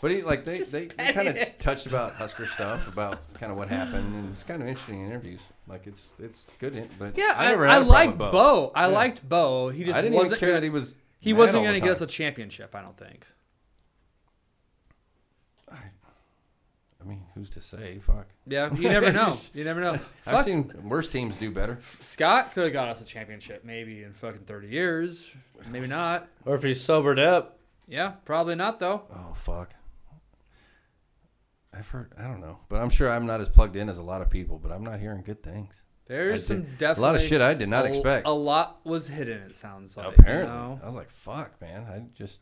B: But he like they they, they kind
A: petting
B: of touched about Husker stuff, about kind of what happened, and it's kind of interesting in interviews. Like it's it's good, in, but
A: Yeah, I,
B: I never
A: I,
B: had a problem
A: liked
B: with
A: Bo. I liked Bo. He just
B: I didn't
A: wasn't
B: even care that he was.
A: He
B: mad
A: wasn't
B: all
A: going
B: the
A: to get us a
B: time.
A: championship, I don't think.
B: I mean, who's to say? Fuck.
A: Yeah, you never know. You never know.
B: I've
A: Fuck,
B: seen worse teams do better.
A: Scott could have got us a championship maybe in fucking 30 years. Maybe not.
C: Or if he's sobered up,
A: Yeah, probably not, though.
B: Oh fuck. I've heard. I don't know, but I'm sure I'm not as plugged in as a lot of people. But I'm not hearing good things.
A: There's
B: I
A: some
B: did-
A: definitely.
B: a lot of shit I did not
A: a-
B: expect.
A: A lot was hidden, it sounds like. you
B: Apparently,
A: know?
B: I was like, "Fuck, man! I just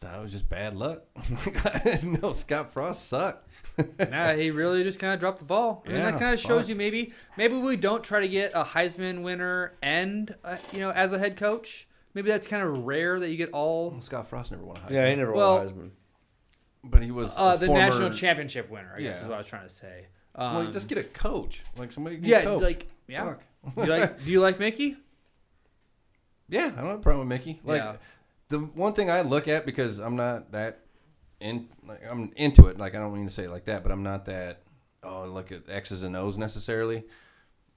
B: that was just bad luck." I didn't know Scott Frost sucked.
A: Nah, he really just kind of dropped the ball. I mean,
B: Yeah,
A: that kind of shows
B: fuck.
A: you maybe maybe we don't try to get a Heisman winner and uh, you know as a head coach. Maybe that's kind of rare that you get all
B: Scott Frost never won a Heisman,
C: yeah, he never
A: Well,
C: won Heisman.
B: but he was
A: uh,
B: a
A: the
B: former-
A: national championship winner. I guess
B: Yeah.
A: is what I was trying to say. Um,
B: Well, just get a coach, like somebody. Can
A: yeah,
B: coach.
A: like yeah.
B: Fuck.
A: Do you like do you like Mickey?
B: Yeah, I don't have a problem with Mickey. Like
A: Yeah.
B: the one thing I look at because I'm not that in like I'm into it. Like I don't mean to say it like that, but I'm not that oh look at X's and O's necessarily.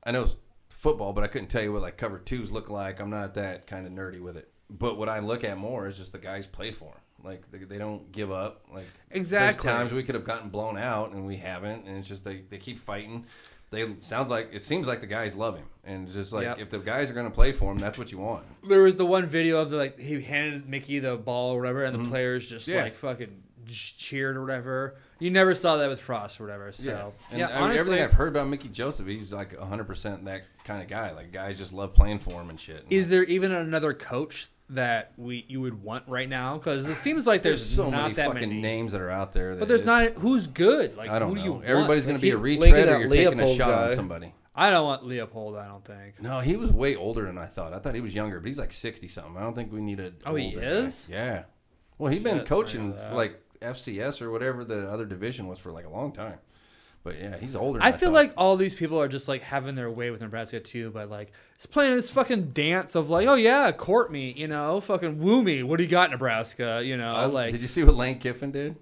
B: I know it's football, but I couldn't tell you what like cover twos look like. I'm not that kind of nerdy with it. But what I look at more is just the guys play for them. Like they, they don't give up. Like
A: Exactly.
B: There's times we could have gotten blown out and we haven't, and it's just they, they keep fighting. They it sounds like it seems like the guys love him, and just like
A: Yep.
B: if the guys are gonna play for him, that's what you want.
A: There was the one video of the like he handed Mickey the ball or whatever, and the players just
B: Mm-hmm. Yeah.
A: like fucking j- cheered or whatever. You never saw that with Frost or whatever. So
B: Yeah,
A: yeah,
B: and I mean,
A: honestly,
B: everything I've heard about Mickey Joseph, he's like 100 percent that kind of guy. Like guys just love playing for him and shit. And
A: Is there even another coach that we you would want right now? Because it seems like
B: there's,
A: there's,
B: so
A: not
B: many
A: that
B: fucking
A: many.
B: names that are out there. that
A: but there's not
B: it's-
A: who's good. Like
B: I don't
A: who
B: know.
A: do you want?
B: Everybody's gonna be a
C: Like,
B: reach
C: look at
B: red or
C: that
B: you're taking a
C: Leopold
B: shot on
C: guy.
B: somebody.
A: I don't want Leopold. I don't think.
B: No, he was way older than I thought. I thought he was younger, but he's like 60 something. I don't think we need a.
A: Oh, he
B: older guy.
A: is?
B: Yeah. Well, he's been
A: Shit, I
B: coaching
A: didn't know that.
B: like FCS or whatever the other division was for like a long time. But yeah, he's older. Than
A: I
B: I,
A: feel
B: thought.
A: like all these people are just like having their way with Nebraska too, by like just playing this fucking dance of like, oh yeah, court me, you know, fucking woo me. What do you got, Nebraska? You know,
B: I-
A: like
B: Did you see what Lane Kiffin did?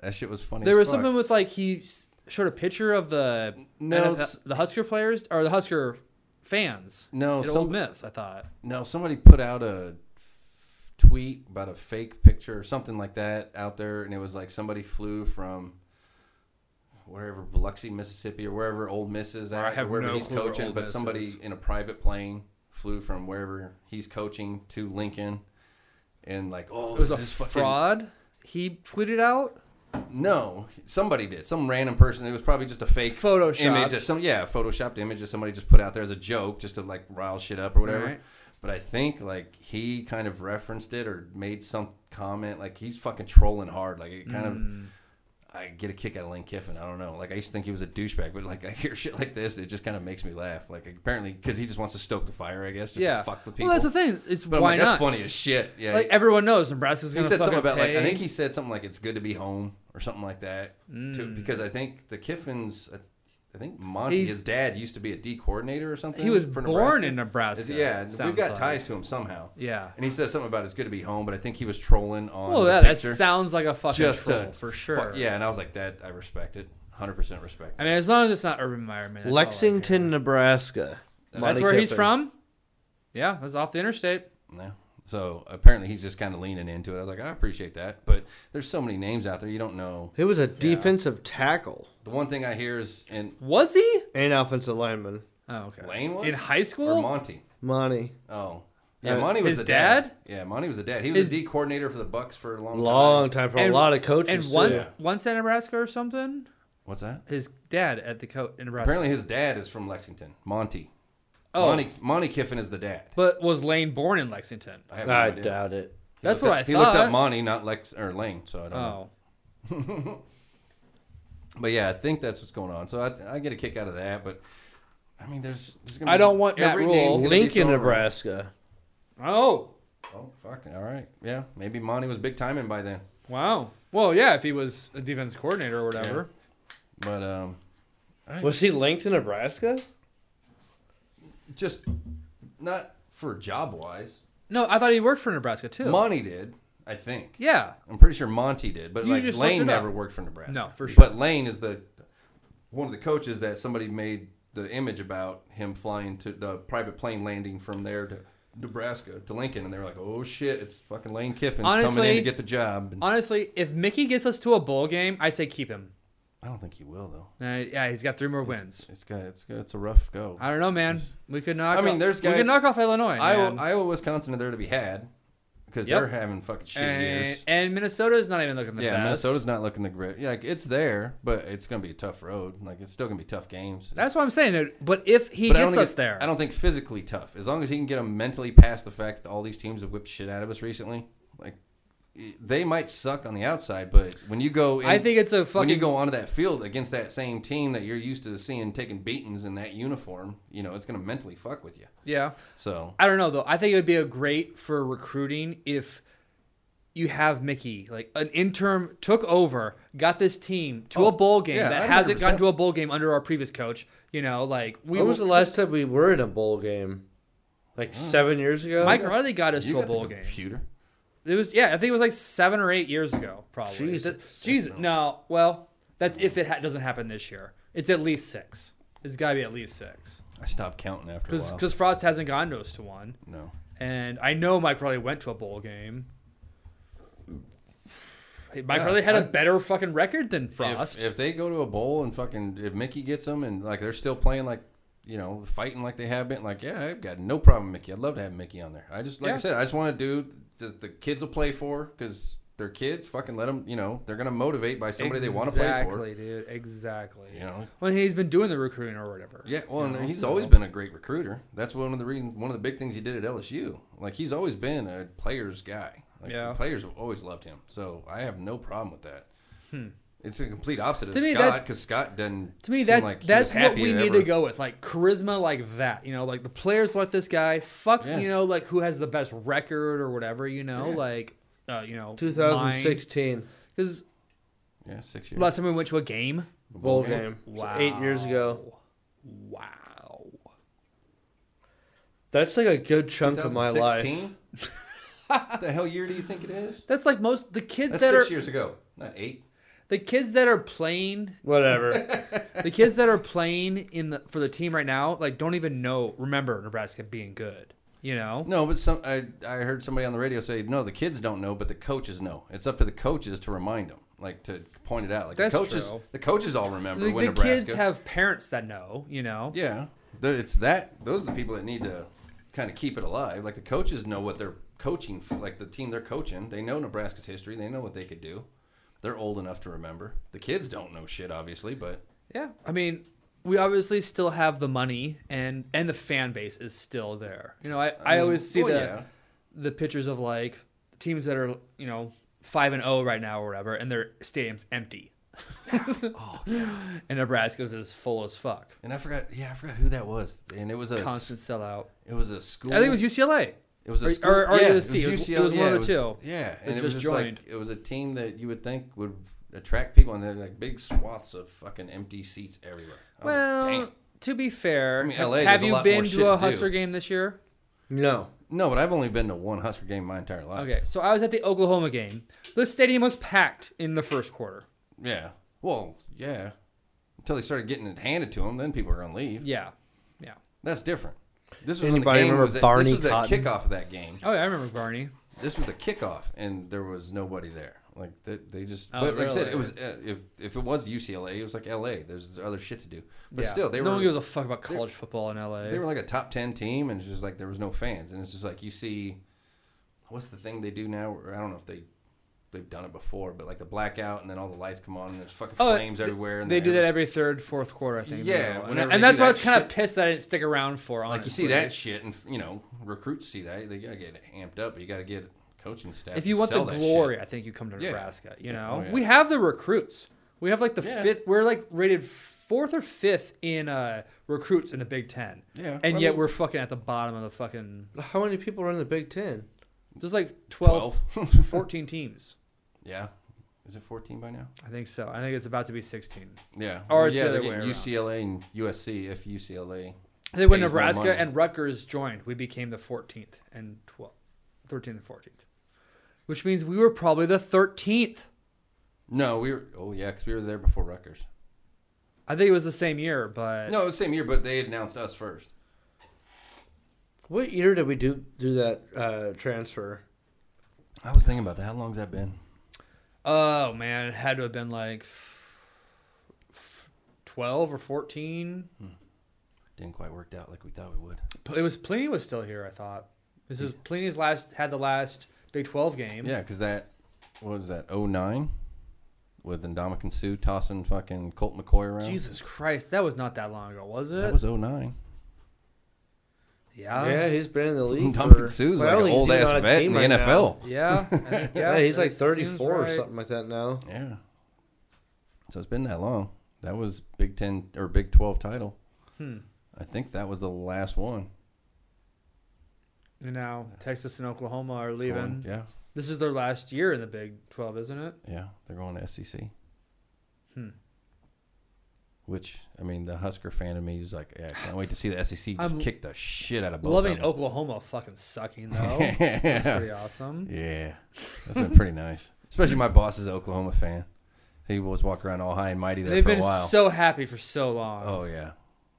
B: That shit was funny.
A: there
B: as
A: was
B: fuck.
A: something with like he s- showed a picture of the
B: No,
A: NFL
B: s-
A: the Husker players or the Husker fans.
B: No,
A: at
B: some-
A: Ole Miss. I thought.
B: No, somebody put out a tweet about a fake picture or something like that out there, and it was like somebody flew from wherever Biloxi, Mississippi, or wherever Old Miss is at,
A: I have
B: or wherever
A: no
B: he's
A: clue where
B: coaching.
A: Ole
B: But
A: Miss
B: somebody
A: is.
B: in a private plane flew from wherever he's coaching to Lincoln, and like, oh,
A: It was
B: is
A: a
B: this fucking
A: fraud. He tweeted out.
B: no, somebody did. Some random person. It was probably just a fake
A: Photoshopped.
B: image. That some yeah, photoshopped image that somebody just put out there as a joke, just to like rile shit up or whatever.
A: Alright.
B: But I think like he kind of referenced it or made some comment. Like he's fucking trolling hard. Like it kind
A: Mm.
B: of. I get a kick out of Lane Kiffin. I don't know. Like I used to think he was a douchebag, but like I hear shit like this, and it just kind of makes me laugh. Like apparently, because he just wants to stoke the fire, I guess, just
A: yeah.
B: to fuck with people.
A: well, that's the thing. It's
B: But I'm
A: why
B: like,
A: not?
B: that's funny as shit. Yeah,
A: Like everyone knows Nebraska's
B: he
A: gonna.
B: said something about
A: pay.
B: like I think he said something like it's good to be home or something like that. To, because I think the Kiffins, I- I think Monty,
A: Mm. He's-
B: his dad used to be a D coordinator or something.
A: He was
B: for
A: born in
B: Is-
A: Nebraska.
B: Yeah, we've
A: sounds
B: got
A: like.
B: ties to him somehow.
A: Yeah.
B: and he says something about it's good to be home, but I think he was trolling on.
A: Well,
B: the
A: that, that
B: picture
A: sounds like a fucking
B: just
A: troll
B: to
A: for
B: fuck-
A: sure.
B: yeah, and I was like that. I respect it, hundred percent respect.
A: I mean, as long as it's not Urban Meyer, man. that's all I care.
C: Lexington, Nebraska.
A: That's
C: Monty
A: where he's
C: Kiffin.
A: from. Yeah, that's off the interstate.
B: Yeah. So apparently he's just kind of leaning into it. I was like, I appreciate that, but there's so many names out there you don't know.
C: He was a defensive tackle
B: The one thing I hear is and
A: Was he?
C: and offensive lineman.
A: Oh, okay.
B: Lane was
A: in high
B: or
A: school.
B: Monty.
C: Monty.
B: Oh. Yeah,
C: Uh,
B: Monty was
A: his
B: the dad?
A: dad?
B: Yeah, Monty was the dad. He was
A: Is-
B: the D coordinator for the Bucks for a long,
C: Long
B: time.
C: time for
A: And-
C: a lot of coaches.
A: And
C: too.
A: once, once at Nebraska or something.
B: What's that?
A: His dad at the coach in Nebraska.
B: Apparently, his dad is from Lexington. Monty.
A: oh,
B: Monty, Monty Kiffin is the dad.
A: but was Lane born in Lexington?
B: I, have no
C: I
B: idea.
C: doubt it.
B: He
A: That's
B: looked
A: what I
B: up- He looked up
A: thought.
B: Monty, not Lex or Lane. So I don't know.
A: Oh,
B: But yeah, I think that's what's going on. So I, I get a kick out of that. But I mean, there's. there's gonna
A: I
B: be-
A: don't want Matt
B: every
A: Rule.
B: name's gonna be
C: Lincoln,
B: thrown around.
C: Nebraska.
A: oh,
B: Oh fucking all right. Yeah, maybe Monty was big timing by then.
A: wow. Well, yeah, if he was a defense coordinator or whatever.
B: But um,
C: Was he linked to Nebraska?
B: Just not for job wise.
A: No, I thought he worked for Nebraska too.
B: Monty did, I think.
A: yeah.
B: I'm pretty sure Monty did, but
A: You
B: like
A: just
B: Lane
A: looked it up.
B: never worked for Nebraska.
A: No, for sure.
B: But Lane is the one of the coaches that somebody made the image about him flying to the private plane landing from there to Nebraska to Lincoln, and they were like, "Oh shit, it's fucking Lane Kiffin's coming in
A: Honestly-
B: to get the job." And
A: Honestly, if Mickey gets us to a bowl game, I say keep him.
B: I don't think he will though.
A: Uh, yeah, he's got three more wins.
B: It's got it's got, it's a rough go.
A: I don't know, man. We could knock.
B: I mean, there's
A: we
B: guy-
A: could knock off Illinois.
B: Iowa,
A: man.
B: Iowa, Wisconsin are there to be had because
A: Yep.
B: they're having fucking shit
A: and,
B: years.
A: and Minnesota's not even looking the
B: Yeah,
A: best.
B: Minnesota's not looking the great. Yeah, like it's there, but it's gonna be a tough road. Like it's still gonna be tough games. It's-
A: That's what I'm saying. dude. But if he
B: but I don't
A: gets
B: think
A: us
B: it's-
A: there,
B: I don't think physically tough. As long as he can get them mentally past the fact that all these teams have whipped shit out of us recently, like i- they might suck on the outside, but when you go, in,
A: I think it's a
B: when you
A: fucking-
B: go onto that field against that same team that you're used to seeing taking beatings in that uniform, you know it's gonna mentally fuck with you.
A: yeah.
B: So
A: I don't know though. I think it would be a great for recruiting if you have Mickey, like an interim, took over, got this team to
B: Oh,
A: a bowl game
B: yeah,
A: that hasn't
B: 100%.
A: gotten to a bowl game under our previous coach. You know, like we
C: When was the last time we were in a bowl game? Like seven years ago.
A: Mike Riley got us
B: you
A: to a
B: got
A: bowl
B: the
A: game.
B: computer.
A: It was yeah, I think it was like seven or eight years ago, probably.
C: Jesus.
A: Jesus. No, well, that's if it ha- doesn't happen this year. It's at least six. It's got to be at least six
B: I stopped counting after a
A: because
B: while.
A: Frost hasn't gone to us to one,
B: no,
A: and I know Mike Riley went to a bowl game. Hey, Mike
B: Yeah,
A: Riley had a
B: I-
A: better fucking record than Frost.
B: if, if they go to a bowl and fucking if Mickey gets them and like they're still playing like you know fighting like they have been like yeah I've got no problem with Mickey I'd love to have Mickey on there I just like I
A: Yeah.
B: said I just want to do that the kids will play for because they're kids fucking let them you know they're gonna motivate by somebody they want to play for
A: Exactly, dude. Exactly.
B: you know
A: When he's been doing the recruiting or whatever.
B: yeah well and he's always been a great recruiter that's one of the reasons one of the big things he did at LSU like he's always been a players guy like the
A: Yeah.
B: players have always loved him so I have no problem with that. It's a complete opposite of
A: Hmm. To me,
B: Scott
A: that-
B: because Scott didn't.
A: to me
B: seem
A: that
B: like he was
A: that's what
B: happy
A: we
B: at
A: need
B: ever-
A: to go with like charisma like that you know like the players want this guy fuck
B: Yeah.
A: you know like who has the best record or whatever you know
B: Yeah.
A: like uh, you know
C: 2016
A: because
B: Yeah, six years.
A: last time we went to a game
C: bowl game.
A: wow
C: Eight years ago.
A: wow
C: That's like a good chunk of my life.
B: 2016? the hell year do you think it is?
A: that's like most the kids
B: That's
A: that
B: six
A: are
B: years ago, not eight.
A: the kids that are playing
C: Whatever.
A: the kids that are playing in the for the team right now like don't even know remember Nebraska being good you know
B: No, but some I, I heard somebody on the radio say no, the kids don't know, but the coaches know. It's up to the coaches to remind them, like to point it out. Like
A: That's
B: the coaches,
A: true.
B: the coaches all remember
A: the,
B: when
A: the
B: Nebraska.
A: kids have parents that know you know
B: yeah, The- it's that. Those are the people that need to kind of keep it alive. Like the coaches know what they're coaching, for, like the team they're coaching. They know Nebraska's history. They know what they could do. They're old enough to remember. The kids don't know shit, obviously, but
A: Yeah, I mean, we obviously still have the money, and and the fan base is still there. You know, I, I, always see
B: well,
A: the
B: oh, yeah.
A: the pictures of like teams that are you know five and zero right now or whatever, and their stadium's empty.
B: Oh,
A: and Nebraska's is full as fuck,
B: And I forgot, yeah, I forgot who that was. And it was a
A: constant sellout.
B: it was a school.
A: I think it was UCLA.
B: it was
A: or-
B: a school,
A: or- or
B: yeah,
A: USC. It was- it was one of the two
B: Yeah,
A: that
B: and it was
A: just
B: just like
A: joined.
B: it was a team that you would think would attract people, and they're like big swaths of fucking empty seats everywhere. I was
A: Well,
B: like, damn.
A: to be fair,
B: Oh, mean, LA,
A: have
B: there's a
A: you
B: lot
A: been
B: more shit
A: to a
B: to do.
A: Husker game this year?
C: no.
B: No, but I've only been to one Husker game my entire life.
A: Okay, so I was at the Oklahoma game. The stadium was packed in the first quarter.
B: Yeah. Well, yeah. Until they started getting it handed to them, then people were gonna leave.
A: Yeah, yeah.
B: That's different. This was when
C: Anybody
B: the game
C: remember
B: was at-
C: Barney
B: this was that
C: Cotton?
B: kickoff of that game.
A: Oh yeah, I remember Barney.
B: this was the kickoff, and there was nobody there. Like they, they just,
A: Oh,
B: but like I said,
A: really?
B: it was uh, if if it was UCLA, it was like LA. There's other shit to do, but
A: Yeah.
B: still, they
A: no
B: were
A: one gives a fuck about college football in LA.
B: they were like a top ten team, and it's just like there was no fans, and it's just like you see, what's the thing they do now? Or I don't know if they they've done it before, but like the blackout, and then all the lights come on, and there's fucking
A: Oh,
B: flames
A: they-
B: everywhere. And
A: they
B: the
A: do that
B: air-
A: every third, fourth quarter, I think.
B: Yeah,
A: though. and, and
B: whenever they do
A: that's why I
B: that
A: was kind
B: shit-
A: of pissed that I didn't stick around for. Honestly.
B: like you see that shit, and you know recruits see that they gotta get amped up. You gotta get coaching staff.
A: If you
B: to
A: want the
B: sell that shit.
A: glory, I think you come to
B: Yeah.
A: Nebraska. You
B: Yeah.
A: know,
B: Oh, yeah.
A: we have the recruits. We have like the
B: Yeah.
A: fifth. We're like rated fourth or fifth in uh, recruits in the Big Ten.
B: Yeah,
A: and
B: I
A: yet
B: mean-
A: we're fucking at the bottom of the fucking.
C: How many people are in the Big Ten?
A: There's like 12, 14 teams.
B: yeah, Is it 14 by now?
A: I think so. I think it's about to be 16.
B: Yeah.
A: Or
B: Well,
A: it's
B: yeah,
A: the
B: they're
A: other way around.
B: getting UCLA and USC if UCLA.
A: I think when
B: Pays more
A: Nebraska
B: money.
A: and Rutgers joined, we became the 14th and 12th, 13th and 14th, which means we were probably the 13th.
B: No, we were. Oh yeah, because we were there before Rutgers.
A: I think it was the same year, but
B: No, it was the same year, but they announced us first.
C: What year did we do do that uh, transfer?
B: I was thinking about that. How long's that been?
A: oh man, it had to have been like f- f- 12 or 14.
B: Didn't quite worked out like we thought we would.
A: P- It was Pliny was still here. I thought this is Pliny's last had the last Big 12 game.
B: Yeah, because that what was that? 09? with Ndamukong Sue tossing fucking Colt McCoy around.
A: Jesus Christ, that was not that long ago, was it?
B: That was 09.
A: yeah.
C: yeah, he's been in the league.
B: Ndamukong
C: for-
B: Uh, Sue's
C: but I
B: like an
C: don't think he's
B: old
C: even
B: ass
C: on a
B: vet in
C: team
B: the
C: right now.
B: NFL.
A: Yeah, I think-
C: Yeah, he's
A: that
C: like
A: seems
C: 34 or
A: right.
C: something like that now.
B: Yeah. So it's been that long. That was Big Ten or Big Twelve title.
A: Hmm.
B: I think that was the last one.
A: And now Texas and Oklahoma are leaving.
B: Going- yeah,
A: This is their last year in the Big 12, isn't it?
B: yeah. They're going to SEC. Hmm.
A: Hmm.
B: Which I mean, the Husker fan of me is like, yeah, I can't wait to see the SEC just
A: I'm
B: kick the shit out of both.
A: Loving
B: of
A: Oklahoma fucking sucking, though.
B: them.
A: That's
B: yeah.
A: pretty awesome.
B: yeah, that's been pretty nice. Especially my boss is an Oklahoma fan. He was walking around all high and mighty there
A: They've
B: for
A: been
B: a while.
A: so happy for so long.
B: Oh yeah,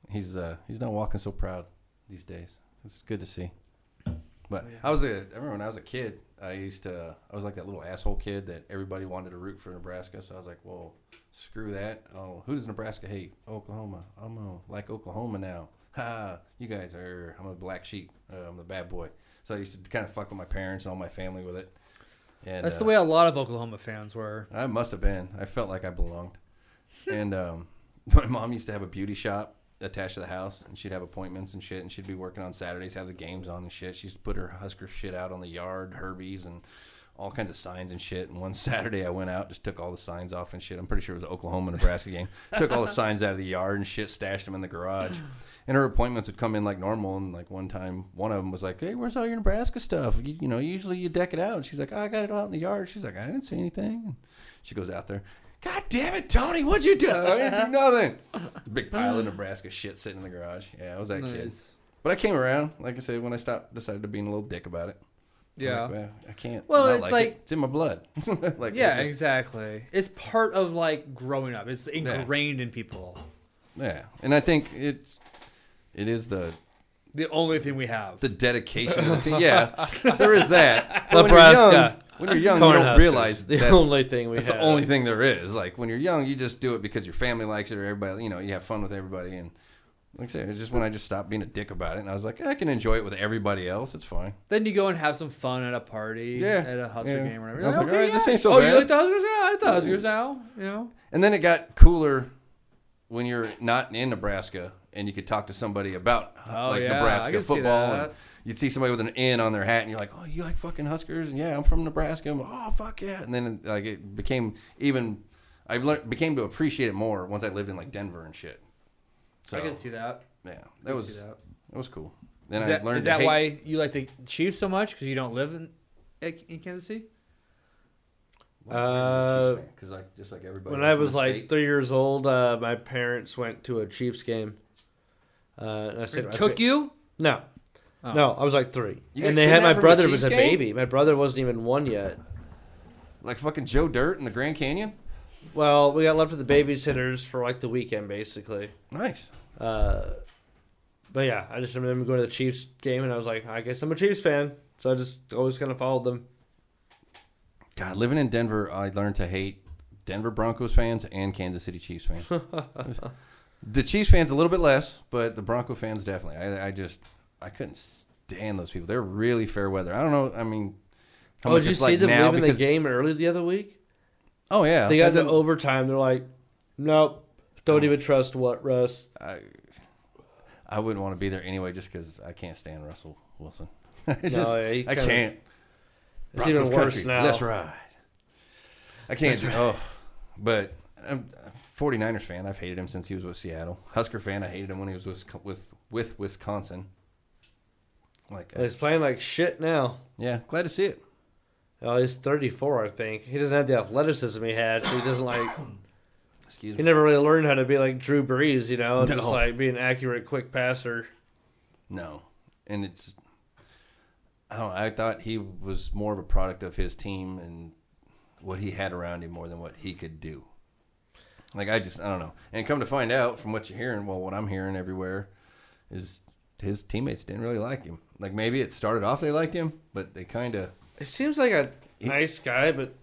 B: he's uh he's not walking so proud these days. It's good to see.
A: Oh,
B: But I was a I remember when I was a kid, I used to I was like that little asshole kid that everybody wanted to root for Nebraska. So I was like, well, screw that. Oh, who does Nebraska hate? Oklahoma. I'm gonna like Oklahoma now. Ha! You guys are. I'm a black sheep. Uh, I'm the bad boy. So I used to kind of fuck with my parents and all my family with it. And
A: That's the
B: uh,
A: way a lot of Oklahoma fans were.
B: I must have been. I felt like I belonged. and um, my mom used to have a beauty shop attached to the house, and she'd have appointments and shit, and she'd be working on Saturdays, have the games on and shit. She used to put her Husker shit out on the yard, Herbies, and all kinds of signs and shit. And one Saturday, I went out, just took all the signs off and shit. I'm pretty sure it was an Oklahoma Nebraska game. Took all the signs out of the yard and shit, stashed them in the garage. And her appointments would come in like normal. And like one time, one of them was like, "Hey, where's all your Nebraska stuff? You, you know, usually you deck it out." And she's like, oh, "I got it out in the yard." She's like, "I didn't see anything." And she goes out there. God damn it, Tony! What'd you do? I didn't do nothing. Big pile of Nebraska shit sitting in the garage. Yeah, I was that kid.
A: Nice.
B: But I came around, like I said, when I stopped, decided to be a little dick about it. I'm
A: Yeah.
B: like, "Well, I can't.
A: Well,
B: not
A: it's
B: it.
A: like-
B: it's in my blood. like,
A: yeah,
B: it's just-
A: exactly. It's part of like growing up. It's ingrained in people.
B: yeah. And I think it's it is the
A: The only thing we have.
B: the dedication of the team. Yeah, there is that. But
C: Nebraska.
B: When you're young, when you're young you
C: Cornhuskers.
B: don't realize
C: the
B: that's,
C: only thing we
B: that's
C: have.
B: the only thing there is. Like when you're young, you just do it because your family likes it or everybody, you know, you have fun with everybody. And like I said, it's just when I just stopped being a dick about it, and I was like, "Eh, I can enjoy it with everybody else. It's fine.
A: then you go and have some fun at a party,
B: Yeah.
A: at a Husker
B: Yeah.
A: game or whatever.
B: I was
A: You're
B: like, all right, this ain't so
A: oh,
B: bad.
A: you like the Huskers? Yeah, I like the Huskers now. You know?
B: And then it got cooler when you're not in Nebraska and you could talk to somebody about
A: Oh,
B: like
A: yeah, I
B: Nebraska
A: can see
B: football.
A: that.
B: And you'd see somebody with an N on their hat and you're like, oh, you like fucking Huskers? And yeah, I'm from Nebraska. I'm like, oh, fuck yeah. And then like it became even, I learned, became to appreciate it more once I lived in like Denver and shit. So
A: I can see that.
B: yeah, that was
A: see
B: that.
A: that.
B: was cool. Then
A: Is
B: I
A: that,
B: learned
A: is
B: to
A: that
B: hate-
A: why you like the Chiefs so much? Because you don't live in in Kansas City?
C: Uh,
B: because like just like everybody.
C: when
B: else
C: I
B: in the
C: was like
B: state.
C: three years old, uh, my parents went to a Chiefs game. Uh, and I said,
A: It took you?
C: No,
A: Oh.
C: no, I was like three,
B: You got
C: and they had
B: kidnapped
C: my
B: from a
C: brother was
B: Chiefs
C: a
B: game?
C: baby. My brother wasn't even one yet.
B: like fucking Joe Dirt in the Grand Canyon.
C: Well, we got left at the babysitters for like the weekend, basically.
B: Nice.
C: Uh, but yeah, I just remember going to the Chiefs game, and I was like, I guess I'm a Chiefs fan, so I just always kind of followed them.
B: God, living in Denver, I learned to hate Denver Broncos fans and Kansas City Chiefs fans. the Chiefs fans a little bit less, but the Bronco fans definitely. I, I just I couldn't stand those people. They're really fair weather. I don't know. I mean, how
C: oh,
B: much
C: did you
B: it's
C: see
B: like
C: them
B: now
C: leaving
B: because
C: the game early the other week?
B: oh yeah,
C: They got
B: That
C: into
B: doesn't-
C: overtime. They're like, nope, don't even trust what Russ.
B: I wouldn't want to be there anyway, just because I can't stand Russell Wilson. It's
C: No,
B: just-
C: yeah, you
B: I
C: kinda-
B: can't.
C: It's even worse now.
B: Let's ride. I can't. do Oh, but I'm a 49ers fan. I've hated him since he was with Seattle. Husker fan. I hated him when he was with with, with Wisconsin. Like, uh,
C: He's playing like shit now.
B: yeah, glad to see it.
C: Oh, he's 34, I think. He doesn't have the athleticism he had, so he doesn't like.
B: Excuse
C: He
B: me.
C: never really learned how to be like Drew Brees, you know,
B: No.
C: just like be an accurate, quick passer.
B: No, and it's I don't. know, I thought he was more of a product of his team and what he had around him more than what he could do. Like I just I don't know. And come to find out from what you're hearing, well, what I'm hearing everywhere is his teammates didn't really like him. Like maybe it started off they liked him, but they kind of
C: He seems like a nice guy, but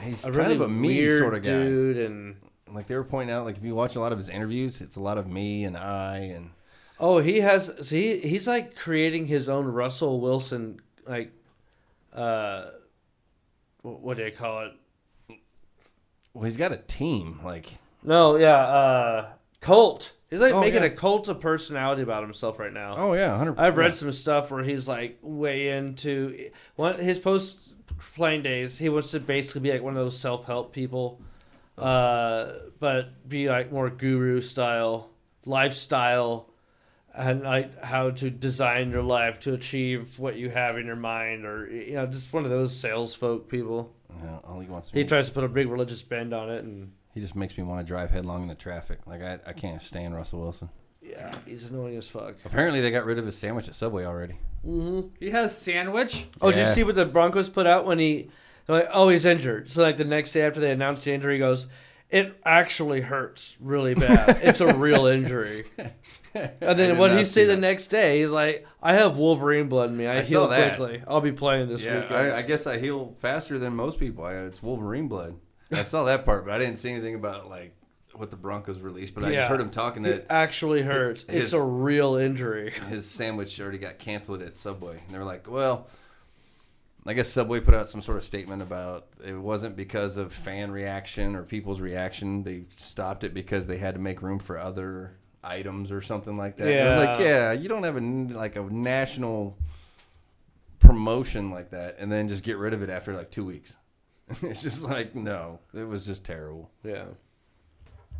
B: he's
C: a
B: kind
C: really
B: of a me
C: weird
B: sort of guy.
C: dude. And
B: Like they were pointing out, like if you watch a lot of his interviews, it's a lot of me and I and
C: oh, he has. So he he's like creating his own Russell Wilson, like, uh, wh- what do you call it?
B: well, he's got a team. Like
C: No, yeah, uh, cult. He's like
B: Oh,
C: making
B: yeah.
C: a cult of personality about himself right now.
B: oh yeah, hundred.
C: I've read some stuff where he's like way into one his post playing days. He wants to basically be like one of those self help people, uh, but be like more guru style lifestyle, and like how to design your life to achieve what you have in your mind, or you know, just one of those sales folk people.
B: Yeah, all he wants. To
C: He tries to put a big religious bend on it, and
B: He just makes me want to drive headlong into traffic. Like I, I can't stand Russell Wilson.
C: yeah, he's annoying as fuck.
B: Apparently they got rid of his sandwich at Subway already.
A: He has sandwich.
C: Oh, did
B: Yeah.
C: you see what the Broncos put out when he? They're like, oh, he's injured. So like the next day after they announced the injury, he goes, it actually hurts really bad. it's a real injury. And
B: I
C: then
B: did
C: what he
B: not
C: say
B: see
C: the
B: that.
C: next day? He's like, I have Wolverine blood in me. I,
B: I
C: heal
B: saw that.
C: quickly. I'll be playing this
B: Yeah,
C: weekend.
B: I, I guess I heal faster than most people. I, it's Wolverine blood. I saw that part, but I didn't see anything about like what the Broncos released. But I
C: Yeah.
B: just heard him talking that
C: it actually hurts. it's
B: his-
C: a real injury.
B: his sandwich already got canceled at Subway, and they were like, "Well, I guess Subway put out some sort of statement about it wasn't because of fan reaction or people's reaction. They stopped it because they had to make room for other items or something like that." And It was like, "Yeah,
C: Yeah.
B: you don't have a n- like a national promotion like that, and then just get rid of it after like two weeks." it's just like, no, it was just terrible.
C: Yeah,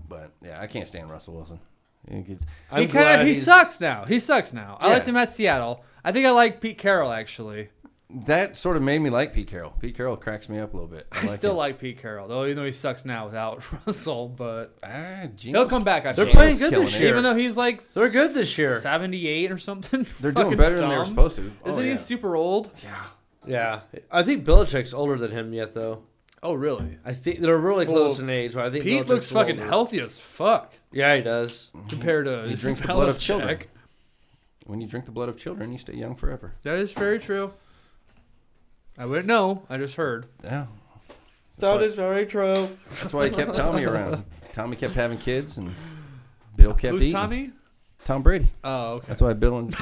B: But yeah, I can't stand Russell Wilson. It gets-
C: I'm
A: he kind
C: glad
A: of he
C: he's-
A: sucks now. He sucks now. I
B: Yeah.
A: liked him at Seattle. I think I like Pete Carroll actually.
B: that sort of made me like Pete Carroll. Pete Carroll cracks me up a little bit.
A: I still
B: him.
A: like Pete Carroll though, even though he sucks now without Russell. But
B: Ah, Geno-
A: he'll come back. I
C: They're
A: feel.
C: playing good
B: killing
C: this
B: it.
C: year.
A: even though he's like
C: They're good this year.
A: seventy-eight or something.
B: They're
A: Fucking
B: doing better than they were
A: dumb.
B: supposed to. Oh,
A: Isn't
B: yeah.
A: he super old?
B: yeah.
C: yeah, I think Belichick's older than him yet, though.
A: Oh really?
C: I think they're really
A: Well,
C: close in age. But I think
A: Pete
C: Belichick's
A: looks
C: a little
A: fucking
C: older.
A: healthy as fuck
C: Yeah, he does.
A: compared to.
B: Mm-hmm. He drinks the blood of
A: Belichick.
B: children. When you drink the blood of children, you stay young forever.
A: That is very true. I wouldn't know. I just heard.
B: Yeah.
C: That
B: why-
C: is very true.
B: That's why he kept Tommy around. Tommy kept having kids, and Bill kept
A: Who's
B: eating.
A: Tommy?
B: Tom Brady.
A: Oh, okay.
B: That's why Bill and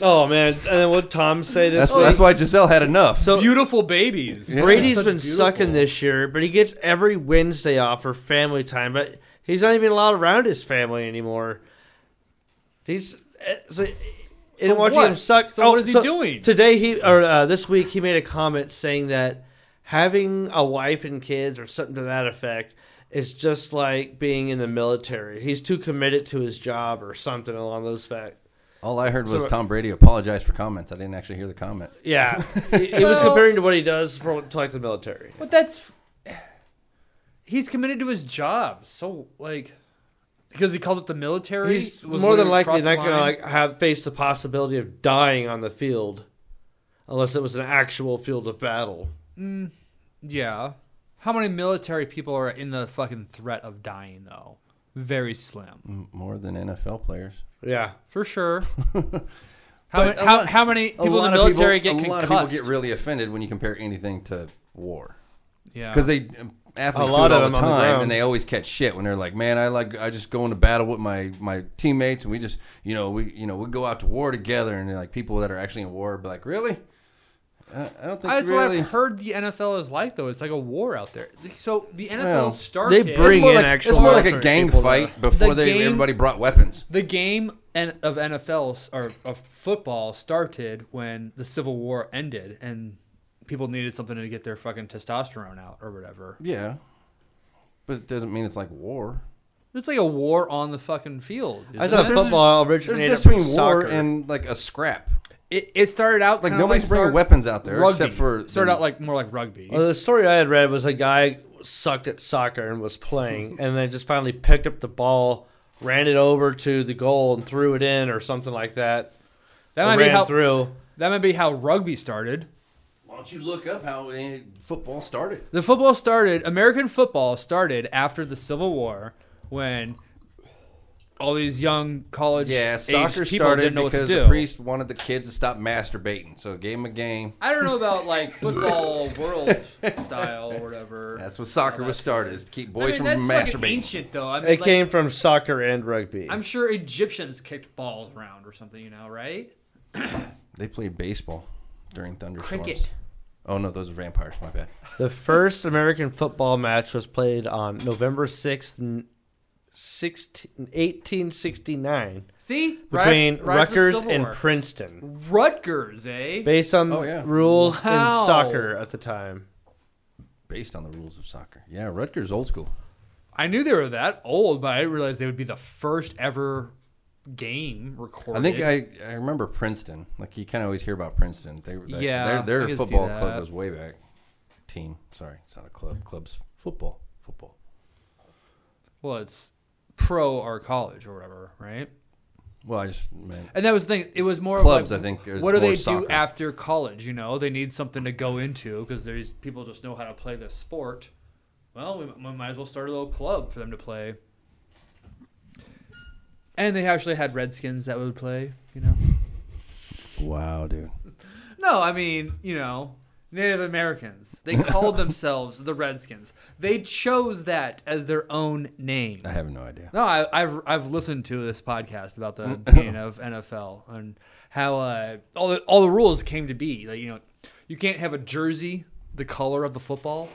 C: Oh man! And then what Tom say this?
B: that's that's
C: week?
B: why Giselle had enough.
C: So
A: beautiful babies.
B: Yeah.
C: Brady's
A: Such
C: been
A: beautiful-
C: sucking this year, but he gets every Wednesday off for family time. But he's not even allowed around his family anymore. He's eh, so, and watching
A: what?
C: him suck. Oh,
A: So what is he doing?
C: today? He or uh, this week he made a comment saying that having a wife and kids or something to that effect is just like being in the military. He's too committed to his job or something along those facts.
B: All I heard was Tom Brady apologized for comments. I didn't actually hear the comment.
C: Yeah, he, he was
A: Well-
C: comparing to what he does for to like the military.
A: But that's he's committed to his job. So like because he called it the military.
C: He's
A: was
C: more
A: when
C: than
A: he
C: likely
A: crossed the
C: not going to
A: line.
C: like have face the possibility of dying on the field, unless it was an actual field of battle.
A: Yeah. How many military people are in the fucking threat of dying though? Very slim,
B: M- More than NFL players.
C: Yeah,
A: for sure. how,
B: But
A: many,
B: a
A: how,
B: lot-
A: how many
B: A
A: people in
B: lot
A: the
B: of people-
A: military get
B: A lot
A: concussed?
B: of people get really offended when you compare anything to war.
A: yeah,
B: because they um, athletes
C: lot
B: do
C: of
B: it all
C: them
B: the
C: on the
B: time,
C: ground.
B: and they always catch shit when they're like, "Man, I like I just go into battle with my my teammates, and we just you know we you know we go out to war together." And like people that are actually in war, be like, "Really? I, I don't think
A: that's
B: you really."
A: what I've heard. The NFL is like though. It's like a war out there. So the NFL
B: Well,
A: started.
C: they
B: It's
A: it-
C: bring
B: more
C: in
B: like,
C: actual
B: it's more like a
C: military
B: gang
C: people to-
B: fight before
A: The
B: they
A: game-
B: everybody brought weapons.
A: The game and of NFL s- or of football started when the Civil War ended and people needed something to get their fucking testosterone out or whatever.
B: Yeah, but it doesn't mean it's like war.
A: It's like a war on the fucking field.
C: I
A: isn't it?
C: thought
B: there's a-
C: football
B: There's a
C: originated
B: difference
C: from
B: between war
C: soccer.
B: and like a scrap.
A: It, it started out
B: Like
A: kinda
B: nobody's bringing
A: sort-
B: weapons out there
A: rugby.
B: except for
A: started
B: the-
A: out like more like rugby.
C: Well, the story I had read was a guy sucked at soccer and was playing, and then just finally picked up the ball, ran it over to the goal, and threw it in, or something like that.
A: that
C: Or
A: might be
C: ran
A: how
C: through.
A: that might be how rugby started.
B: Why don't you look up how eh, football started?
A: The football started. American football started after the Civil War when all these young college
B: Yeah,
A: yeah
B: soccer
A: people
B: started
A: didn't know
B: because
A: what to do.
B: the priest wanted the kids to stop masturbating, so gave him a game.
A: I don't know about like football world style or whatever.
B: That's what soccer was started, is to keep
A: I
B: boys
A: mean,
B: from
A: that's fucking
B: masturbating.
A: ancient though. I mean,
C: It
A: like,
C: came from soccer and rugby.
A: I'm sure Egyptians kicked balls around or something, you know, right?
B: They played baseball during thunderstorms.
A: Cricket.
B: Oh no, those are vampires. My bad.
C: the first American football match was played on November 6th, n- 16, 1869,
A: See,
C: between
A: right, right after the
C: Rutgers
A: Civil
C: and
A: War. Oh,
C: Princeton.
A: Rutgers, eh?
C: based on
B: Oh, yeah.
C: rules
A: Wow.
C: in soccer at the time.
B: Based on the rules of soccer. Yeah, Rutgers old school.
A: I knew they were that old, but I didn't realize they would be the first ever game recorded.
B: I think I, I remember Princeton. Like you kind of always hear about Princeton. They, they
A: Yeah,
B: their,
A: I
B: their
A: can see
B: football
A: that.
B: club goes way back. Team, sorry, it's not a club. Clubs football, football.
A: well, it's pro or college or whatever, right?
B: Well, I just meant
A: And that was the thing. It was more of
B: Clubs,
A: like,
B: I think, is
A: What do
B: more
A: they
B: soccer.
A: do after college? You know, they need something to go into because these people just know how to play this sport. Well, we, we might as well start a little club for them to play. And they actually had Redskins that would play. You know,
B: wow, dude.
A: no, I mean, you know, Native Americans. They called themselves the Redskins. They chose that as their own name.
B: I have no idea.
A: No, I, I've I've listened to this podcast about the beginning of NFL and how uh, all the, all the rules came to be. Like you know, you can't have a jersey the color of the football.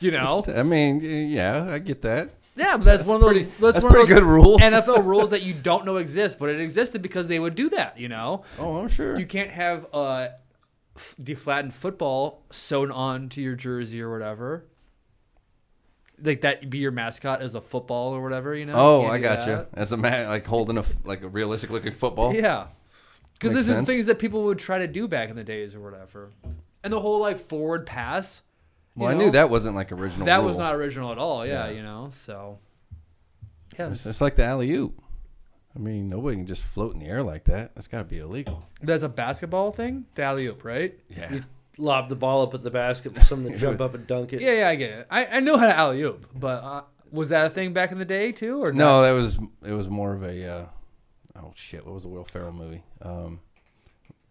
A: you know,
B: I mean, yeah, I get that.
A: yeah, but that's, one of those.
B: pretty-
A: that's, one
B: that's
A: of
B: pretty
A: those
B: good rule.
A: NFL rules that you don't know exist, but it existed because they would do that. You know,
B: Oh, I'm sure.
A: you can't have uh, f- deflattened football sewn on to your jersey or whatever. Like that be your mascot as a football or whatever, you know. You
B: oh,
A: can't
B: I
A: do
B: got
A: that.
B: you. As a man, like holding a f- like a realistic looking football.
A: Yeah. Because
B: Oh. Makes
A: this is
B: sense.
A: things that people would try to do back in the days or whatever. And the whole like forward pass. you
B: well, I
A: know,
B: knew that wasn't like original.
A: That
B: rule.
A: was not original at all. Yeah,
B: Yeah.
A: you know. So yeah,
B: It's,
A: that's,
B: it's like the alley oop. I mean, nobody can just float in the air like that. That's got to be illegal.
A: that's a basketball thing. The alley oop, right?
B: Yeah.
C: Lob the ball up at the basket for someone to jump up and dunk it.
A: Yeah, yeah, I get it. I, I know how to alley oop, but uh, was that a thing back in the day too, or not?
B: No, that was it was more of a uh, oh shit, what was the Will Ferrell movie? Um,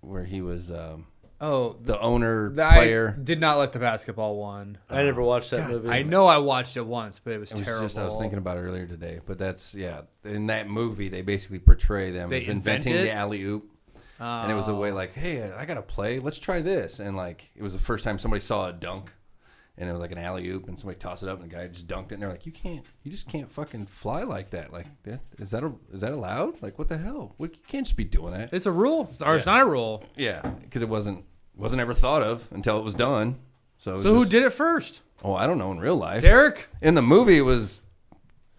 B: where he was um,
A: Oh,
B: the owner
A: th- I
B: player.
A: did not like the basketball one.
C: I
B: Oh,
C: never watched that movie.
A: I know I watched it once, but it was,
B: It was
A: terrible.
B: just I was thinking about it earlier today, but that's yeah. In that movie, they basically portray them
A: They
B: as inventing
A: invent
B: the
A: it? Oh.
B: alley oop, and it was a way like, hey, I got to play. Let's try this, and like it was the first time somebody saw a dunk, and it was like an alley oop, and somebody tossed it up, and the guy just dunked it, and they're like, you can't, you just can't fucking fly like that. Like that is that a, is that allowed? Like what the hell? We you can't just be doing that.
A: It's a rule, It's- or it's
B: Yeah.
A: not a rule.
B: Yeah, because it wasn't wasn't ever thought of until it was done. So, it was
A: So who
B: just-
A: did it first?
B: Oh, I don't know. In real life,
A: Derek,
B: in the movie, it was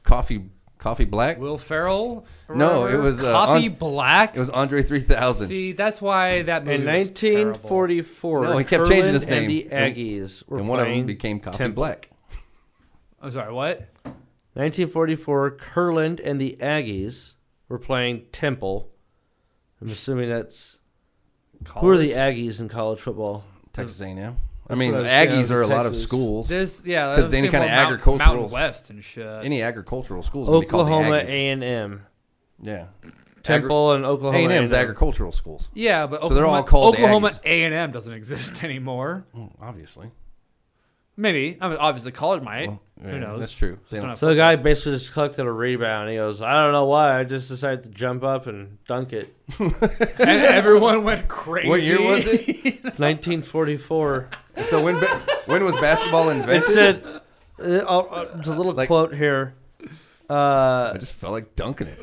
B: coffee coffee black.
A: Will Ferrell? or
B: No,
A: whatever?
B: it was, uh,
A: Coffee
B: on-
A: Black.
B: It was Andre three thousand.
A: See, that's why that movie
C: In
A: was terrible.
C: 1944,
B: No, he kept changing
C: Curland
B: his name.
C: And the
B: And-
C: Aggies were
B: And one of them
C: playing
B: became coffee
C: Temple.
B: black.
A: I'm sorry, what?
C: 1944, Curland and the Aggies were playing Temple. I'm assuming that's who are the Aggies in college football?
B: Texas A and m I mean,
C: what I was- yeah,
B: Aggies
C: the
B: are a lot of
C: Texas-
B: schools.
A: This, yeah, that
B: 'Cause
A: was
B: any
A: the
B: kinda
A: same one, Mount-
B: agricultural-
A: Mountain West and shit.
B: Any agricultural schools? would be called the
C: Oklahoma
B: Aggies.
C: A&M,
B: Yeah.
C: Temple and Oklahoma
B: A and M's
C: A&M.
B: agricultural schools,
A: yeah, but
B: So
A: Oklahoma,
B: they're all called the
A: Oklahoma
B: Aggies.
A: A and M doesn't exist anymore.
B: obviously.
A: Maybe I mean, obviously college might.
B: Yeah,
A: Who knows?
B: That's true. They
A: Just
B: don't-
A: not
C: So the guy basically just collected a rebound. He goes, I don't know why. I just decided to jump up and dunk it.
A: a- and E-, everyone went crazy.
B: What year was it?
C: 1944.
B: so when ba- when was basketball
C: It
B: invented?
C: said, uh, I'll- uh, there's a little
B: Like-
C: quote here. Uh,
B: I just felt like dunking it.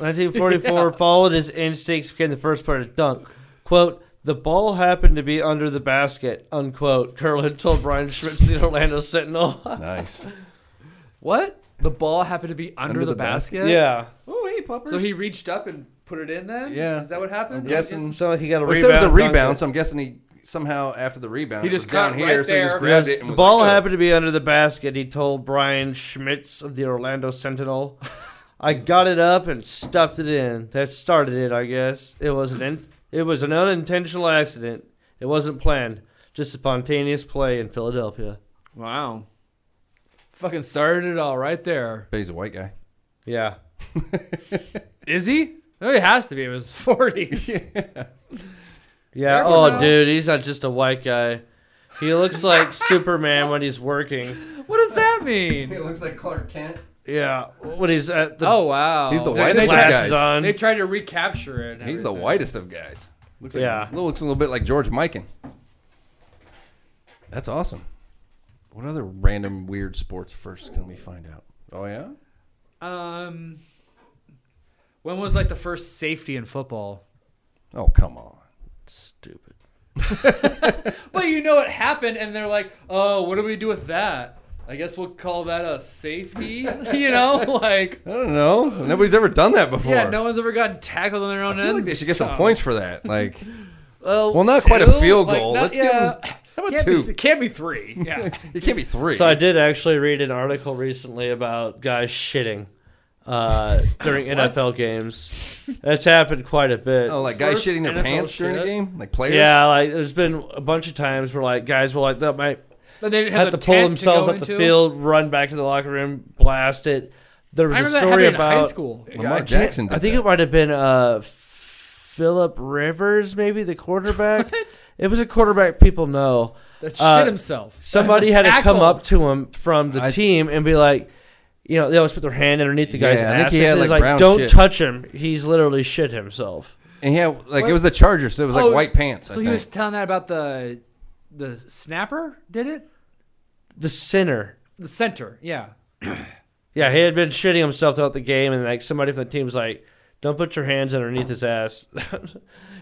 C: 1944 followed his instincts, became the first player to dunk. Quote, the ball happened to be under the basket, unquote, Curlin told Brian Schmitz, the Orlando Sentinel.
B: Nice.
A: what? The ball happened to be under,
B: Under
A: the,
B: the basket?
A: basket.
C: yeah.
B: Oh, hey, puppers.
A: So he reached up and put it in then?
B: Yeah.
A: Is that what happened?
B: I'm guessing.
C: So like he got a
B: Well, he
C: rebound.
B: said it was a
C: dunked
B: rebound,
C: it.
B: so I'm guessing he somehow after the rebound
A: He
B: it was
A: just
B: down
A: caught
B: here,
A: right
B: so he just
A: there.
B: grabbed
C: Yes,
B: it. And
C: the
B: was
C: ball
B: like, oh.
C: happened to be under the basket. He told Brian Schmitz of the Orlando Sentinel, "I got it up and stuffed it in. That started it, I guess. It was an in- it was an unintentional accident. It wasn't planned. Just spontaneous play in Philadelphia.
A: Wow. Fucking started it all right there.
B: But he's a white guy.
C: Yeah,
A: Is he? Oh, he has to be. It was 40s.
C: yeah.
A: There
C: oh,
A: was-
C: dude, he's not just a white guy. He looks like Superman when he's working.
A: What does that mean?
B: He looks like Clark Kent.
C: Yeah, when he's at the
A: Oh, wow.
B: He's the
A: They-
B: whitest
A: they,
B: of
A: tried-
B: guys.
C: glasses on.
A: They tried to recapture it. and
B: He's the
A: everything.
B: whitest of guys. Looks like,
C: Yeah.
B: looks a little bit like George Mikan. That's awesome. What other random weird sports first can we find out? Oh yeah,
A: Um, when was like the first safety in football?
B: oh come on.
C: Stupid.
A: Well, you know it happened, and they're like, "Oh, what do we do with that? I guess we'll call that a safety." you know, like
B: I don't know. Nobody's ever done that before.
A: yeah, no one's ever gotten tackled on their own
B: I
A: end.
B: feel like they should get some
A: zone.
B: points for that. Like,
A: Well,
B: well, not quite a
A: two?
B: field
A: Like,
B: goal.
A: not-
B: Let's
A: yeah.
B: give him. How about
A: Can't
B: two?
A: be, it can't be three. Yeah.
B: It can't be three.
C: So I did actually read an article recently about guys shitting uh, during NFL games. That's happened quite a bit.
B: oh, like guys
A: first
B: shitting their
A: NFL
B: pants during the
A: shit.
B: game, like players.
C: yeah, like there's been a bunch of times where like guys will like that might
A: But they didn't have
C: have
A: the
C: to pull
A: tent
C: themselves
A: go
C: up the
A: into.
C: field, run back to the locker room, blast it. There was
A: I
C: a
A: remember that
C: story
A: happening
C: about
A: in high school.
B: Lamar
C: I can't-
B: Jackson. Did
C: I think
B: that.
C: it might have been uh, Philip Rivers, maybe the quarterback. It was a quarterback people know.
A: That shit
C: Uh,
A: himself.
C: Somebody had to come
A: Tackled.
C: up to him from the
B: I-
C: team and be like, you know, they always put their hand underneath the guy's
B: Yeah, I
C: ass.
B: think he had,
C: and it's
B: like, brown
C: don't
B: shit."
C: touch him. He's literally shit himself.
B: And yeah, like it
A: What?
B: was the Chargers, so it was like
A: Oh,
B: white pants. I
A: So he
B: think.
A: was telling that about the the snapper did it.
C: The sinner.
A: The center, yeah.
C: Yeah, he had been shitting himself throughout the game, and like somebody from the team's like, "Don't put your hands underneath his ass.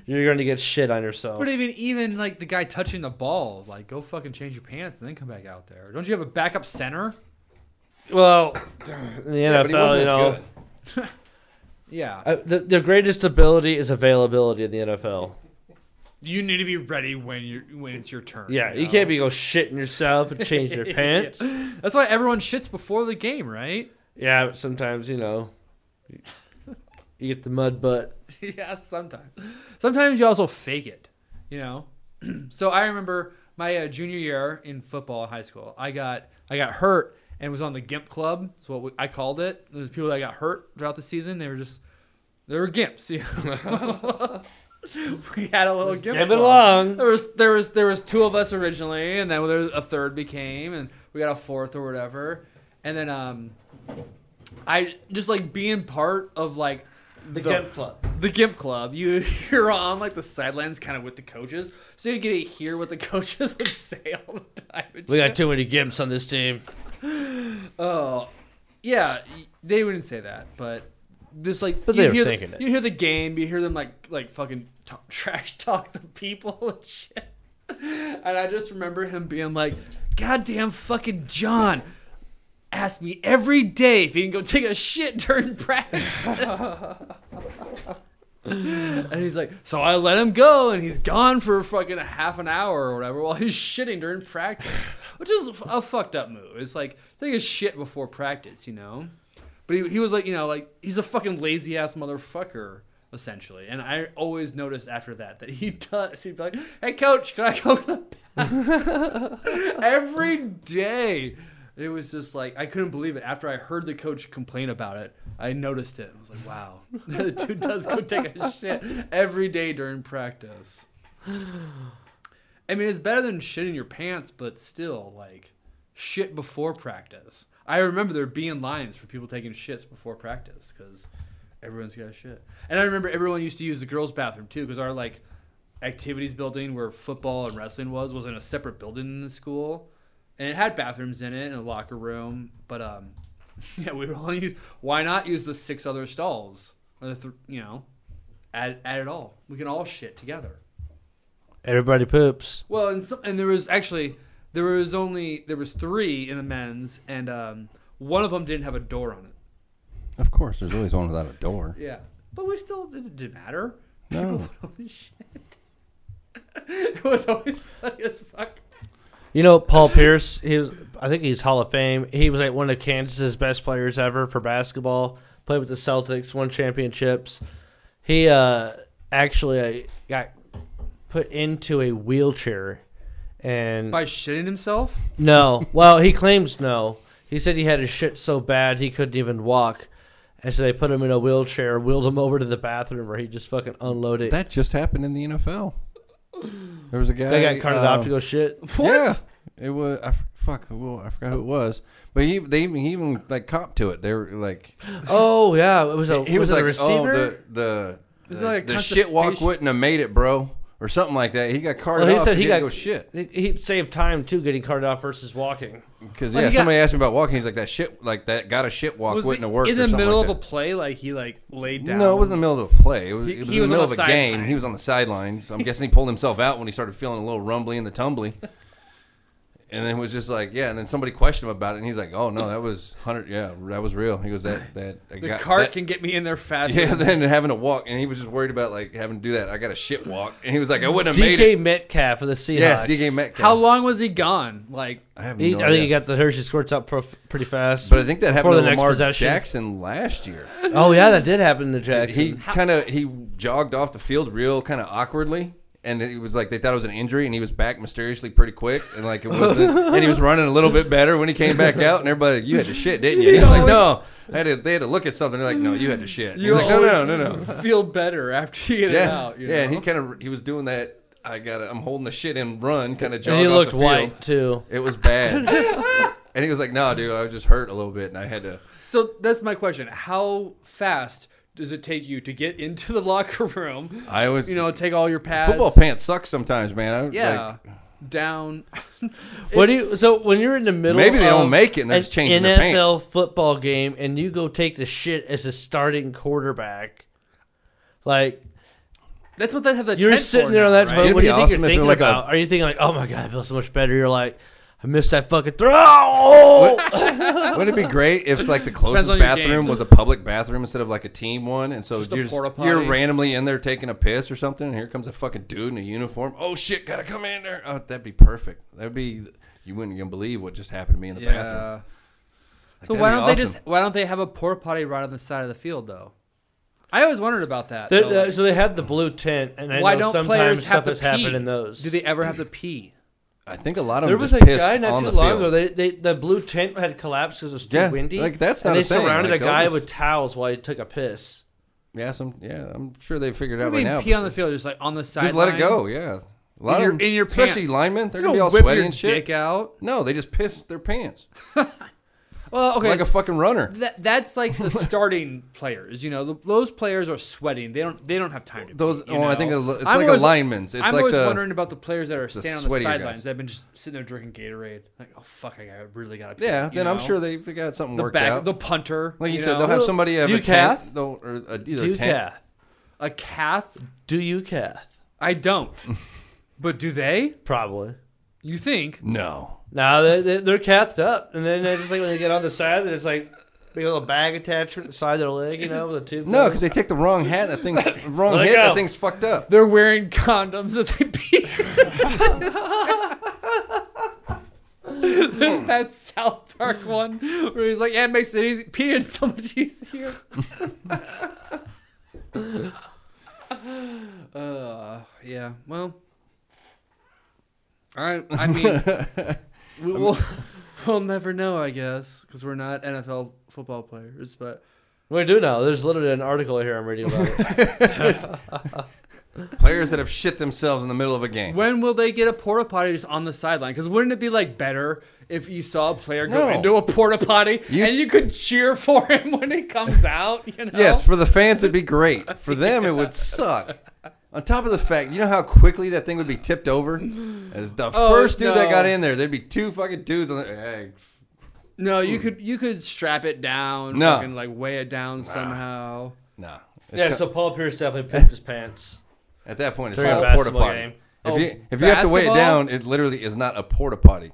C: You're going to get shit on yourself."
A: But even even like the guy touching the ball, like go fucking change your pants and then come back out there. Don't you have a backup center?
C: well, in the
B: yeah, but he
C: NFL,
B: wasn't as
C: you know,
B: good.
A: Yeah.
C: uh, the, the greatest ability is availability in the NFL.
A: you need to be ready when you are when it's your turn.
C: Yeah, you
A: know?
C: can't be go shitting yourself and change your pants.
A: That's why everyone shits before the game, right?
C: Yeah, but sometimes you know, you get the mud butt.
A: yeah, sometimes. Sometimes you also fake it, you know. so I remember my uh, junior year in football in high school. I got I got hurt and was on the gimp club. That's what we, I called it. There was people that got hurt throughout the season. They were just they were gimps. You know? we had a little gimp.
C: Give it
A: club.
C: along.
A: There was there was there was two of us originally, and then there was a third became, and we got a fourth or whatever, and then um, I just like being part of like the,
C: Club.
A: the gimp club. You you're on like the sidelines, kind of with the coaches, so you get to hear what the coaches would say all the time. and
C: We
A: shit.
C: got too many gimps on this team.
A: Oh, yeah. y- They wouldn't say that, but just like
C: But
A: you
C: they were
A: hear
C: thinking it.
A: You hear the game. You hear them like like fucking t- trash talk the people and shit. And I just remember him being like, "Goddamn fucking John." Ask me every day if he can go take a shit during practice. and he's like, so I let him go, and he's gone for fucking a half an hour or whatever while he's shitting during practice, which is a fucked up move. It's like take a shit before practice, you know. But he, he was like, you know, like he's a fucking lazy ass motherfucker essentially. And I always noticed after that that he does. He'd be like, "Hey, coach, can I go to the bathroom?" every day? It was just like I couldn't believe it. After I heard the coach complain about it, I noticed it. I was like, "Wow, the dude does go take a shit every day during practice." I mean, it's better than shit in your pants, but still, like, shit before practice. I remember there being lines for people taking shits before practice because everyone's got a shit. And I remember everyone used to use the girls' bathroom too because our, like, activities building where football and wrestling was was in a separate building in the school. And it had bathrooms in it and a locker room. But, um, yeah, we would only use, why not use the six other stalls? Or the th- you know, add, add it all. We can all shit together.
C: Everybody poops.
A: Well, and some, and there was actually there was only there was three in the men's, and um, one of them didn't have a door on it.
B: Of course, there's always one without a door.
A: Yeah, But we still it didn't matter.
B: No.
A: Holy shit. it was always funny as fuck.
C: You know, Paul Pierce, he was I think he's Hall of Fame. He was like one of Kansas's best players ever for basketball. Played with the Celtics, won championships. He uh actually uh, got put into a wheelchair and
A: By shitting himself?
C: no. Well, he claims no. He said he had his shit so bad he couldn't even walk. And so they put him in a wheelchair, wheeled him over to the bathroom where he just fucking unloaded.
B: That just happened in the NFL. There was a guy.
C: they got carted
B: um,
C: off to go shit.
B: Yeah, it was. I, f- fuck. Well, I forgot who it was, but he they even, he even like copped to it. They were like,
C: Oh yeah, it was a
B: he was,
C: it
B: like,
C: a receiver.
B: oh, the the
A: Is
B: the,
A: it like a
B: the shit walk
A: constipation-
B: wouldn't have made it, bro, or something like that. He got carted
C: Well, he
B: off.
C: said
B: he,
C: he
B: didn't
C: got-
B: go shit
C: He- He'd save time too, getting carted off versus walking.
B: because
A: Well,
B: yeah,
A: he got-
B: somebody asked him about walking. He's like that shit, like that got a shit walk
A: Was
B: wouldn't
A: he
B: have worked.
A: in
B: or
A: the
B: something
A: middle
B: like
A: of a
B: that.
A: play? Like he like laid down.
B: No, it wasn't in the middle of a play. It was,
A: He-
B: it was
A: he
B: in the
A: was on
B: middle of
A: the
B: a game.
A: sideline.
B: He was on the sideline. So I'm guessing he pulled himself out when he started feeling a little rumbly in the tumbly. And then was just like, yeah. And then somebody questioned him about it, and he's like, oh no, that was hundred. Yeah, that was real. He goes that that I
A: The
B: got-
A: cart
B: that-
A: can get me in there faster.
B: Yeah, then having to walk, and he was just worried about like having to do that. I got a shit walk, and he was like, I wouldn't have made
C: DK
B: it.
C: Metcalf of the Seahawks.
B: Yeah, DK Metcalf.
A: How long was he gone? Like
B: I have no
C: He, I think
B: idea.
C: he got the Hershey squirts up prof- pretty fast.
B: but I think that happened
C: for
B: to
C: the next
B: Lamar
C: possession.
B: Jackson last year.
C: oh yeah, that did happen to Jackson.
B: Uh, He kind of he jogged off the field real kind of awkwardly, and it was like they thought it was an injury, and he was back mysteriously pretty quick, and like it wasn't. and he was running a little bit better when he came back out, and everybody, you had to shit, didn't you? He was like, no, I had to, they had to look at something. They're like, no, you had to shit. He's
A: you
B: like, no, no, no, no.
A: feel better after you get it
B: Yeah,
A: out. You
B: yeah. And
A: know?
B: he kind of he was doing that. I got. I'm holding the shit and run kind of jog.
C: and he
B: off
C: looked
B: the field.
C: white too.
B: It was bad. and he was like, "No, dude, I was just hurt a little bit, and I had to."
A: So that's my question. How fast does it take you to get into the locker room?
B: I was,
A: You know, take all your pads.
B: football pants suck sometimes, man. I,
A: Yeah.
B: like,
A: down.
C: What do you? So when you're in the middle,
B: Maybe they
C: of
B: don't make it and they're
C: an
B: just changing their
C: NFL football game, and you go take the shit as a starting quarterback, like
A: That's what they have that
C: You're
A: tent
C: sitting
A: for
C: there on
A: now,
C: that.
A: right?
B: It'd
C: Right? What
B: be
C: do
B: awesome
C: you
B: if
C: think
B: they're
C: you're thinking
B: like a-
C: about? Are you thinking like, oh my god, I feel so much better? You're like, I missed that fucking throw.
B: wouldn't it be great if like the closest
A: on your
B: bathroom
A: game.
B: was a public bathroom instead of like a team one, and so
A: Just a
B: you're just,
A: porta potty.
B: you're randomly in there taking a piss or something, and here comes a fucking dude in a uniform. Oh shit, gotta come in there. Oh, that'd be perfect. That'd be you wouldn't even believe what just happened to me in the
A: Yeah.
B: bathroom. Like,
A: So
B: that'd
A: why
B: be
A: don't they
B: awesome.
A: just why don't they have a porta potty right on the side of the field though? I always wondered about that.
C: The-
A: though,
C: the-
A: like,
C: so they have the blue tent, and I
A: why
C: know
A: don't
C: sometimes
A: players
C: stuff
A: have to
C: has
A: pee?
C: happened in those.
A: Do they ever have to pee?
B: I think a lot of
C: there
B: them
C: was
B: just
C: a
B: piss
C: guy not
B: on
C: too
B: the
C: long
B: field.
C: ago. They, they, the blue tent had collapsed because it was too
B: Yeah,
C: windy.
B: like, that's not
C: and they
B: a thing.
C: surrounded
B: Like,
C: a
B: they'll
C: guy
B: just-
C: with towels while he took a piss.
B: Yeah, some. Yeah, I'm sure they figured it out
A: I
B: by
A: mean,
B: now.
A: pee on the field, just like on the side.
B: just let it go. Yeah, a lot
A: In your-
B: of them,
A: in your
B: especially
A: pants.
B: linemen, they're
A: They're
B: gonna be all
A: whip
B: sweaty
A: your
B: and shit.
A: Dick out.
B: No, they just piss their pants
A: Well, okay.
B: like a fucking runner.
A: that, that's like the starting players. You know, the, those players are sweating. They don't. They don't have time to.
B: Those,
A: pee, you
B: oh, I
A: know?
B: think it's
A: I'm
B: like
A: always-
B: a lineman's. It's
A: I'm
B: like
A: always
B: the
A: wondering about the players that are standing on the
B: sweatier guys.
A: sidelines. They've been just sitting there drinking Gatorade. Like, oh fuck, I got, really got to. Pee,
B: yeah.
A: you
B: Then I'm
A: know?
B: sure they they got something
A: the
B: worked
A: back,
B: out.
A: the punter.
B: like you,
A: you
B: said,
A: know?
B: they'll have somebody have a
C: Ducath?
B: tent, they'll, or a, either
C: Do you
B: a tent.
C: cath?
A: a calf.
C: Do you cath?
A: I don't. but do they?
C: Probably.
A: You think?
B: No,
C: No, they, they, they're cathed up, and then they just like when they get on the side, there's like big little bag attachment inside their leg, you know, with a tube.
B: no, because they take the wrong hat. That thing's wrong
C: Let it
B: hit.
C: go.
B: That thing's fucked up.
A: They're wearing condoms that they pee. There's that South Park one where he's like, "Yeah, it makes it easy. Peeing so much easier." uh, yeah. Well, I I mean, we, we'll we'll never know, I guess, because we're not NFL football players. But
C: we do know. There's literally an article here I'm reading about. it.
B: Players that have shit themselves in the middle of a game.
A: When will they get a porta potty just on the sideline? Because wouldn't it be like better if you saw a player go
B: No.
A: into a porta potty
B: You-
A: and you could cheer for him when he comes out? You know?
B: Yes, for the fans it'd be great. For them it would suck. On top of the fact, you know how quickly that thing would be tipped over. As the
A: Oh,
B: first dude that got
A: no.
B: in there, there'd be two fucking dudes. On the, hey,
A: No, you could you could strap it down,
B: No.
A: fucking like weigh it down somehow.
B: nah. It's
C: yeah,
B: co-
C: so Paul Pierce definitely pooped his pants.
B: at that point, it's
C: During a
B: not a porta
C: basketball
B: potty.
C: game.
B: If
A: Oh,
B: you if you have to weigh it
A: basketball?
B: down, it literally is not a porta potty.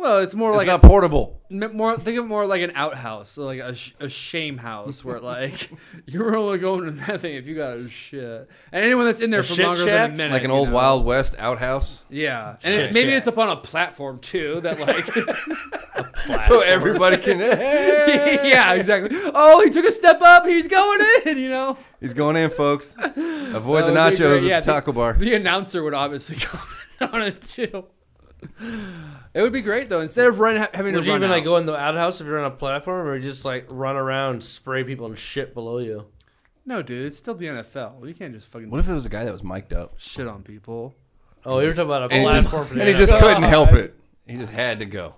A: Well, it's more
B: It's
A: like
B: not portable.
A: M- more think of more like an outhouse, so like a, sh- a shame house where like you're only going to that thing if you got a shit. And anyone that's in there
C: A
A: for
C: shit
A: longer
C: shack?
A: than a minute,
B: Like an
A: you
B: old
A: know?
B: Wild West outhouse.
A: yeah. And
C: Shit
A: it, maybe
C: shack.
A: it's up on a platform too that like
B: So everybody can.
A: yeah exactly. Oh, he took a step up. He's going in. You know,
B: He's going in, folks. Avoid
A: That
B: the
A: would be
B: nachos
A: great.
B: at
A: Yeah,
B: the
A: the-
B: taco bar.
A: the announcer would obviously go on it too. It would be great though. Instead of run ha- having
C: Would
A: to
C: you
A: run
C: even like
A: out.
C: go in the outhouse if you're on a platform, or just like run around, spray people and shit below you?
A: no, dude, it's still the NFL. You can't just fucking
B: What if it was a guy that was mic'd up
A: shit on people.
C: Oh, you're talking about a
B: and he just,
C: platform for the
B: and he
C: NFL.
B: just
A: Oh,
B: couldn't help it? He just had to go.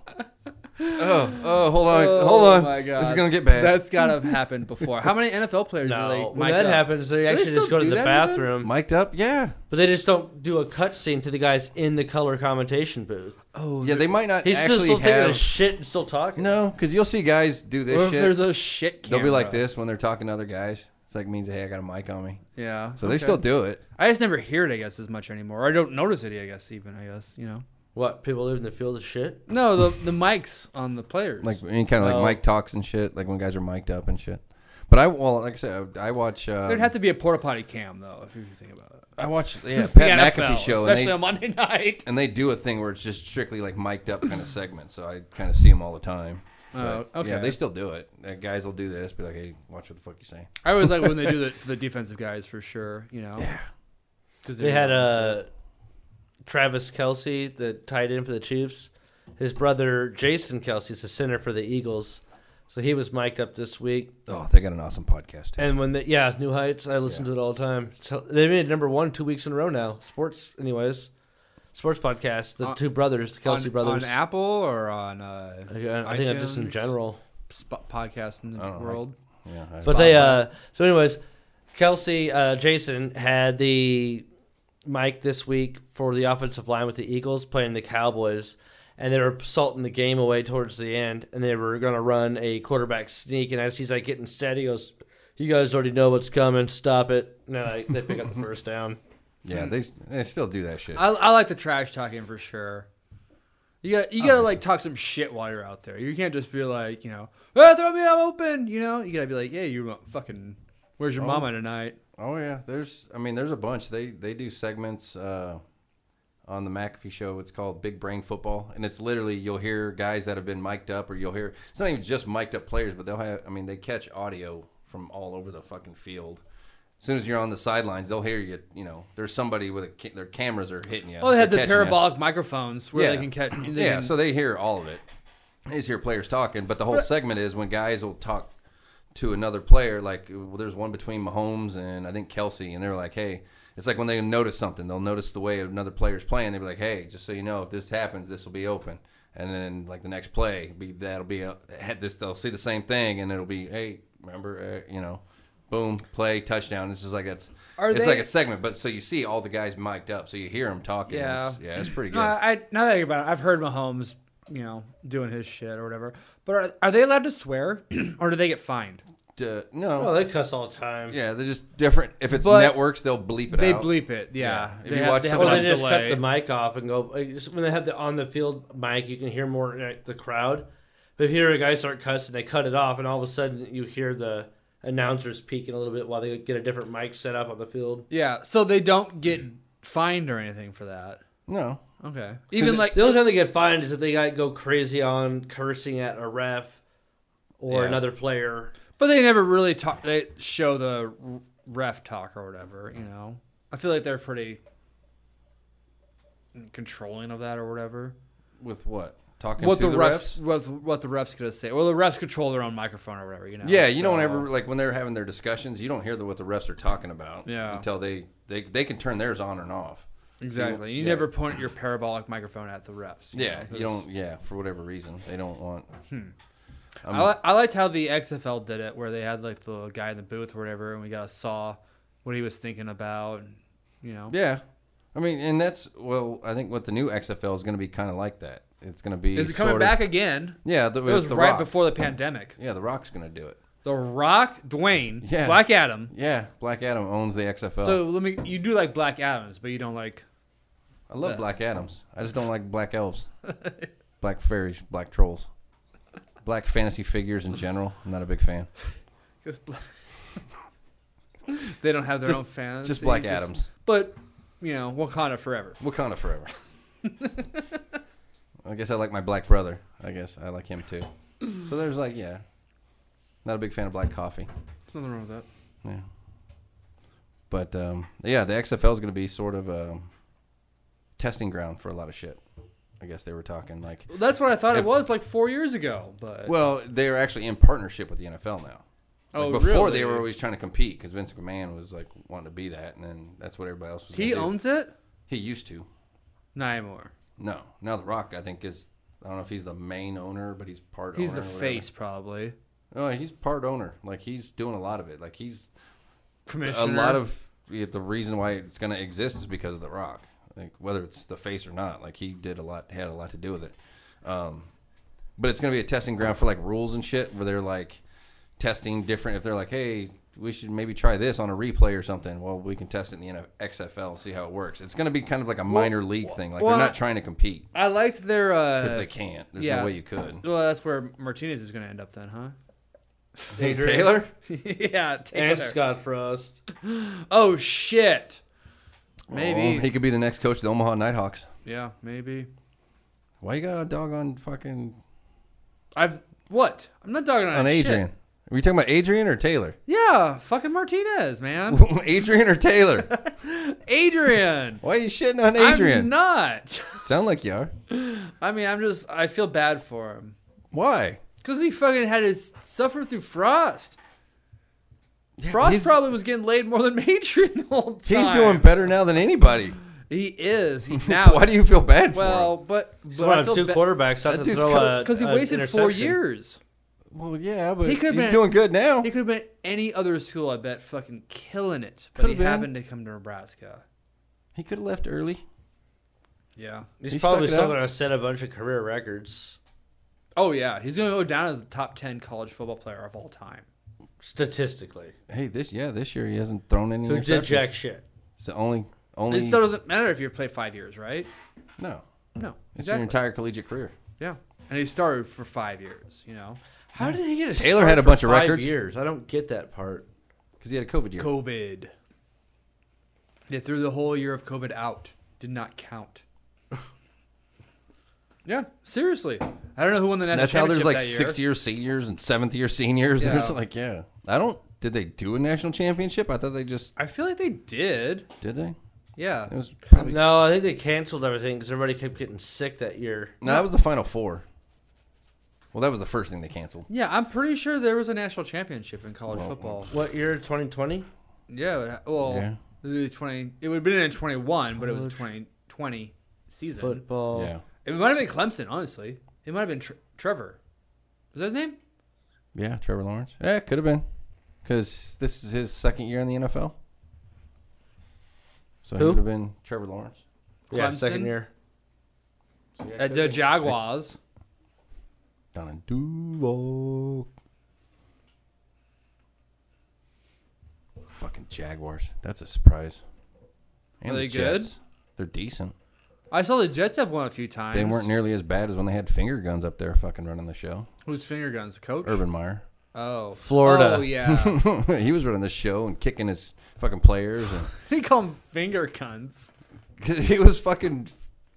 B: Oh, oh, hold on, hold
A: Oh
B: on.
A: my
B: This is
A: God.
B: gonna get bad.
A: That's gotta have happened before. How many NFL players are
C: No,
A: like
C: when
A: mic'd
C: that
A: up?
C: happens, they
A: they
C: actually
A: still
C: just go to
A: do
C: the
A: that even?
C: bathroom,
B: mic'd up, yeah,
C: but they just don't do a cutscene to the guys in the color commentation booth.
A: Oh,
B: yeah. They might not
C: He's still,
B: actually
C: still taking a
B: have.
C: shit and still talking.
B: no, because you'll see guys do
A: what
B: this
A: if there's
B: shit.
A: a shit camera?
B: They'll be like this when they're talking to other guys. It's like means hey, I got a mic on me.
A: Yeah.
B: So they still do it.
A: I just never hear it, I guess, as much anymore. I don't notice it, I guess, even. I guess you know.
C: What people live in the field of shit?
A: No, the the mics on the players.
B: like any kind of like
C: Oh.
B: mic talks and shit, like when guys are mic'd up and shit. But I well, like I said, I, I watch. Uh,
A: there'd have to be a porta potty cam though, if you think about it.
B: I watch yeah,
A: It's the
B: Pat
A: NFL,
B: McAfee show, and
A: especially
B: they
A: on Monday night.
B: and they do a thing where it's just strictly like mic'd up kind of segments. So I kind of see them all the time.
A: Oh,
B: But, Yeah,
A: okay.
B: they still do it. Uh, guys will do this, be like, hey, watch what the fuck you saying.
A: I always like when they do that for the defensive guys for sure. You know. Yeah.
C: They had uh, Travis Kelsey, the tight end for the Chiefs. His brother Jason Kelsey's the center for the Eagles, so he was mic'd up this week.
B: Oh, they got an awesome podcast. Too.
C: And when the yeah, New Heights, I listen to it all the time. So they made it number one two weeks in a row now. Sports, anyways, sports podcast. The
A: On-
C: two brothers, the Kelsey
A: on,
C: brothers.
A: on Apple or on uh,
C: I, I think just in
A: iTunes?
C: general.
A: Sp- podcast in
B: I
A: the
B: don't know,
A: world.
B: Yeah, I-
C: But they uh so anyways, Kelsey uh Jason had the mic this week for the offensive line with the Eagles playing the Cowboys and they were salting the game away towards the end and they were gonna run a quarterback sneak and as he's like getting set he goes, You guys already know what's coming, stop it and then like, they pick up the first down.
B: yeah, they they still do that shit.
A: I, I like the trash talking for sure. You got you gotta like talk some shit while you're out there. You can't just be like, you know, oh, throw me out open. You know, you gotta be like, yeah, you fucking. Where's your mama tonight?
B: Oh yeah, there's. I mean, there's a bunch. They they do segments uh, on the McAfee show. It's called Big Brain Football, and it's literally you'll hear guys that have been mic'd up, or you'll hear it's not even just mic'd up players, but they'll have. I mean, they catch audio from all over the fucking field. As soon as you're on the sidelines, they'll hear you. You know, there's somebody with a ca- their cameras are hitting you.
A: Oh, they had
B: They're
A: the
B: catching you.
A: parabolic microphones where they can catch. They
B: yeah,
A: can-
B: so they hear all of it. They just hear players talking, but the whole segment is when guys will talk to another player. Like well, there's one between Mahomes and I think Kelsey, and they're like, "Hey." It's like when they notice something, they'll notice the way another player's playing. They'll be like, "Hey, just so you know, if this happens, this will be open." And then like the next play, be that'll be a, had this. They'll see the same thing, and it'll be, "Hey, remember, uh, you know." Boom! Play touchdown. It's just like that's.
A: Are
B: it's
A: they-
B: like a segment, but so you see all the guys mic'd up, so you hear them talking.
A: Yeah.
B: it's, yeah, it's pretty good.
A: No, I now that I think about it, I've heard Mahomes, you know, doing his shit or whatever. But are, are they allowed to swear, or do they get fined?
B: Uh, no,
C: Oh, they cuss all the time.
B: Yeah, they're just different. If it's
A: But
B: networks, they'll bleep it
A: They
B: out.
A: bleep it. Yeah,
B: Yeah. If
A: They
B: you
A: have-
B: watch
A: they have
B: Well,
C: Or
B: someone-
A: a
C: they just
A: delay.
C: cut the mic off and go. like, just When they have the on the field mic, you can hear more like, the crowd. But if you hear a guy start cussing, they cut it off, and all of a sudden you hear the announcers peeking a little bit while they get a different mic set up on the field.
A: Yeah, so they don't get fined or anything for that.
B: No,
A: Okay, even like
C: the only time they get fined is if they got go crazy on cursing at a ref or
B: Yeah.
C: another player.
A: But they never really talk. They show the r- ref talk or whatever. You know, I feel like they're pretty controlling of that or whatever.
B: with what talking
A: What
B: to
A: the,
B: the,
A: refs,
B: refs?
A: What, what the refs gonna say? Well, the refs control their own microphone or whatever. You know.
B: Yeah, you
A: so-
B: don't ever like when they're having their discussions. You don't hear the, what the refs are talking about.
A: Yeah.
B: until they they they can turn theirs on and off.
A: Exactly. You,
B: yeah.
A: never point your parabolic microphone at the refs. you
B: Yeah,
A: know, 'cause-
B: you don't. Yeah, for whatever reason, they don't want.
A: I, li- I liked how the XFL did it, where they had like the little guy in the booth or whatever, and we got saw what he was thinking about. And, you know.
B: Yeah, I mean, and that's well. I think what the new XFL is going to be kind of like that. It's going to be.
A: Is it coming
B: sort of-
A: back again?
B: Yeah, the,
A: It was
B: the
A: right
B: Rock.
A: before the pandemic.
B: Yeah, the Rock's going to do it.
A: The Rock, Dwayne,
B: Yeah.
A: Black Adam.
B: Yeah, Black Adam owns the XFL.
A: So let me. You do like Black Adams, but you don't like.
B: I love Black Adams. I just don't like Black Elves. black fairies, black trolls, black fantasy figures in general. I'm not a big fan.
A: Just bla- they don't have their
B: Just-
A: own fans.
B: just Black Adams.
A: But you know, Wakanda forever.
B: Wakanda forever. I guess I like my black brother. I guess I like him too. So there's like, yeah, not a big fan of black coffee.
A: There's nothing wrong with that.
B: Yeah. But um, yeah, the XFL is going to be sort of a testing ground for a lot of shit. I guess they were talking like,
A: That's what I thought
B: If-
A: it was like four years ago. But
B: well, they are actually in partnership with the NFL now. Like,
A: oh,
B: before
A: really?
B: they were always trying to compete because Vince McMahon was like wanting to be that, and then that's what everybody else was.
A: he
B: gonna do.
A: owns it.
B: He used to.
A: Not anymore.
B: No, now The Rock, I think is. I don't know if he's the main owner, but he's part.
A: He's
B: owner
A: the
B: or whatever.
A: face, probably.
B: No, he's part owner. Like he's doing a lot of it. Like he's
A: Commissioner.
B: a lot of yeah, the reason why it's going to exist is because of The Rock. Like whether it's the face or not, like he did a lot, had a lot to do with it. Um, but it's going to be a testing ground for like rules and shit, where they're like testing different. If they're like, hey, we should maybe try this on a replay or something. Well, we can test it in the NF XFL, see how it works. It's going to be kind of like a minor league thing. Like
A: well,
B: they're not trying to compete
A: I liked their. Uh,
B: because they can't. There's
A: yeah.
B: no way you could.
A: well, that's where Martinez is going to end up then, huh?
C: Adrian
B: Taylor,
A: yeah, Taylor.
C: and Scott Frost.
A: Oh shit. Maybe.
B: Oh, he could be the next coach of the Omaha Nighthawks.
A: Yeah, maybe.
B: Why you got a dog on fucking
A: I've what? I'm not talking
B: on Adrian? Were you talking about Adrian or Taylor?
A: Yeah, fucking Martinez, man.
B: Adrian or Taylor?
A: Adrian.
B: Why are you shitting on Adrian?
A: I'm not.
B: Sound like you are.
A: I mean, I'm just. I feel bad for him
B: Why?
A: because he fucking had to suffer through Frost.
B: he's-
A: Frost probably was getting laid more than Matron the whole time.
B: He's doing better now than anybody.
A: He is. He
B: So
A: now.
B: why do you feel bad
A: well, but but
C: One
A: I
C: of
A: feel
C: two quarterbacks.
B: That
C: Not to
B: dude's
C: throw a
A: because he
C: a
A: wasted four
C: interception.
A: years.
B: for him? Well, yeah, but
A: He could've
B: he's
A: been-
B: doing good now.
A: He could have been at any other school, I bet, fucking killing it. But
B: Could've
A: he
B: been.
A: happened to come to Nebraska.
B: He could have left early.
A: Yeah.
C: He's
B: He stuck
C: probably
B: it
C: still
B: out.
C: going to set a bunch of career records
A: Oh yeah, he's gonna go down as the top ten college football player of all time.
C: statistically.
B: Hey, this yeah, this year he hasn't thrown any.
C: Who did
B: interceptions.
C: jack shit?
B: It's the only
A: And
B: only
A: it still doesn't matter if you play five years, right?
B: no.
A: No,
B: It's your
A: exactly.
B: entire collegiate career.
A: yeah, and he started for five years. You know,
C: How did he get a
B: Taylor
C: start
B: had a
C: for
B: bunch of
C: five
B: records.
C: Years, I don't get that part.
B: Because he had a COVID year.
A: COVID. They threw the whole year of COVID out. Did not count. yeah, seriously. I don't know who won the national
B: That's how there's
A: championship
B: like
A: that year.
B: sixth year seniors and seventh year seniors.
A: Yeah.
B: There's like yeah. I don't. Did they do a national championship? I thought they just
A: I feel like they did.
B: did. They.
A: Yeah,
B: It was probably no.
C: No, I think they canceled everything because everybody kept getting sick that year.
B: That was the final four. Well, that was the first thing they canceled.
A: yeah. I'm pretty sure there was a national championship in college
B: Well,
A: football.
C: What year? 2020.
A: Yeah, it- well,
B: Yeah.
A: it would be twenty. It would have been in twenty one, but it was twenty twenty season. Oh.
C: Football.
B: Yeah.
A: It might have been Clemson, honestly. It might have been Tre- Trevor. Was that his name?
B: Yeah, Trevor Lawrence. Yeah, it could have been. Because this is his second year in the NFL. So he
C: Who?
B: would have been Trevor Lawrence.
C: Yeah,
A: Clemson?
C: second year.
B: So yeah, it
A: At
B: could
A: the
B: have been.
A: Jaguars.
B: Down in Duval. Fucking Jaguars. That's a surprise.
A: Are they good?
B: Jets. They're decent.
A: I saw the Jets have won a few times.
B: They weren't nearly as bad as when they had finger guns up there fucking running the show.
A: Who's finger guns? The coach?
B: Urban Meyer.
A: Oh.
C: Florida.
A: Oh, yeah.
B: he was running the show and kicking his fucking players and
A: they call them finger guns.
B: 'Cause he was fucking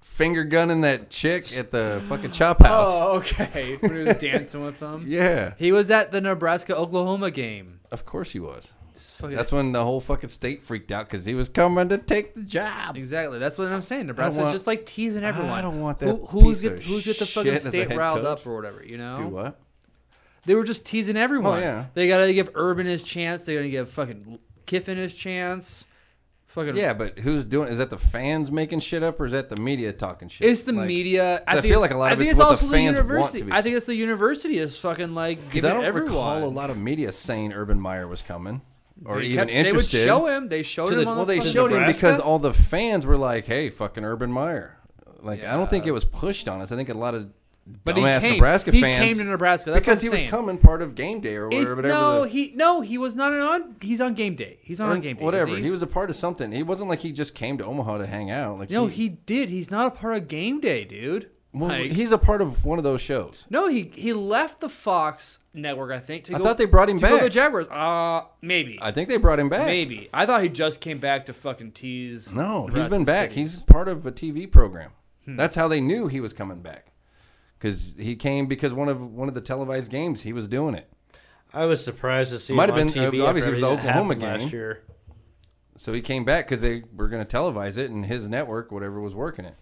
B: finger gunning that chick at the fucking chop house.
A: Oh, okay. When he was dancing with them.
B: Yeah,
A: He was at the Nebraska Oklahoma game.
B: of course he was.
A: It's fucking-
B: That's when the whole fucking state freaked out because he was coming to take the job.
A: Exactly. That's what I'm saying. Nebraska's
B: want-
A: just like teasing everyone.
B: I don't want that.
A: Who, who's
B: piece
A: get,
B: of
A: who's get the
B: shit
A: fucking
B: as a
A: state
B: head
A: riled
B: coach.
A: up or whatever, you know?
B: Do what?
A: They were just teasing everyone.
B: Oh, yeah.
A: They gotta give Urban his chance. They're gonna give fucking Kiffin his chance. Fucking
B: Yeah, but who's doing? Is that the fans making shit up or is that the media talking shit?
A: It's the
B: Like,
A: media.
B: I
A: think
B: feel like
A: it's-
B: a lot
A: I
B: of
A: think
B: it's what the
A: also
B: fans want to
A: university.
B: be.
A: I think it's the university is fucking like
B: 'cause
A: giving
B: I don't
A: everyone.
B: recall a lot of media saying Urban Meyer was coming or
A: They
B: even
A: kept-
B: interested.
A: They would show him. They showed
B: to
A: him
B: the-
A: on
B: well,
A: the
B: they
A: fucking-
B: showed him because
A: Nebraska?
B: all the fans were like, "Hey, fucking Urban Meyer." Like, I don't think
A: Yeah.
B: it was pushed on us. I think a lot of
A: But he
B: dumbass
A: came-
B: Nebraska
A: he
B: fans
A: came to Nebraska. That's
B: because
A: what I'm
B: he
A: saying.
B: was coming part of game day or
A: He's-
B: whatever. whatever
A: no,
B: the-
A: he no, he was not on. He's on game day. He's not on game day.
B: whatever.
A: Is
B: He?
A: he?
B: was a part of something. He wasn't like he just came to Omaha to hang out. Like,
A: No, he did. He's not a part of game day, dude.
B: Well,
A: Like-
B: he's a part of one of those shows.
A: No, he he left the Fox network, I think. To
B: I
A: go,
B: thought they brought him
A: to go to the
B: back.
A: Jaguars. Uh maybe,
B: I think they brought him back.
A: maybe. I thought he just came back to fucking tease.
B: No, he's
A: Russ's
B: been back.
A: titties.
B: He's part of a TV program.
A: Hmm.
B: That's how they knew he was coming back. Because he came because one of one of the televised games he was doing it.
C: I was surprised to see
B: Might have
C: Might him on
B: been-
C: TV
B: uh,
C: after
B: obviously it was the
C: everything that
B: Oklahoma
C: happened
B: game.
C: last year.
B: So he came back because they were going to televise it, and his network, whatever, was working it.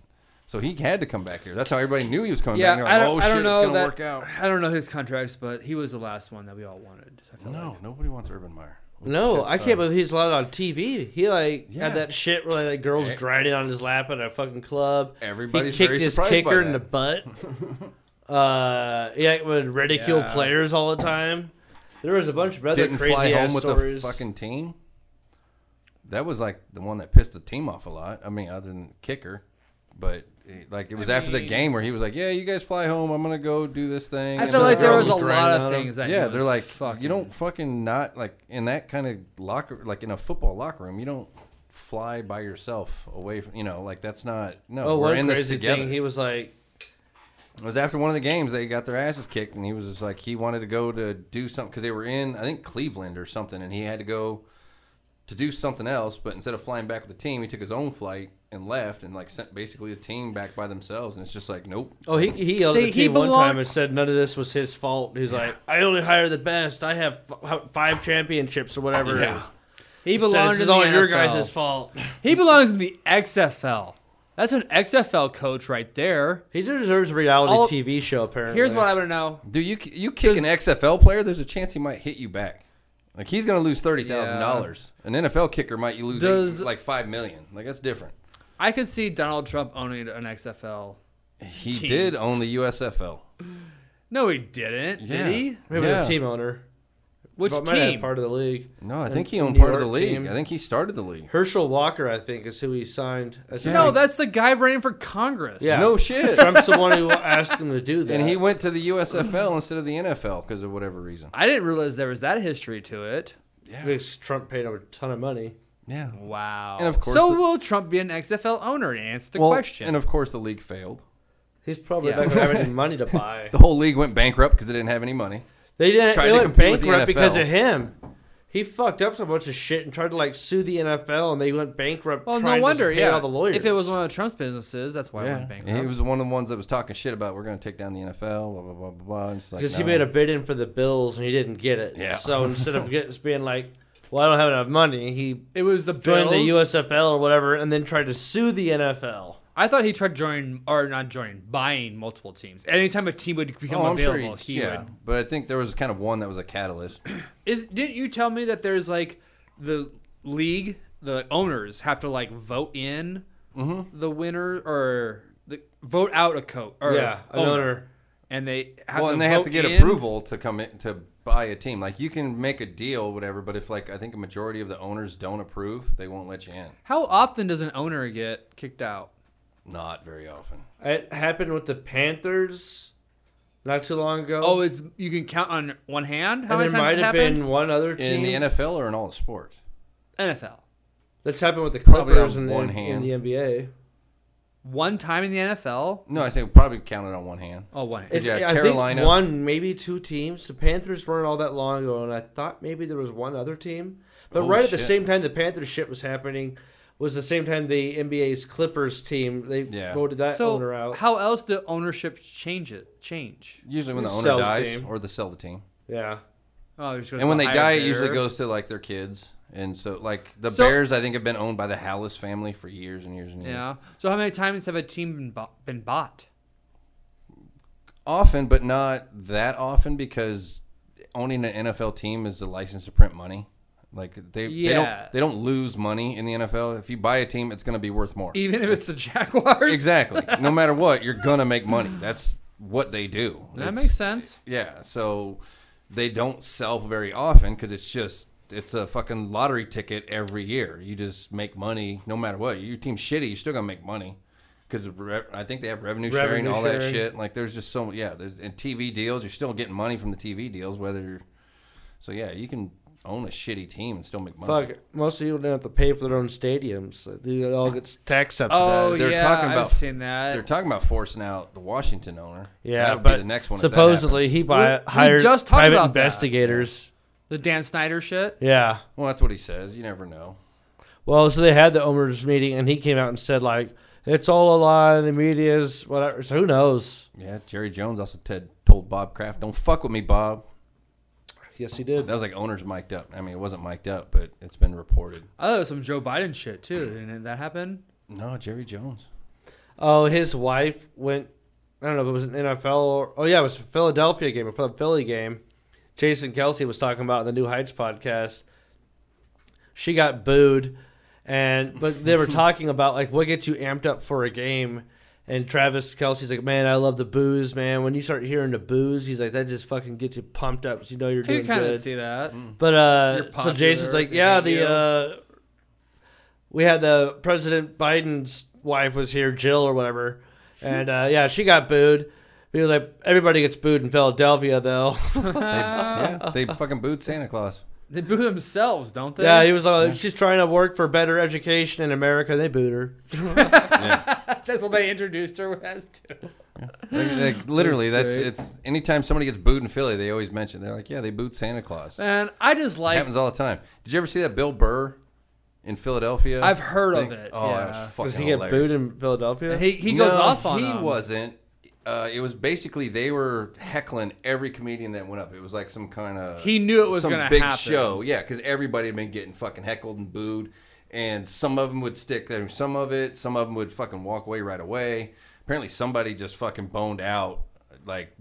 B: So he had to come back here. That's how everybody knew he was coming
A: Yeah,
B: back.
A: I
B: They're
A: don't,
B: like,
A: I
B: oh
A: don't
B: shit, it's
A: know
B: going to
A: that.
B: work out.
A: I don't know his contracts, but he was the last one that we all wanted. I feel
B: No,
A: like.
B: nobody wants Urban Meyer. Oh,
C: No,
B: shit,
C: I
B: sorry.
C: can't believe he's allowed on TV. He like
B: Yeah.
C: had that shit where like girls
B: Eh.
C: grinding on his lap at a fucking club.
B: Everybody's
C: he kicked
B: very
C: his
B: surprised by
C: kicker in
B: that.
C: the butt. uh, yeah, would ridicule
A: Yeah.
C: players all the time. There was a bunch of other
B: Didn't
C: crazy
B: fly
C: ass
B: home with
C: stories.
B: the fucking team. That was like the one that pissed the team off a lot. I mean, other than the kicker, but eh, like it was after the
A: mean-
B: game where he was like, "Yeah, you guys fly home. I'm gonna go do this thing."
A: I
B: And
A: feel
B: the
A: like there was a
C: Grinding
A: lot
C: on
A: of
C: him.
A: things that. he
B: Yeah, they're
A: was
B: like
A: fucking,
B: you don't fucking not like in that kind of locker like in a football locker room, you don't fly by yourself away from you know, like that's not no,
C: oh,
B: we're
C: what
B: in
C: crazy
B: this together.
C: thing! He was like,
B: It was after one of the games they got their asses kicked and he was just like he wanted to go to do something cuz they were in I think Cleveland or something and he had to go to do something else, but instead of flying back with the team, he took his own flight and left and like sent basically the team back by themselves and it's just like nope.
C: oh, he he yelled
A: See,
C: at the
A: he
C: team one
A: belonged-
C: time and said none of this was his fault. He's like, I only hire the best. I have f- five championships or whatever.
B: Yeah.
A: He
C: He said,
A: belongs
C: this
A: in
C: is
A: the
C: all your
A: NFL.
C: guys' fault.
A: He belongs in the XFL. That's an XFL coach right there.
C: He deserves a reality
A: All-
C: TV show. Apparently,
A: Here's what I want to know.
B: Do you you kick an XFL player? There's a chance he might hit you back. Like he's going to lose thirty thousand dollars. An NFL kicker might you lose
A: Does-
B: eight, like five million. Like that's different.
A: I could see Donald Trump owning an XFL.
B: He
A: Team.
B: did own the USFL.
A: No, he didn't.
B: Yeah.
A: Did he?
C: Maybe
B: Yeah.
C: the team owner.
A: Which
C: But might have
A: team?
C: Part of the league.
B: No, I think he
C: in
B: owned
C: New
B: part of the
C: York
B: league.
C: team.
B: I think he started the league.
C: Herschel Walker, I think, is who he signed. That's
B: Yeah.
A: No, that's the guy running for Congress.
C: Yeah.
B: No shit.
C: Trump's the one who asked him to do that.
B: and he went to the USFL instead of the NFL because of whatever reason.
A: I didn't realize there was that history to it.
C: Because Trump paid him a ton of money.
B: Yeah.
A: Wow.
B: And of course
A: so
B: the-
A: will Trump be an XFL owner? To answer the
B: Well,
A: question.
B: and of course the league failed.
C: He's probably
A: Yeah.
C: not going to have any money to buy.
B: The whole league went bankrupt because it didn't have any money.
C: They didn't.
B: Tried
C: They
B: to
C: went
B: compete with the
C: bankrupt because
B: NFL.
C: of him. He fucked up so bunch of shit and tried to like sue the NFL, and they went bankrupt.
A: well,
C: trying
A: no
C: to
A: wonder.
C: pay
A: Yeah.
C: all the lawyers.
A: If it was one of Trump's businesses, that's why it went
B: And he
A: bankrupt.
B: was one of the ones that was talking shit about we're going to take down the NFL, blah blah blah blah blah. And it's like,
C: because
B: no.
C: he made a bid in for the Bills and he didn't get it.
B: Yeah.
C: So instead of getting, being like, "Well, I don't have enough money," he
A: It was the
C: joined
A: Bills.
C: the USFL or whatever, and then tried to sue the NFL.
A: I thought he tried to join or not join, buying multiple teams. Anytime a team would become
B: Oh, I'm sure
A: available,
B: he,
A: he
B: yeah,
A: would.
B: but I think there was kind of one that was a catalyst.
A: Is didn't you tell me that there's like the league, the owners have to like vote in the winner or the vote out a coach or oh.
C: Yeah, an owner.
A: and they have
B: well,
A: to
B: and they have
A: vote
B: to get
A: in.
B: approval to come in to buy a team. Like you can make a deal, whatever, but if like I think a majority of the owners don't approve, they won't let you in.
A: How often does an owner get kicked out?
B: Not very often.
C: It happened with the Panthers not too long ago.
A: Oh, is you can count on one hand how
C: and
A: many
C: there
A: times
C: might
A: it's
C: have
A: happened?
C: been one other
B: In
C: team
B: the NFL or in all the sports.
A: NFL.
C: that's happened with the
B: Probably
C: Clippers
B: on
C: in,
B: one
C: in,
B: hand.
C: in the NBA.
A: One time in the NFL.
B: No, I say probably counted on one hand.
A: Oh, one. Hand.
C: It's,
B: Yeah,
C: I
B: Carolina.
C: think one, maybe two teams. The Panthers weren't all that long ago, and I thought maybe there was one other team. But
B: Holy
C: right at the
B: shit.
C: same time the Panthers shit was happening was the same time the NBA's Clippers team they
B: Yeah.
C: voted that owner
A: So
C: out.
A: how else do ownership change it? Change.
B: Usually when the owner
C: Sell the
B: dies
C: team.
B: or the sell the team.
C: yeah.
A: Oh, there's
B: And when they die, it usually goes to like their kids. And so like the
A: So-
B: Bears, I think have been owned by the Hallis family for years and years and years.
A: Yeah. So how many times have a team been bought? Been bought?
B: Often, but not that often because owning an NFL team is a license to print money. Like they, they
A: Yeah.
B: don't they don't lose money in the NFL. If you buy a team, it's going to be worth more.
A: Even if it's the Jaguars.
B: Exactly. no matter what, you're gonna make money. That's what they do.
A: That
B: It's-
A: makes sense.
B: Yeah. So they don't sell very often because it's just it's a fucking lottery ticket every year. You just make money no matter what. Your team's shitty, you're still gonna make money because I think they have revenue, sharing,
C: Revenue
B: all that
C: sharing.
B: shit. Like there's just so yeah. There's and TV deals, you're still getting money from the TV deals, whether. So yeah, you can own a shitty team and still make money.
C: Fuck, most people don't have to pay for their own stadiums. They all get tax
A: Oh,
C: subsidized.
B: They're
A: yeah,
B: talking
A: I've
B: about-
A: seen that.
B: They're talking about forcing out the Washington owner.
C: Yeah,
B: That'll
C: but
B: be the next one. if that
C: Supposedly,
B: happens.
C: he buy,
A: We- we
C: hired
A: just talked
C: private
A: about that.
C: investigators.
A: the Dan Snyder shit.
C: Yeah.
B: well, that's what he says. You never know.
C: Well, so they had the owners meeting, and he came out and said like, "It's all a lie. The media's whatever." So who knows?
B: Yeah, Jerry Jones also Ted told Bob Kraft, "Don't fuck with me, Bob."
C: Yes, he did.
B: That was like owners mic'd up. I mean, it wasn't mic'd up, but it's been reported.
A: I thought it was Oh, some Joe Biden shit too.
B: Mm.
A: Didn't that happen?
B: No, Jerry Jones.
C: Oh, his wife went. I don't know if it was an NFL or oh yeah, it was a Philadelphia game, a Philly game. Jason Kelsey was talking about in the New Heights podcast. She got booed, and but they were talking about like what gets you amped up for a game. And Travis Kelsey's like, man, I love the booze, man. When you start hearing the booze, he's like, that just fucking gets you pumped up. So you know you're
A: You
C: doing
A: kind
C: good.
A: of see that.
B: Mm.
C: But
A: You're
C: uh, so
A: popular,
C: Jason's like,
A: they
C: yeah,
A: hate you."
C: the uh, we had the President Biden's wife was here, Jill or whatever,
A: Hmm.
C: and uh, yeah, she got booed. He was like, everybody gets booed in Philadelphia though.
B: They, yeah, they fucking booed Santa Claus.
A: Uh, They boo themselves, don't they?
C: yeah, he was like, she's trying to work for better education in America. They booed her.
A: That's what they introduced her as too.
B: Like, like, literally, that's
A: great.
B: it's. Anytime somebody gets booed in Philly, they always mention. They're like, "Yeah, they booed Santa Claus."
A: Man, I just
B: It
A: like
B: happens all the time. Did you ever see that Bill Burr in Philadelphia?
A: I've heard of
B: thing?
A: it,
B: Oh, that was
A: yeah.
B: fucking
C: Does he get
B: hilarious.
C: booed in Philadelphia?
A: he, he goes
B: No,
A: off on
B: He
A: them.
B: wasn't. Uh, it was basically they were heckling every comedian that went up. It was like some kind of
A: He knew it was
B: uh, some
A: gonna
B: big
A: happen.
B: show. Yeah, because everybody had been getting fucking heckled and booed, and some of them would stick there. Some of it, some of them would fucking walk away right away. Apparently, somebody just fucking boned out. Like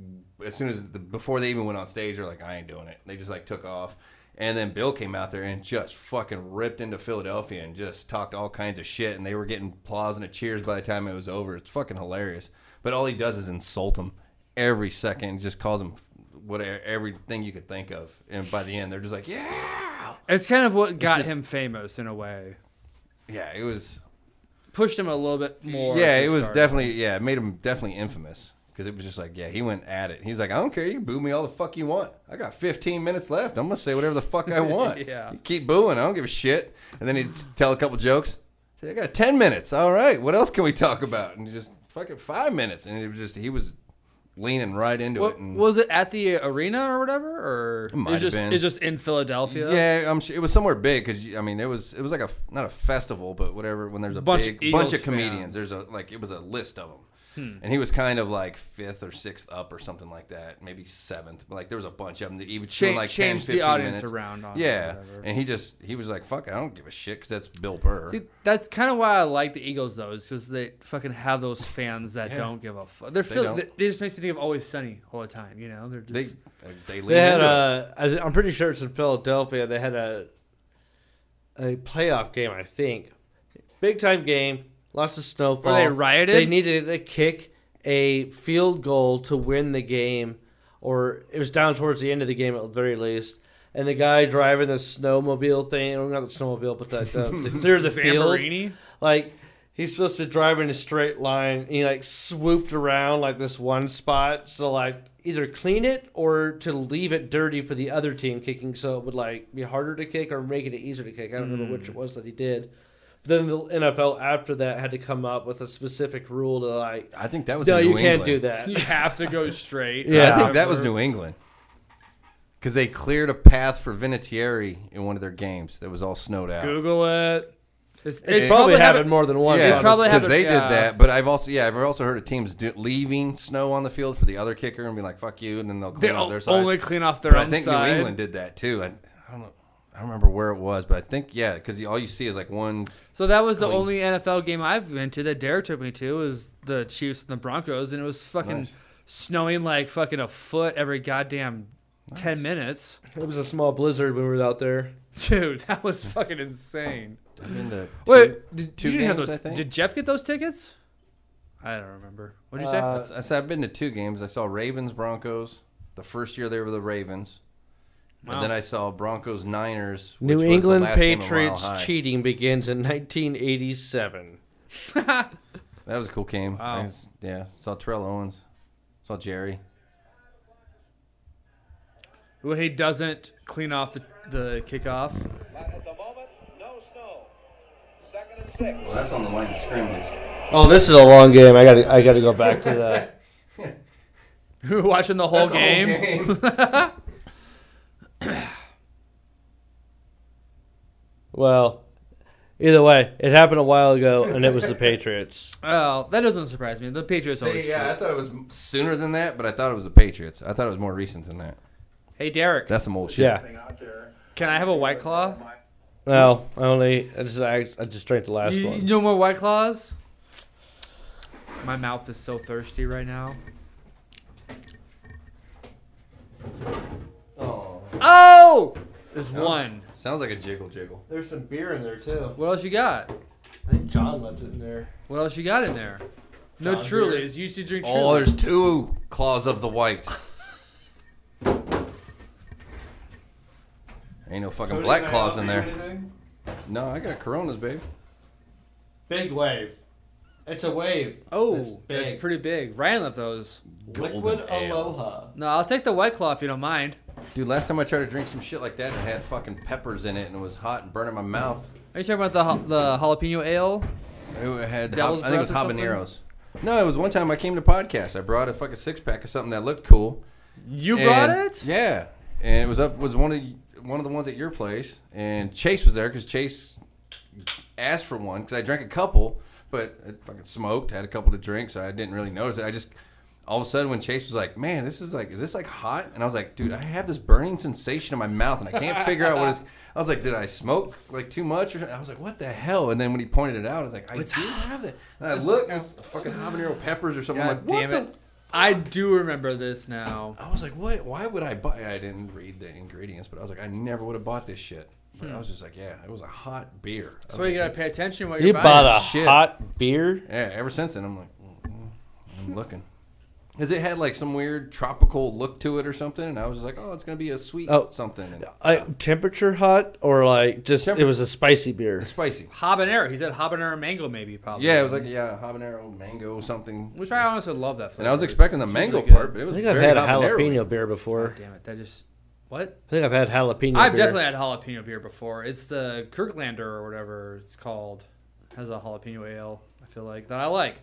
B: as soon as the, before they even went on stage, they're like, "I ain't doing it." They just like took off. And then Bill came out there and just fucking ripped into Philadelphia and just talked all kinds of shit. And they were getting applause and cheers by the time it was over. It's fucking hilarious. But all he does is insult them every second, and just calls them what everything you could think of. And by the end, they're just like, yeah,
A: It's kind of what got
B: just-
A: him famous in a way.
B: yeah. It was,
A: Pushed him a little bit more.
B: yeah,
A: to
B: it was
A: start.
B: definitely, yeah, it made him definitely infamous because it was just like, yeah, he went at it. He was like, I don't care, you can boo me all the fuck you want. I got 15 minutes left. I'm gonna say whatever the fuck I want.
A: Yeah.
B: You keep booing. I don't give a shit. And then he'd tell a couple jokes. Say, I got 10 minutes. All right, what else can we talk about? And he just fucking five minutes. And it was just he was leaning right into
A: What,
B: it. And,
A: was it at the arena or whatever, or it
B: Mm. might
A: was
B: have
A: just
B: been.
A: it's just in Philadelphia?
B: Yeah, I'm sure it was somewhere big because I mean it was it was like a not a festival but whatever when there's a
A: Bunch of
B: big bunch
A: Eagles
B: of comedians
A: fans. Hmm.
B: there's a like it was a list of them and he was kind of like fifth or sixth up or something like that maybe seventh but like there was a bunch of them that even
A: Cha-
B: like 10,
A: changed
B: 15
A: the audience
B: minutes.
A: around. On it or
B: yeah,
A: whatever.
B: and he just he was like fuck I don't give a shit because that's Bill Burr.
A: See, that's kind of why I like the Eagles though, is because they fucking have those fans that don't give a fuck. They're Philly,
B: don't.
A: they it just makes me think of Always Sunny all the time. You know, they're
B: they uh,
A: just
B: they lean
C: They had
B: into
A: uh,
B: it.
C: a. I th- I'm pretty sure it's in Philadelphia. They had a a playoff game, I think, big time game. Lots of snowfall.
A: Where they rioted?
C: They needed to kick a field goal to win the game, or it was down towards the end of the game at the very least. And the guy driving the snowmobile thing, or not the snowmobile, but that uh, through the field,
A: Zamborini?
C: like he's supposed to be driving a straight line. And he like swooped around like this one spot, so like either clean it or to leave it dirty for the other team kicking, so it would like be harder to kick or making it easier to kick. I don't remember which
B: Mm.
C: it was that he did. But then the NFL after that had to come up with a specific rule to like,
B: I think that was
C: no,
B: in
C: you
B: New
C: can't
B: England.
C: do that.
A: You have to go straight.
C: Yeah.
B: I think that was
A: Whatever.
B: New England. Because they cleared a path for Vinatieri in one of their games that was all snowed out.
A: Google it. It's, it's
C: It's probably happened
A: happen-
C: more than once.
B: Yeah,
A: It's probably uh,
B: because
A: happened-
B: they
A: yeah.
B: did that. But I've also, yeah, I've also heard of teams do, leaving snow on the field for the other kicker and be like, "Fuck you," and then they'll
A: They
B: clean up their side.
A: only clean off their
B: but
A: own
B: I think
A: side.
B: New England did that too. I, I don't know. I don't remember where it was, but I think yeah, because all you see is like one.
A: So that was the
B: Clean.
A: only NFL game I've been to that Dare took me to was the Chiefs and the Broncos, and it was fucking
B: Nice.
A: snowing like fucking a foot every goddamn ten minutes.
C: It was a small blizzard when we were out there.
A: Dude, that was fucking insane.
B: I've been to
A: Wait, did,
B: two
A: you didn't have
B: games,
A: those-
B: I think.
A: did Jeff get those tickets? I don't remember. What did you say?
B: I s- I said I've been to two games. I saw Ravens Broncos the first year they were the Ravens,
A: Wow.
B: and then I saw Broncos Niners. which
C: New
B: was the
C: England
B: last game at Mile
C: Patriots
B: High.
C: cheating begins in 1987.
B: That was a cool game.
A: Wow.
B: I s- yeah, saw Terrell Owens, saw Jerry.
A: when he doesn't clean off the, the kickoff.
E: But at the moment, no snow. Second and six.
B: Well, that's on the line of scrimmage.
C: Oh, this is a long game. I got to I got to go back to the.
A: We were watching the whole game. Oh,
C: Well, either way, it happened a while ago, and it was the Patriots.
A: Well, that doesn't surprise me. The Patriots always.
B: yeah, I thought it was sooner than that, but I thought it was the Patriots. I thought it was more recent than that.
A: Hey, Derek,
B: That's some old shit.
C: Yeah.
A: can I have a White Claw?
C: No, I only I just I, I just drank the last
A: You,
C: one.
A: no more White Claws? My mouth is so thirsty right now.
B: Oh,
A: Oh! There's one.
B: sounds like a jiggle jiggle.
C: There's some beer in there too.
A: What else you got?
C: I think John left it in there.
A: What else you got in there? No
C: John
A: Trulies. You used to drink
B: Oh,
A: Trulies.
B: there's two claws of the white. Ain't no fucking black claws in there. No, I got Coronas, babe.
C: Big wave. It's a wave.
A: Oh,
C: That's
A: that's,
C: big.
A: pretty big. Ryan left those.
B: Golden
C: Liquid
B: ale.
C: Aloha.
A: No, I'll take the White Claw if you don't mind.
B: Dude, last time I tried to drink some shit like that, it had fucking peppers in it and it was hot and burning my mouth.
A: Are you talking about the ha- the jalapeno ale?
B: It had,
A: Devil's
B: hab- I think it was
A: breath or
B: habaneros. No, it was one time I came to podcast. I brought a fucking six pack of something that looked cool.
A: You brought
B: And-
A: it?
B: Yeah, and it was up was one of y- one of the ones at your place, and Chase was there because Chase asked for one because I drank a couple, but I fucking smoked, had a couple to drink, so I didn't really notice it. I just all of a sudden when Chase was like, "Man, this is like, is this like hot?" and I was like, "Dude, I have this burning sensation in my mouth, and I can't figure out what it's." I was like, "Did I smoke like too much?" Or I was like, "What the hell?" And then when he pointed it out, I was like, "I do have that." And I looked, and it's fucking habanero peppers or something. I'm
A: God
B: like, what
A: damn
B: the
A: it. I do remember this now.
B: I was like, what? Why would I buy? I didn't read the ingredients, but I was like, I never would have bought this shit. But I was just like, yeah, it was a hot beer. I
A: So
B: was
A: Hmm. you
B: like,
A: gotta pay attention while you're
C: You
A: buying.
C: bought a
B: shit.
C: hot beer?
B: yeah. Ever since then, I'm like, mm, I'm looking. Cause it had like some weird tropical look to it or something, and I was just like, oh, it's gonna be a sweet
C: Oh.
B: something and
C: Uh, temperature hot or like just
B: Temper-
C: it was a spicy beer?
B: spicy.
A: habanero. He said habanero mango, maybe probably.
B: Yeah, it was like yeah, habanero mango something.
A: which I honestly love that. Flavor.
B: And I was expecting the
A: It's
B: mango
A: really good.
B: part, but it
C: I
B: was
C: think I've
B: very
C: had a
B: habanero.
C: jalapeno beer before.
A: Damn it! That just what?
C: I think I've had jalapeno.
A: I've
C: beer.
A: definitely had jalapeno beer before. It's the Kirklander or whatever it's called. Has a jalapeno ale. I feel like that I like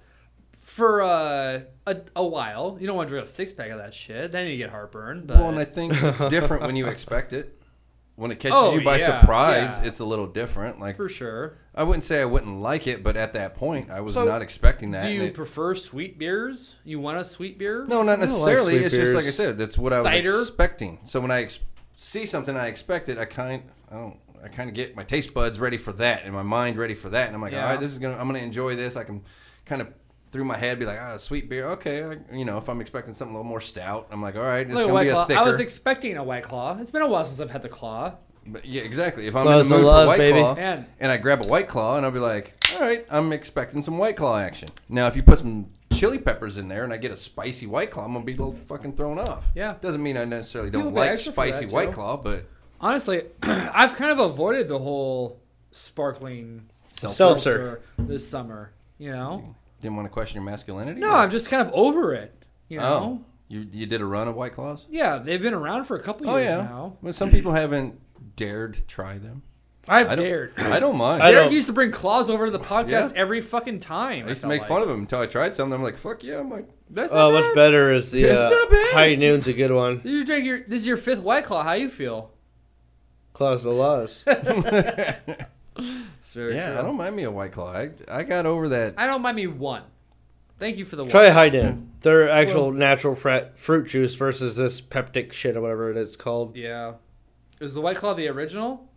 A: for uh, a a while. You don't want to drink a six pack of that shit. Then you get heartburn. But
B: Well, and I think it's different when you expect it. When it catches
A: Oh,
B: you by
A: yeah,
B: surprise,
A: yeah.
B: it's a little different. Like
A: for sure.
B: I wouldn't say I wouldn't like it, but at that point, I was
A: So,
B: not expecting that.
A: Do
B: and
A: you
B: it-
A: prefer sweet beers? You want a sweet beer?
B: no, not
C: like
B: necessarily.
C: sweet
B: it's
C: beers.
B: just like I said. That's what I
A: Cider?
B: was expecting. So when I ex- see something I expect it, I kind I don't. I kind of get my taste buds ready for that and my mind ready for that, and I'm like,
A: Yeah.
B: all right, this is gonna. I'm gonna enjoy this. I can kind of through my head be like, ah, sweet beer. Okay, I, you know, if I'm expecting something a little more stout, I'm like, all right, it's
A: Like a
B: gonna
A: white
B: be
A: claw.
B: a thicker.
A: I was expecting a white claw. It's been a while since I've had the claw.
B: But yeah, exactly. If I'm
C: Close
B: in
C: the
B: the mood
C: laws,
B: for White
C: baby.
B: Claw,
A: Man.
B: and I grab a White Claw, and I'll be like, all right, I'm expecting some White Claw action. Now, if you put some chili peppers in there and I get a spicy White Claw, I'm going to be a little fucking thrown off.
A: Yeah.
B: Doesn't mean I necessarily
A: People
B: don't
A: pay
B: like
A: extra for
B: spicy
A: that,
B: White
A: too.
B: Claw, but
A: Honestly, I've kind of avoided the whole sparkling
C: Seltzer.
A: this summer. You know,
B: didn't want to question your masculinity?
A: no, I'm just kind of over it. You know,
B: Oh. You, you did a run of White Claws?
A: yeah, they've been around for a couple
B: Oh,
A: years
B: yeah.
A: now.
B: But some people haven't dared try them.
A: I've
B: I don't,
A: dared.
B: I don't mind.
C: I
B: I,
C: don't-
A: Derek used to bring claws over to the podcast
B: Yeah.
A: every fucking time. I
B: used to make fun of them until I tried some. I'm like, fuck yeah. I'm like,
A: That's
C: Oh,
A: not
C: what's
A: bad.
C: better is the
B: It's
C: uh,
B: not bad.
C: High Noon's a good one.
A: You drink your. This is your fifth white claw. How you feel?
C: Claus the Laws.
A: It's very
B: yeah,
A: true.
B: I don't mind me a White Claw. I, I got over that.
A: I don't mind me one. Thank you for the
C: Try
A: one.
C: High Noon. Their actual natural fra- fruit juice versus this peptic shit or whatever it is called.
A: Yeah, is the white claw the original?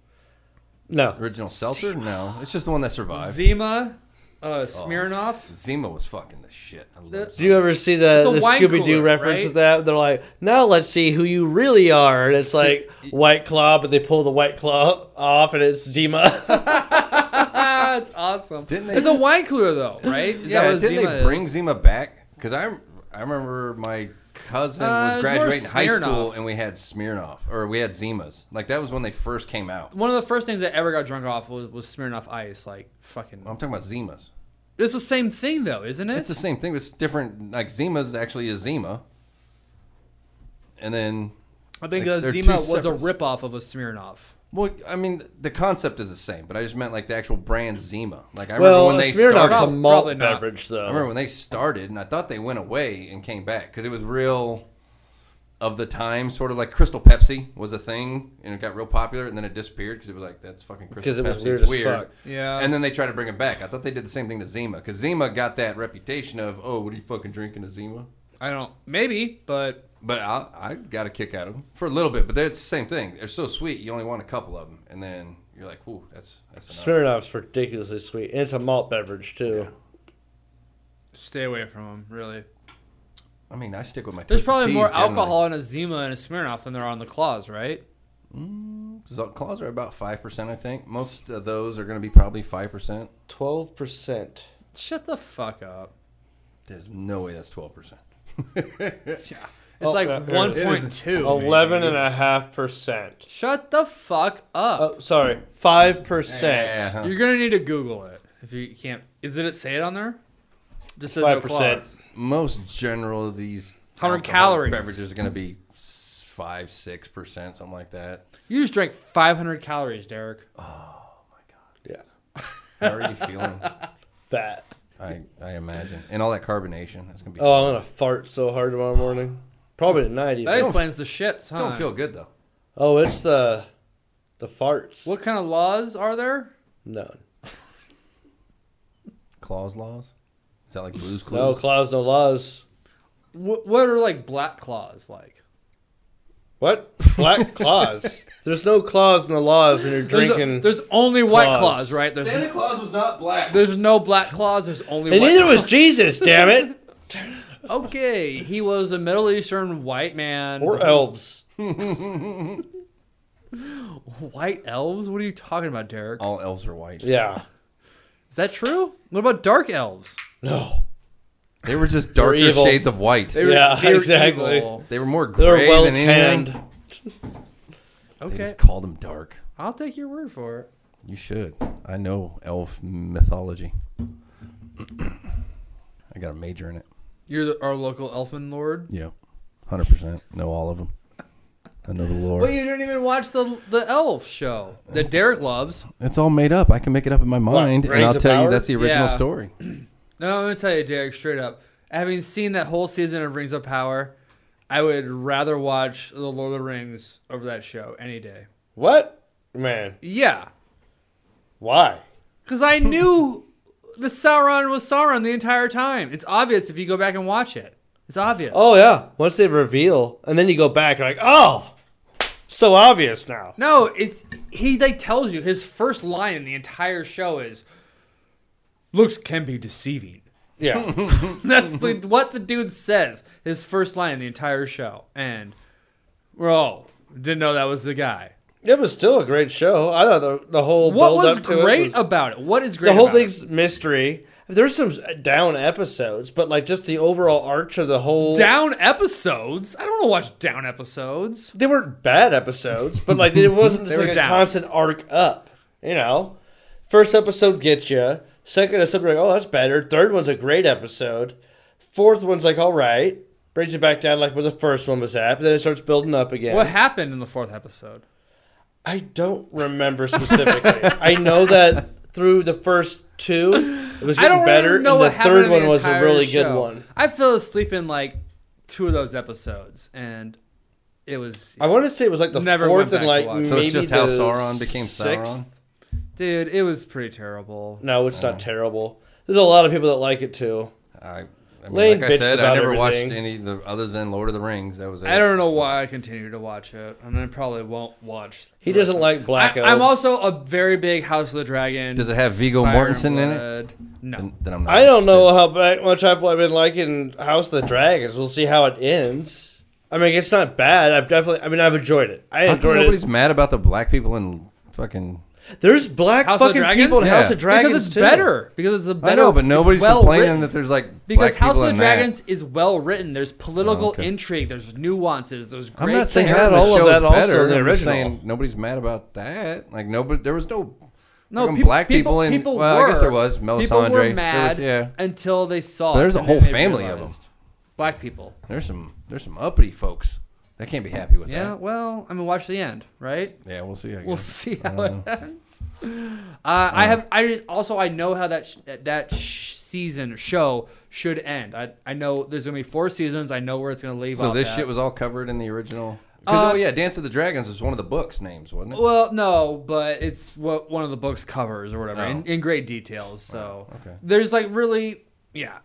C: No.
B: Original seltzer? No, it's just the one that survived.
A: Zima,
B: Oh.
A: uh, Smirnoff.
B: Zima was fucking the shit. I love
A: The-
C: Do you ever see the,
A: It's a
C: the
A: wine
C: Scooby Doo
A: cooler,
C: reference
A: right?
C: with that? They're like, now let's see who you really are. And it's like White Claw, but they pull the White Claw off and it's Zima.
A: ah, it's awesome.
B: Didn't they-
A: It's a wine cooler though, right? Is
B: yeah,
A: that what
B: didn't they bring
A: is?
B: Zima back? Because I, I remember my cousin
A: Uh,
B: was
A: it was more
B: graduating high school
A: Smirnoff.
B: and we had Smirnoff or we had Zimas. Like that was when they first came out.
A: One of the first things I ever got drunk off was, was Smirnoff Ice. Like fucking,
B: I'm talking about Zimas.
A: it's the same thing though, isn't it?
B: It's the same thing. It's different. Like Zima's actually a Zima, and then
A: I think
B: Like,
A: uh,
B: they're
A: Zima was
B: two
A: a
B: separate-
A: ripoff of a Smirnoff.
B: Well, I mean, the concept is the same, but I just meant like the actual brand Zima. Like I remember
C: well,
B: when they
C: Smirnoff's a
B: started.
C: malt
A: Probably not.
C: beverage, though.
B: I remember when they started, and I thought they went away and came back because it was real of the time, sort of like Crystal Pepsi was a thing, and it got real popular, and then it disappeared because it was like that's fucking Crystal
C: 'Cause it
B: Pepsi.
C: was weird
B: it's
C: as fuck.
A: Yeah.
B: And then they tried to bring it back. I thought they did the same thing to Zima because Zima got that reputation of oh, what are you fucking drinking a Zima?
A: I don't. Maybe, but
B: But I, I got a kick out of them for a little bit. But that's the same thing. They're so sweet. You only want a couple of them, and then you're like, "Ooh, that's that's enough."
C: Smirnoff's ridiculously sweet. And it's a malt beverage, too.
A: stay away from them. Really.
B: I mean, I stick with my.
A: There's
B: Twisted
A: probably
B: Teas
A: more
B: generally.
A: alcohol in a Zima and a Smirnoff than there are on the claws, right?
B: So claws are about five percent, I think. Most of those are going to be probably five percent.
C: 12%.
A: Shut the fuck up.
B: There's no way that's twelve percent.
A: It's like
C: yeah, there it is.
A: 1.2.
C: 11.5%.
A: Shut the fuck up.
C: Oh, sorry. 5%.
A: You're gonna need to Google it if you can't. Is it it say it on there? Just says no
C: 5%.
A: clause.
B: Most general of these
A: 100
B: alcoholic
A: calories.
B: beverages are going to be s- five, six percent, something like that.
A: You just drank 500 calories, Derek.
C: Yeah.
B: How are you feeling?
C: Fat.
B: I I imagine, and all that carbonation. That's going to be.
C: Oh, I'm going to fart so hard tomorrow morning. Probably tonight, even.
A: That explains the shits, huh?
B: Don't feel good though.
C: oh, it's the the farts.
A: what kind of laws are there?
C: No.
B: Claws laws. Is that like Blue's Clues?
C: No claws, no laws.
A: What, what are like black claws like?
C: What? Black claws. There's no claws in the laws when you're
A: There's, a-
C: drinking.
A: there's only white
C: claws.
A: claws, right? There's,
B: Claus was not black.
A: there's no black claws. There's only
C: and
A: white.
C: neither was Jesus, damn it.
A: okay, he was a Middle Eastern white man.
C: Or elves.
A: white elves? What are you talking about, Derek?
B: All elves are white.
C: Yeah.
A: Is that true? What about dark elves?
C: No.
B: They were just darker
C: evil.
B: shades of white.
A: They were-
C: Yeah,
A: they were
C: exactly.
A: evil.
B: They were more
C: They're
B: gray
C: well
B: than anything.
C: tanned.
B: They
A: Okay,
B: just called them dark.
A: I'll take your word for it.
B: You should. I know elf mythology. I got a major in it.
A: You're the, our local elfin lord.
B: Yeah, hundred percent. Know all of them. I know the lore.
A: But you didn't even watch the the Elf show that Derek loves.
B: it's all made up. I can make it up in my mind, and
C: Rings
B: I'll
C: of
B: tell
C: Power?
B: you that's the original
A: Yeah.
B: story.
A: No, I'm gonna tell you, Derek, straight up. Having seen that whole season of Rings of Power, I would rather watch the Lord of the Rings over that show any day.
C: What? Man,
A: Yeah,
C: why?
A: because I knew the Sauron was Sauron the entire time. It's obvious if you go back and watch it. It's obvious.
C: Oh yeah. Once they reveal, and then you go back, you're like, oh, so obvious now.
A: No, it's he. Like tells you his first line in the entire show is, "Looks can be deceiving."
C: Yeah.
A: That's the, what the dude says. His first line in the entire show, and we're all didn't know that was the guy.
C: it was still a great show. I thought the, the whole
A: What
C: build
A: was
C: up to it
A: great
C: was-
A: about it? What is great?
C: the whole
A: about it?
C: thing's mystery. There's some down episodes, but like just the overall arch of the whole.
A: down episodes. I don't want to watch down episodes.
C: They weren't bad episodes, but like it wasn't just
A: were
C: like a
A: down.
C: constant arc up. You know, first episode gets you. Second episode, you're like, oh, that's better. Third one's a great episode. Fourth one's like, all right, brings you back down like where the first one was at. But then it starts building up again.
A: What happened in the fourth episode?
C: I don't remember specifically. I know that through the first two, it was
A: I
C: getting
A: don't
C: better,
A: really know
C: and
A: what
C: the
A: happened.
C: third
A: in
C: one
A: the
C: was a
A: entire
C: really good
A: show.
C: one.
A: I fell asleep in like two of those episodes, and it was
C: I want to say it was like the
A: Never went
C: fourth and
A: back to
C: like
A: watch
C: maybe
A: it.
B: So it's just how
C: the
B: Sauron became
C: sixth.
B: Sauron? Oh.
A: dude. It was pretty terrible.
C: No, it's not terrible. There's a lot of people that like it too.
B: I, I mean,
C: Lane
B: like I
C: bitched
B: said, I
C: about
B: never watched
C: everything.
B: any of the, other than Lord of the Rings. That was it.
A: I don't know why I continue to watch it, and I probably won't watch.
C: He doesn't like black
A: I,
C: elves.
A: I'm also a very big House of the Dragon.
B: Does it have Vigo
A: Fire and
B: Mortensen in it?
A: Blood. No.
B: Then, then I'm not
C: I don't know
B: interested.
C: how ba- much I've been liking House of the Dragons. We'll see how it ends. I mean, it's not bad. I've definitely. I mean, I've enjoyed it. I
B: How come
C: enjoyed
B: nobody's
C: it.
B: mad about the black people in fucking.
C: There's black
A: House of the
C: fucking
A: Dragons?
C: people in
B: Yeah.
C: House of Dragons
A: Because it's
C: too.
A: better. Because it's a better.
B: I know, but
A: it's
B: nobody's
A: well
B: complaining
A: written.
B: that there's like
A: Because
B: black
A: House
B: people
A: of the
B: in that.
A: Dragons is well written. There's political
B: okay.
A: intrigue. There's nuances. There's great.
B: I'm not saying
A: characters.
C: had
B: that the
C: all of
B: show
C: that
B: is
C: also
B: better.
C: in the
B: I'm just
C: original.
B: saying nobody's mad about that. Like nobody, there was no
A: no
B: fucking
A: peop-
B: black people, in.
A: People
B: well,
A: were,
B: I guess there was Melisandre.
A: People
B: There
A: were
B: was-
A: mad
B: yeah,
A: until they saw.
B: But there's
A: it,
B: a
A: and
B: whole
A: then they
B: family of
A: realized. Black people.
B: there's some there's some uppity folks I can't be happy with
A: Yeah, well, I mean, watch the end, right?
B: that. Yeah, we'll see. I
A: We'll
B: guess.
A: see
B: I
A: how
B: don't
A: it ends. Uh, I have. I also I know how that sh- that- that sh- season show should end. I I know there's gonna be four seasons. I know where it's gonna leave.
B: So
A: off
B: this
A: at.
B: shit was all covered in the original. 'cause,
A: Uh,
B: oh yeah, Dance of the Dragons was one of the books' names, wasn't it?
A: Well, no, but it's what one of the books covers or whatever in,
B: Oh.
A: in great details. So
B: okay.
A: there's like really, yeah,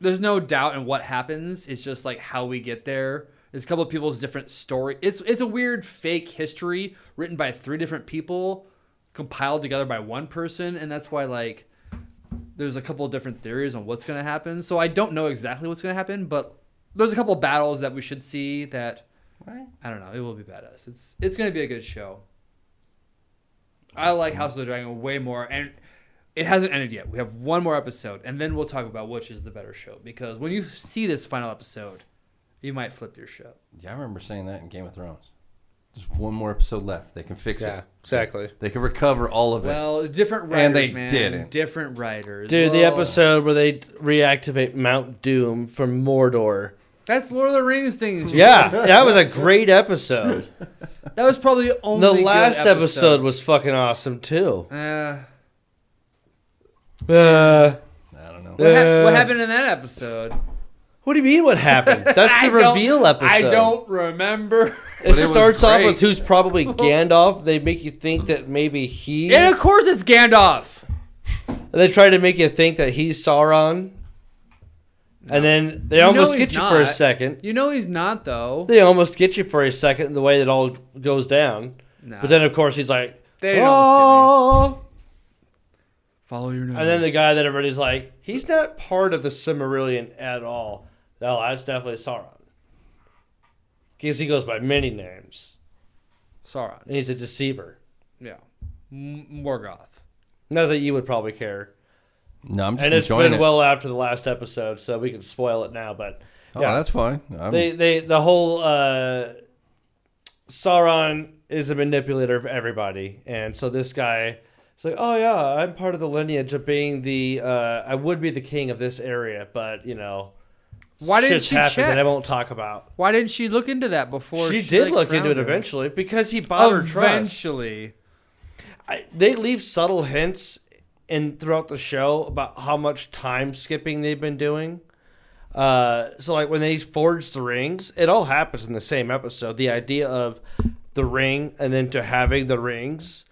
A: there's no doubt in what happens. It's just like how we get there. There's a couple of people's different story. It's it's a weird fake history written by three different people, compiled together by one person, and that's why like there's a couple of different theories on what's gonna happen. So I don't know exactly what's gonna happen, but there's a couple of battles that we should see that. I don't know. It will be badass. It's it's gonna be a good show. I like House of the Dragon way more, and it hasn't ended yet. We have one more episode, and then we'll talk about which is the better show. Because when you see this final episode, you might flip your show.
B: Yeah, I remember saying that in Game of Thrones. Just one more episode left. They can fix
D: Yeah,
B: it.
D: exactly.
B: They can recover all of it.
A: Well, different writers,
B: And they
A: man.
B: didn't.
A: Different writers,
C: Dude, the
A: Well,
C: episode where they reactivate Mount Doom from Mordor.
A: That's Lord of the Rings things.
C: Yeah, that was a great episode.
A: that was probably the only.
C: The
A: good
C: last episode was fucking awesome too.
A: Uh,
C: Uh,
B: I don't know.
A: what, hap- what
C: Uh,
A: happened in that episode?
C: what do you mean? What happened? That's
A: I
C: the
A: don't-
C: reveal episode.
A: I don't remember.
C: It,
B: But it was
C: starts off
B: great.
C: with who's probably Gandalf. They make you think that maybe he.
A: and of course, it's Gandalf.
C: They try to make you think that he's Sauron. And then they
A: You
C: almost
A: know
C: get
A: he's
C: you for a
A: not.
C: second.
A: You know he's not though.
C: They almost get you for a second the way that all goes down.
A: Nah.
B: Ah.
C: But then of course he's like,
A: They don't
C: oh.
A: follow your nose.
C: And then the guy that everybody's like, he's not part of the Cimmerillion at all. No, that's definitely Sauron. Because he goes by many names.
A: Sauron.
C: And he's a deceiver.
A: Yeah, M- Morgoth.
C: Not that you would probably care.
B: No, I'm just
C: and it's
B: enjoying
C: been
B: it.
C: well after the last episode, so we can spoil it now. But
B: oh,
C: yeah.
B: that's fine. I'm,
C: they, they the whole uh, Sauron is a manipulator of everybody, and so this guy is like, oh yeah, I'm part of the lineage of being the uh, I would be the king of this area, but you know,
A: Why didn't
C: shit's
A: she
C: happened
A: check?
C: that I won't talk about.
A: Why didn't she look into that before?
C: she did
A: like,
C: look into it
A: crowned him?
C: eventually because he bought her trust.
A: Eventually,
C: I, they leave subtle hints in throughout the show about how much time skipping they've been doing. Uh, so like when they forge the rings, it all happens in the same episode. The idea of the ring and then to having the rings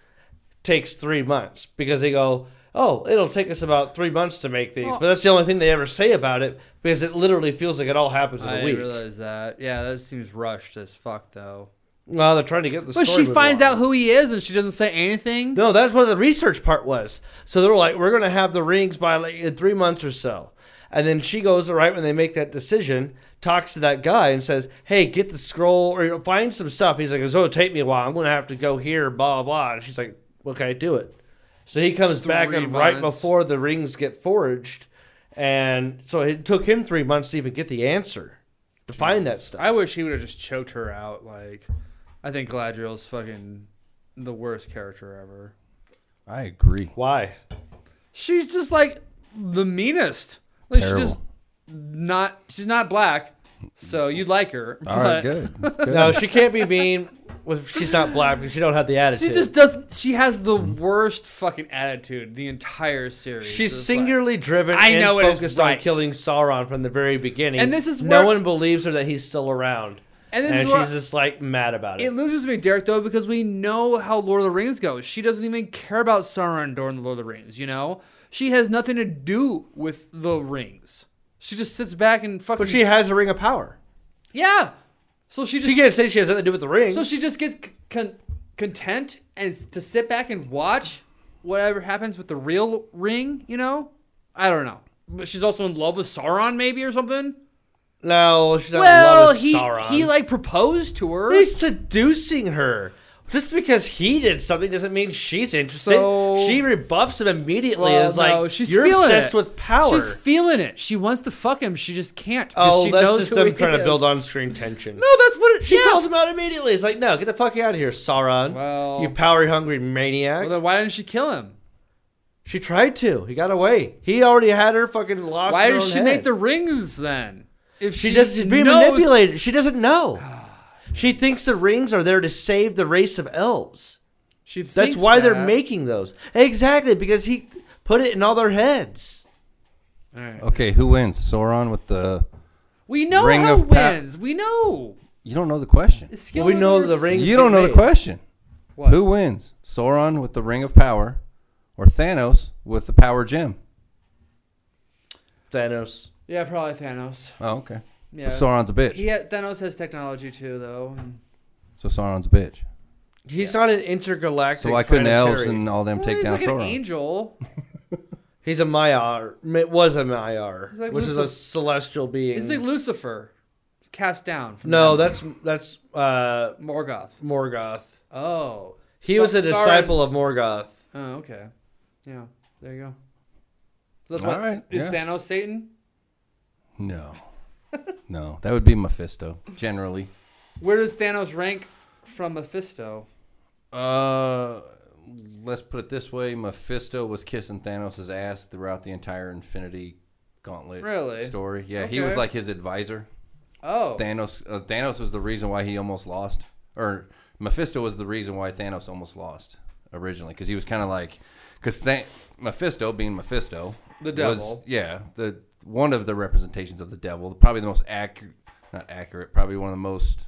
C: takes three months because they go, oh, it'll take us about three months to make these. but that's the only thing they ever say about it because it literally feels like it all happens in
A: I
C: a
A: didn't
C: week.
A: realize that. Yeah, that seems rushed as fuck though.
C: Well, they're trying to get the.
A: But
C: story
A: she finds
C: moving on.
A: out who he is and she doesn't say anything.
C: No, that's what the research part was. So they were like, we're going to have the rings by like in three months or so. And then she goes, all right, when they make that decision, talks to that guy and says, hey, get the scroll or you know, find some stuff. He's like, it's going to take me a while. I'm going to have to go here, blah, blah. And she's like, okay, do it. So he comes back
A: Three
C: and right
A: months.
C: before the rings get forged. And so it took him three months to even get the answer to find that stuff.
A: I wish he would have just choked her out. Like, I think Galadriel's fucking the worst character ever.
B: I agree.
C: Why?
A: She's just like the meanest. Like she's just not. She's not black, so you'd like her.
B: All right,
A: but-
B: good.
C: No,
B: good.
C: she can't be mean. If she's not black because she don't have the attitude.
A: She just doesn't. She has the worst fucking attitude the entire series. It's
C: She's
A: like-
C: singularly driven
A: I know it
C: and
A: is
C: focused
A: right.
C: on killing Sauron from the very beginning.
A: And this is
C: no
A: where-
C: one believes her that he's still around.
A: and
C: And,
A: then
C: she's just like mad about it.
A: it loses me, Derek, though, because we know how Lord of the Rings goes. She doesn't even care about Sauron during the Lord of the Rings. You know, she has nothing to do with the rings. She just sits back and fucking.
C: but she has a ring of power.
A: yeah. So she just
C: She can't say she has nothing to do with the ring.
A: So she just gets c- con- content and s- to sit back and watch whatever happens with the real ring, you know? I don't know. But she's also in love with Sauron, maybe, or something?
C: no, she's not in
A: Well,
C: love with
A: he,
C: Sauron.
A: he like proposed to her.
C: he's seducing her. Just because he did something doesn't mean she's interested.
A: So-
C: she rebuffs him immediately.
A: Well,
C: is like,
A: no, she's
C: you're
A: feeling
C: obsessed
A: it.
C: with power.
A: She's feeling it. She wants to fuck him. She just can't. 'cause
C: oh,
A: she
C: that's
A: knows
C: just
A: who
C: them
A: he
C: trying to
A: is.
C: build on screen tension.
A: No, that's what it,
C: She
A: yeah.
C: calls him out immediately. He's like, "No, get the fuck out of here, Sauron!
A: Well-
C: you power hungry maniac!"
A: Well, then why didn't she kill him?
C: she tried to. He got away. He already had her fucking lost.
A: Why
C: in her
A: did
C: own
A: she make
C: head.
A: the rings then? If
C: She, does. She's being
A: knows- Ah.
C: manipulated. She doesn't know. She thinks the rings are there to save the race of elves.
A: She
C: That's
A: thinks
C: why they're
A: that.
C: making those. Exactly, because he put it in all their heads.
A: All right.
B: Okay, who wins? Sauron with the.
A: We know
B: Ring
A: how
B: of Pa-
A: wins. we know.
B: You don't know the question.
A: It's
C: Well, we
A: skill
C: know
A: over
C: the ring-
B: You don't know the
C: made.
B: question.
A: What?
B: Who wins? Sauron with the Ring of Power, or Thanos with the Power Gem?
C: Thanos.
A: Yeah, probably Thanos.
B: Oh, okay.
A: Yeah.
B: So Sauron's a bitch.
A: He ha- Thanos has technology too, though. and-
B: So Sauron's a bitch.
C: He's not an intergalactic.
B: So why couldn't elves
C: planetary.
B: and all them
A: Well,
B: take
A: he's
B: down
A: like an
B: Sauron?
A: angel.
C: He's a Maiar. It was a Maiar,
A: He's like
C: which is a
A: Lucifer.
C: celestial being.
A: He's like Lucifer, cast down. From
C: no,
A: heaven.
C: that's that's uh,
A: Morgoth.
C: Morgoth.
A: Oh,
C: He
A: So-
C: was a disciple
A: Sauron's-
C: of Morgoth.
A: Oh, okay. Yeah, there you go. So that's
B: All
A: what-
B: right,
A: Is
B: yeah.
A: Thanos Satan?
B: No. No, that would be Mephisto generally.
A: Where does Thanos rank from Mephisto?
B: Uh, let's put it this way: Mephisto was kissing Thanos' ass throughout the entire Infinity Gauntlet
A: Really?
B: story. Yeah, he was
A: Okay.
B: like his advisor.
A: Oh,
B: Thanos. Uh, Thanos was the reason why he almost lost, or Mephisto was the reason why Thanos almost lost originally, because he was kind of like, because Th- Mephisto, being Mephisto,
A: The
B: was
A: devil.
B: yeah the one of the representations of the devil, probably the most accurate, not accurate, probably one of the most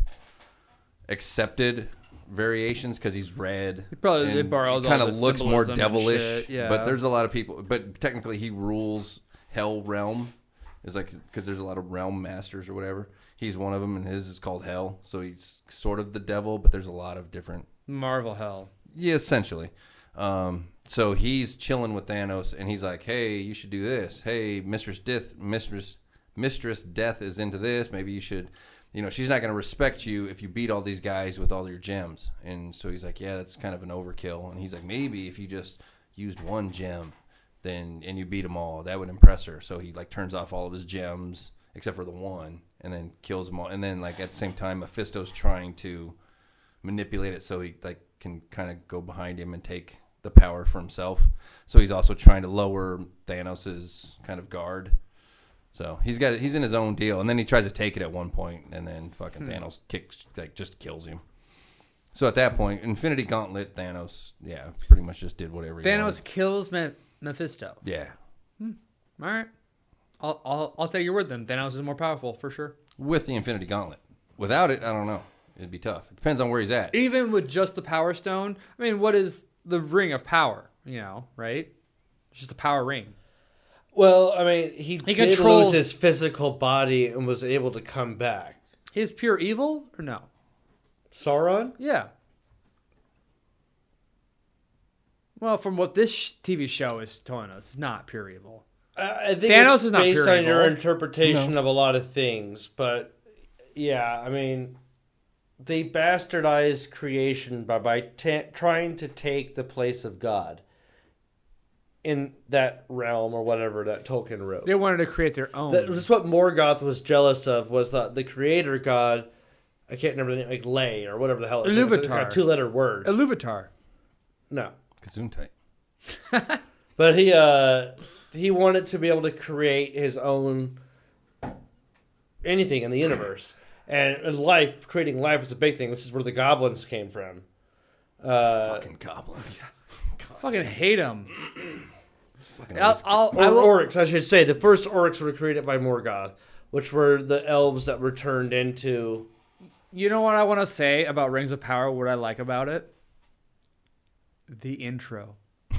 B: accepted variations because he's red.
A: Probably they borrowed all
B: kind
A: the
B: of looks more
A: symbolism and
B: devilish.
A: shit, yeah.
B: But there's a lot of people. But technically, he rules Hell Realm. Is like because there's a lot of realm masters or whatever. He's one of them, and his is called Hell. So he's sort of the devil, but there's a lot of different
A: Marvel Hell.
B: yeah, essentially. Um, so he's chilling with Thanos, and he's like, "Hey, you should do this. Hey, Mistress Death, Mistress Mistress Death is into this. Maybe you should." You know, she's not going to respect you if you beat all these guys with all your gems. And so he's like, "Yeah, that's kind of an overkill." And he's like, "Maybe if you just used one gem, then and you beat them all, that would impress her." So he like turns off all of his gems except for the one, and then kills them all. And then like at the same time, Mephisto's trying to manipulate it so he like can kind of go behind him and take the power for himself. So he's also trying to lower Thanos's kind of guard. So he's got he's in his own deal, and then he tries to take it at one point, and then fucking Thanos kicks like just kills him. So at that point, Infinity Gauntlet, Thanos, yeah, pretty much just did whatever. He
A: Thanos
B: wanted.
A: kills Me- Mephisto.
B: yeah,
A: All right. I'll, I'll, I'll take your word then. Thanos is more powerful for sure.
B: with the Infinity Gauntlet. Without it, I don't know. It'd be tough. It depends on where he's at.
A: Even with just the Power Stone, I mean, what is the Ring of Power? You know, right? It's just a power ring.
C: Well, I mean, he, did
A: controls-
C: lose his physical body and was able to come back.
A: He is pure evil or no?
C: Sauron?
A: Yeah. Well, from what this sh- TV show is telling us, it's not pure evil.
C: I I think
A: Thanos
C: it's
A: is not
C: based
A: pure
C: on your
A: evil.
C: interpretation of a lot of things, but yeah, I mean, they bastardized creation by by ta- trying to take the place of God in that realm or whatever that Tolkien wrote.
A: They wanted to create their own.
C: That was what Morgoth was jealous of was that the creator god. I can't remember the name, like Lay or whatever the hell. It's it's like a
A: Iluvatar.
C: two-letter word.
A: Iluvatar.
C: No,
B: Gesundheit.
C: But he uh he wanted to be able to create his own anything in the universe. And and life, creating life was a big thing, which is where the goblins came from. Uh,
B: fucking goblins.
A: Fucking hate him.
B: Fucking
A: I'll, I'll,
C: or
A: I will-
C: orcs, I should say. The first orcs were created by Morgoth, which were the elves that were turned into.
A: you know what I want to say about Rings of Power? What I like about it? The intro.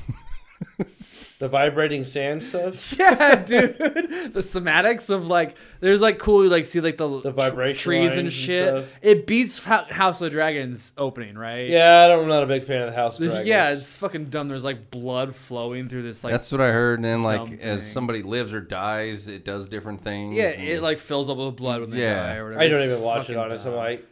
C: The vibrating sand stuff?
A: Yeah, dude. the somatics of like, there's like cool. You like see like the,
C: The vibration
A: trees
C: lines
A: and
C: and
A: shit.
C: stuff.
A: it beats Ho- House of the Dragons opening, right?
C: Yeah, I don't, I'm not a big fan of the House of Dragons.
A: Yeah, it's fucking dumb. There's like blood flowing through this like
B: That's what I heard. And then, like,
A: dumb
B: as
A: thing.
B: somebody lives or dies, it does different things.
A: Yeah,
B: and-
A: it like fills up with blood when they
B: Yeah.
A: die or whatever.
C: I don't
A: It's
C: even watch it,
A: fucking
C: honestly. I'm
A: dumb.
C: like,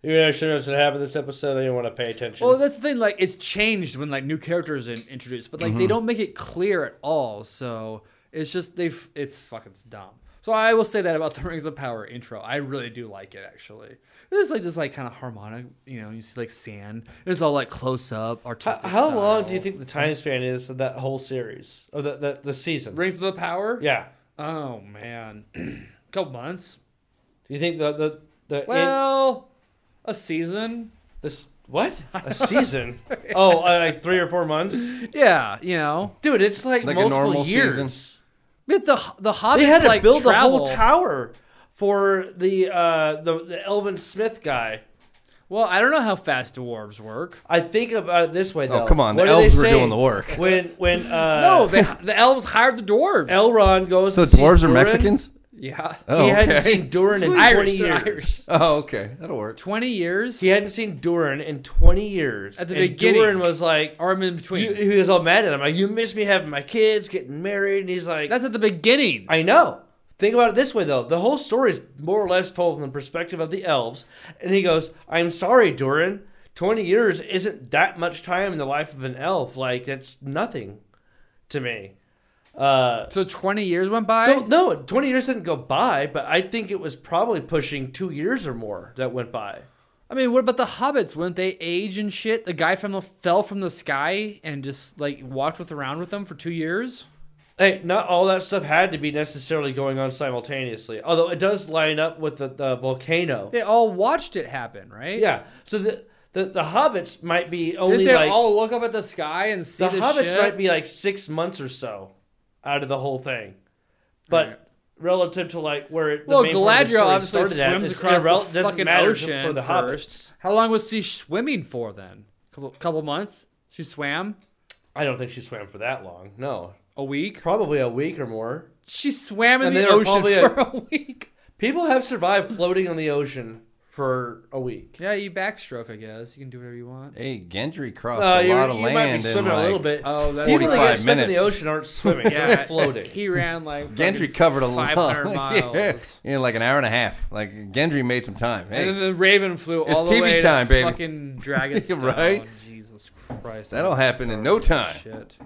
C: you know, sure what's going to happen this episode. I don't want to pay attention.
A: well, that's the thing. Like, it's changed when like new characters are introduced, but like
B: Mm-hmm.
A: they don't make it clear at all. So it's just they. f- It's fucking dumb. So I will say that about the Rings of Power intro. I really do like it actually. There's like this like kind of harmonic, you know. You see like sand. It's all like close up
C: How,
A: artistic.
C: how long do you
A: style.
C: think the time span is of that whole series of the, the, the season?
A: Rings of the Power?
C: Yeah.
A: Oh man, couple months.
C: Do you think the the the in-
A: Well, A season?
C: This what? A season? oh, uh, like three or four months,
A: Yeah, you know.
C: dude. It's like,
B: Like a
C: multiple
B: normal
C: years.
B: season?
A: But the the Hobbits
C: They had to
A: like
C: build a
A: travel.
C: whole tower for the uh, the the Elvin Smith guy.
A: Well, I don't know how fast dwarves work.
C: I think about it this way though.
B: Oh, come on.
C: What
B: the
C: do they
B: elves were
C: say
B: doing the work.
C: When when uh,
A: No, they, the elves hired the dwarves.
C: Elrond goes.
B: So
C: and sees
B: dwarves are
C: Durin.
B: Mexicans?
A: yeah,
B: Oh,
C: he hadn't
B: okay.
C: seen Durin in
A: Sweet.
C: 20
A: Irish, they're
C: years.
A: Irish.
B: Oh, okay. That'll work.
A: twenty years.
C: He hadn't seen Durin in 20 years.
A: At the
C: and
A: beginning.
C: Durin was like,
A: Or I'm in between.
C: you, he was all mad at him. Like, you miss me having my kids, getting married. And he's like,
A: That's at the beginning.
C: I know. Think about it this way, though. The whole story is more or less told from the perspective of the elves. And he goes, I'm sorry, Durin. 20 years isn't that much time in the life of an elf. Like, that's nothing to me. Uh,
A: so twenty years went by.
C: so, no, 20 years didn't go by, but I think it was probably pushing two years or more that went by.
A: I mean, what about the hobbits? Wouldn't they age and shit? The guy from the, fell from the sky and just like walked with around with them for two years.
C: Hey, not all that stuff had to be necessarily going on simultaneously. Although it does line up with the, the volcano.
A: They all watched it happen, right?
C: Yeah. So the, the the hobbits might be
A: Didn't
C: only
A: they
C: like
A: all look up at the sky and see
C: the
A: the,
C: hobbits
A: shit?
C: might be like six months or so out of the whole thing, but.
A: Right.
C: Relative to like where it, the
A: well,
C: main part of the
A: Galadriel
C: story
A: obviously
C: started at,
A: swims
C: it's
A: across
C: irrelevant-
A: the
C: doesn't
A: fucking
C: matter
A: ocean
C: for the
A: first.
C: hobbits.
A: How long was she swimming for then? Couple couple months. She swam
C: I don't think she swam for that long. No,
A: a week.
C: probably a week or more.
A: She swam in
C: And
A: the
C: they were
A: ocean
C: probably
A: for
C: a-
A: a, week.
C: People have survived floating on the ocean for a week.
A: Yeah, you backstroke, I guess. You can do whatever you want.
B: Hey, Gendry crossed
C: Uh,
B: a
C: you,
B: lot of
C: you
B: land.
C: might be
B: in,
C: swimming a
B: like-
C: little bit.
A: Oh, that's
C: People that get
B: 45
C: stuck in the
B: minutes.
C: ocean aren't swimming; they're floating.
A: He ran like
B: Gendry
A: fucking
B: covered a lot.
A: 500 miles.
B: yeah, in like an hour and a half. Like Gendry made some time.
A: And then
B: Hey,
A: the Raven flew
B: It's
A: all the
B: TV
A: way
B: time,
A: to
B: baby.
A: fucking Dragonstone.
B: Right?
A: Jesus Christ.
B: That'll
A: I'm
B: happen in no
A: starving
B: time.
A: Shit.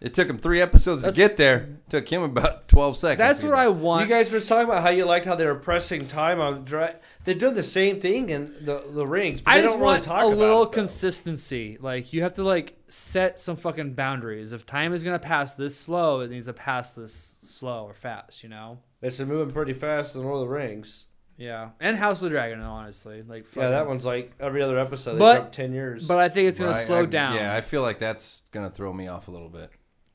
B: it took him three episodes to
A: That's-
B: get there. Took him about twelve seconds.
A: That's
B: to
A: what
B: get
A: I
B: there.
A: want.
C: You guys were talking about how you liked how they were pressing time on dry. They're doing the same thing in the the rings. But
A: I
C: they
A: just
C: don't
A: want
C: really talk
A: a
C: about
A: little
C: it, though.
A: consistency. Like you have to like set some fucking boundaries. If time is gonna pass this slow, it needs to pass this slow or fast. You know?
C: It's been moving pretty fast in Lord of the Rings.
A: Yeah. And House of the Dragon, honestly. Like
C: Yeah,
A: fucking-
C: that one's like every other episode. They
A: But-
C: jump ten years.
A: But I think it's gonna
B: Right,
A: slow
B: I-
A: down.
B: Yeah, I feel like that's gonna throw me off a little bit.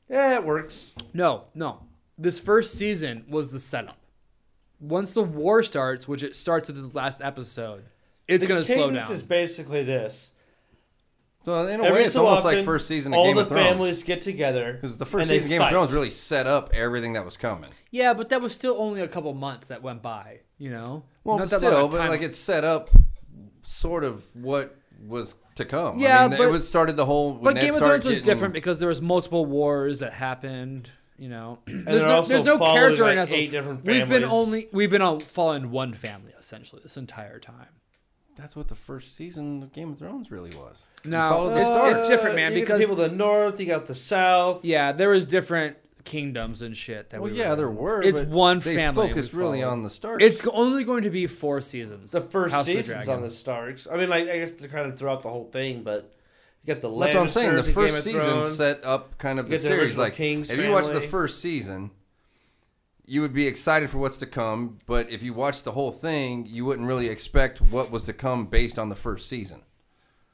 C: yeah, it works.
A: No, no. This first season was the setup. Once the war starts, which it starts with the last episode, it's
C: The
A: gonna slow
C: cadence
A: down.
C: Is basically this.
B: So in a
C: Every
B: way, it's
C: so
B: almost
C: often,
B: like first season of
C: all
B: Game
C: the
B: of Thrones.
C: families get together
B: Because the first
C: and they
B: season of Game of
C: fight.
B: Thrones really set up everything that was coming.
A: Yeah, but that was still only a couple months that went by. You know?
B: Well,
A: Not that long
B: still,
A: of
B: but
A: time.
B: like it set up sort of what was to come.
A: Yeah,
B: I mean, it
A: but-
B: was started the whole. when
A: But
B: that
A: Game of
B: started
A: Thrones was
B: getting-
A: different because there was multiple wars that happened. You know, there's
C: they're
A: no,
C: also
A: there's no
C: following,
A: character
C: like,
A: in us.
C: eight different
A: we've been
C: families.
A: only we've been on following one family essentially this entire time.
B: That's what the first season of Game of Thrones really was. You
A: No,
B: followed the
A: it's,
B: stars.
A: it's different, man.
C: You got
A: Because
C: the people in the north, you got the south.
A: yeah, there was different kingdoms and shit that
B: Well,
A: we.
B: yeah,
A: were
B: there
A: in.
B: were.
A: It's
B: but
A: one
B: they
A: family
B: focused
A: we
B: really
A: followed.
B: on the start.
A: It's go- only going to be four seasons.
C: the first
A: House of the
C: seasons
A: Dragon.
C: on the Starks. I mean, like I guess to kind of throw out the whole thing, but you got the
B: that's what I'm saying. The
C: Lannisters in Game
B: first
C: of
B: season
C: Thrones.
B: set up kind of the
C: You get the
B: series.
C: original
B: Like,
C: King's
B: if you watch the
C: family.
B: first season, you would be excited for what's to come. But if you watch the whole thing, you wouldn't really expect what was to come based on the first season.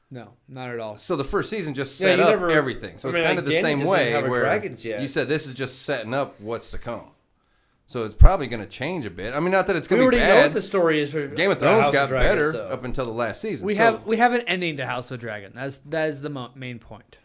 A: no, not at all.
B: So the first season just
C: Yeah,
B: set
C: you
B: up
C: never-
B: everything. So
C: I
B: it's
C: mean,
B: kind
C: like,
B: of the
C: Danny
B: same
C: doesn't
B: way
C: have her
B: where
C: dragons yet.
B: you said this is just setting up what's to come. So it's probably going to change a bit. I mean, not that it's
C: We
B: going to be
C: already know
B: bad.
C: what the story is. For
B: Game of
C: the
B: Thrones
C: House
B: got
C: Dragons,
B: better
C: so.
B: up until the last season.
A: We have we have an ending to House of Dragon. That's that is the mo- main point.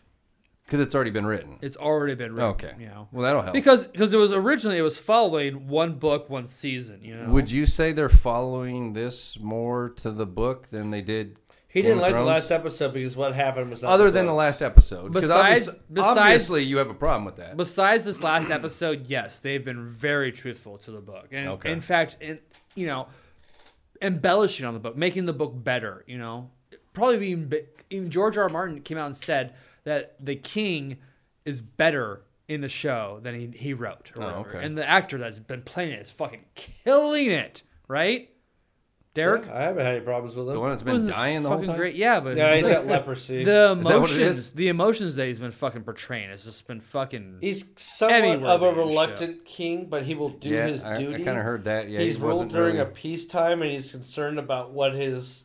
B: because it's already been written.
A: It's already been written.
B: Okay.
A: You know.
B: Well, that'll help.
A: because because it was originally it was following one book one season you know
B: Would you say they're following this more to the book than they did?
C: he
B: Game
C: didn't
B: of
C: like
B: Thrones?
C: the last episode because what happened was not
B: Other than the
C: books.
B: last episode, because
A: Besides- besides-
B: obviously you have a problem with that.
A: besides this last episode yes they've been very truthful to the book and
B: Okay.
A: in fact in, you know embellishing on the book making the book better you know probably being bi- even george r. R. martin came out and said that the king is better in the show than he, he wrote or
B: Oh,
A: whatever.
B: okay.
A: and the actor that's been playing it is fucking killing it right derek
C: Yeah, I haven't had any problems with
B: The
C: him.
B: one that's been
A: Wasn't
B: dying the whole
A: fucking
B: time.
A: great yeah but
C: Yeah, he's got leprosy.
A: The
B: Is that what it
A: emotions,
B: is?
A: the emotions that he's been fucking portraying, it's just been fucking.
C: He's somewhat
A: Emmy-worthy
C: of a
A: in the show.
C: reluctant king, but he will do
B: Yeah,
C: his
B: I,
C: duty.
B: kind of heard that. Yeah,
C: he's
B: he
C: ruled
B: wasn't
C: during
B: really-
C: a peacetime, and he's concerned about what his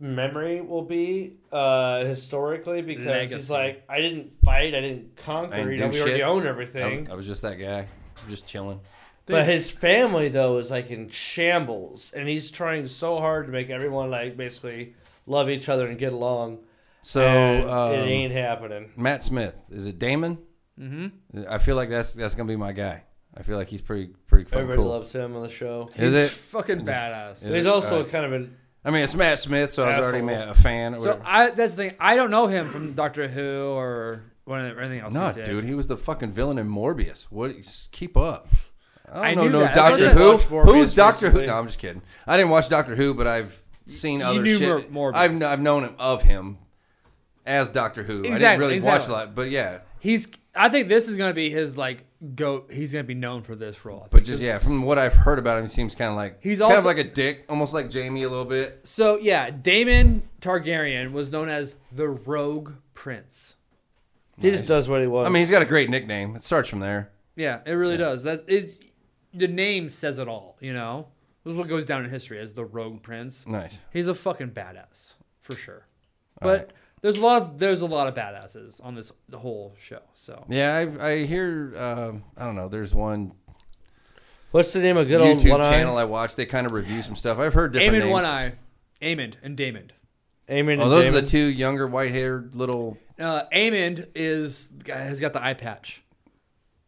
C: memory will be uh, historically because he's
A: Legacy.
C: like, I didn't fight, I didn't conquer.
B: I didn't
C: you know,
B: do
C: we already
B: shit.
C: own
B: I,
C: everything.
B: I was just that guy, just chilling.
C: But his family though is like in shambles, and he's trying so hard to make everyone like basically love each other and get along.
B: So
C: and
B: um,
C: it ain't happening.
B: Matt Smith is it Damon? Mm-hmm. I feel like that's that's gonna be my guy. I feel like he's pretty pretty fucking
C: Everybody
B: cool.
C: loves him on the show.
B: is
A: He's
B: it?
A: fucking badass?
B: Is
C: He's
B: it?
C: also
B: Alright.
C: kind of an
B: I mean, it's Matt Smith, so I was already
C: Asshole.
B: ma- a fan. Or
A: So
B: whatever.
A: I that's the thing. I don't know him from Doctor Who or one of the- or anything else.
B: no,
A: he did.
B: dude, he was the fucking villain in Morbius. What? Keep up. I
A: I
B: don't
A: knew
B: know no
A: that.
B: Doctor
A: That's
B: Who.
C: what I watched Morbius
B: Who's Doctor
C: recently.
B: Who? No, I'm just kidding. I didn't watch Doctor Who, but I've seen other
A: knew
B: shit.
A: Mor- Morbius.
B: I've kn- I've known him of him as Doctor Who. I didn't
A: Exactly,
B: really watch a
A: exactly.
B: lot, but yeah,
A: He's. I think this is gonna be his like goat. He's gonna be known for this role. I
B: but
A: think
B: just
A: this-
B: yeah, from what I've heard about him, he seems kind of like
A: He's
B: kind of
A: also-
B: like a dick, almost like Jamie a little bit.
A: So yeah, Damon Targaryen was known as the Rogue Prince.
C: he just does what he wants.
B: I mean, he's got a great nickname. It starts from there.
A: Yeah, it really does. That it's the name says it all. You know, this is what goes down in history as the Rogue Prince.
B: Nice.
A: He's a fucking badass for sure. But there's a lot of there's a lot of badasses on this the whole show. So
B: Yeah, I I hear. um I don't know. There's one
C: What's the name of good old
B: YouTube
C: one
B: channel
C: channel.
B: I watch. They kind of review some stuff. I've heard different
A: Amon
B: names.
A: One Eye, Amon and Damon.
C: Amen.
B: Oh, those are the two younger, white-haired little.
A: Uh, Amon is has got the eye patch,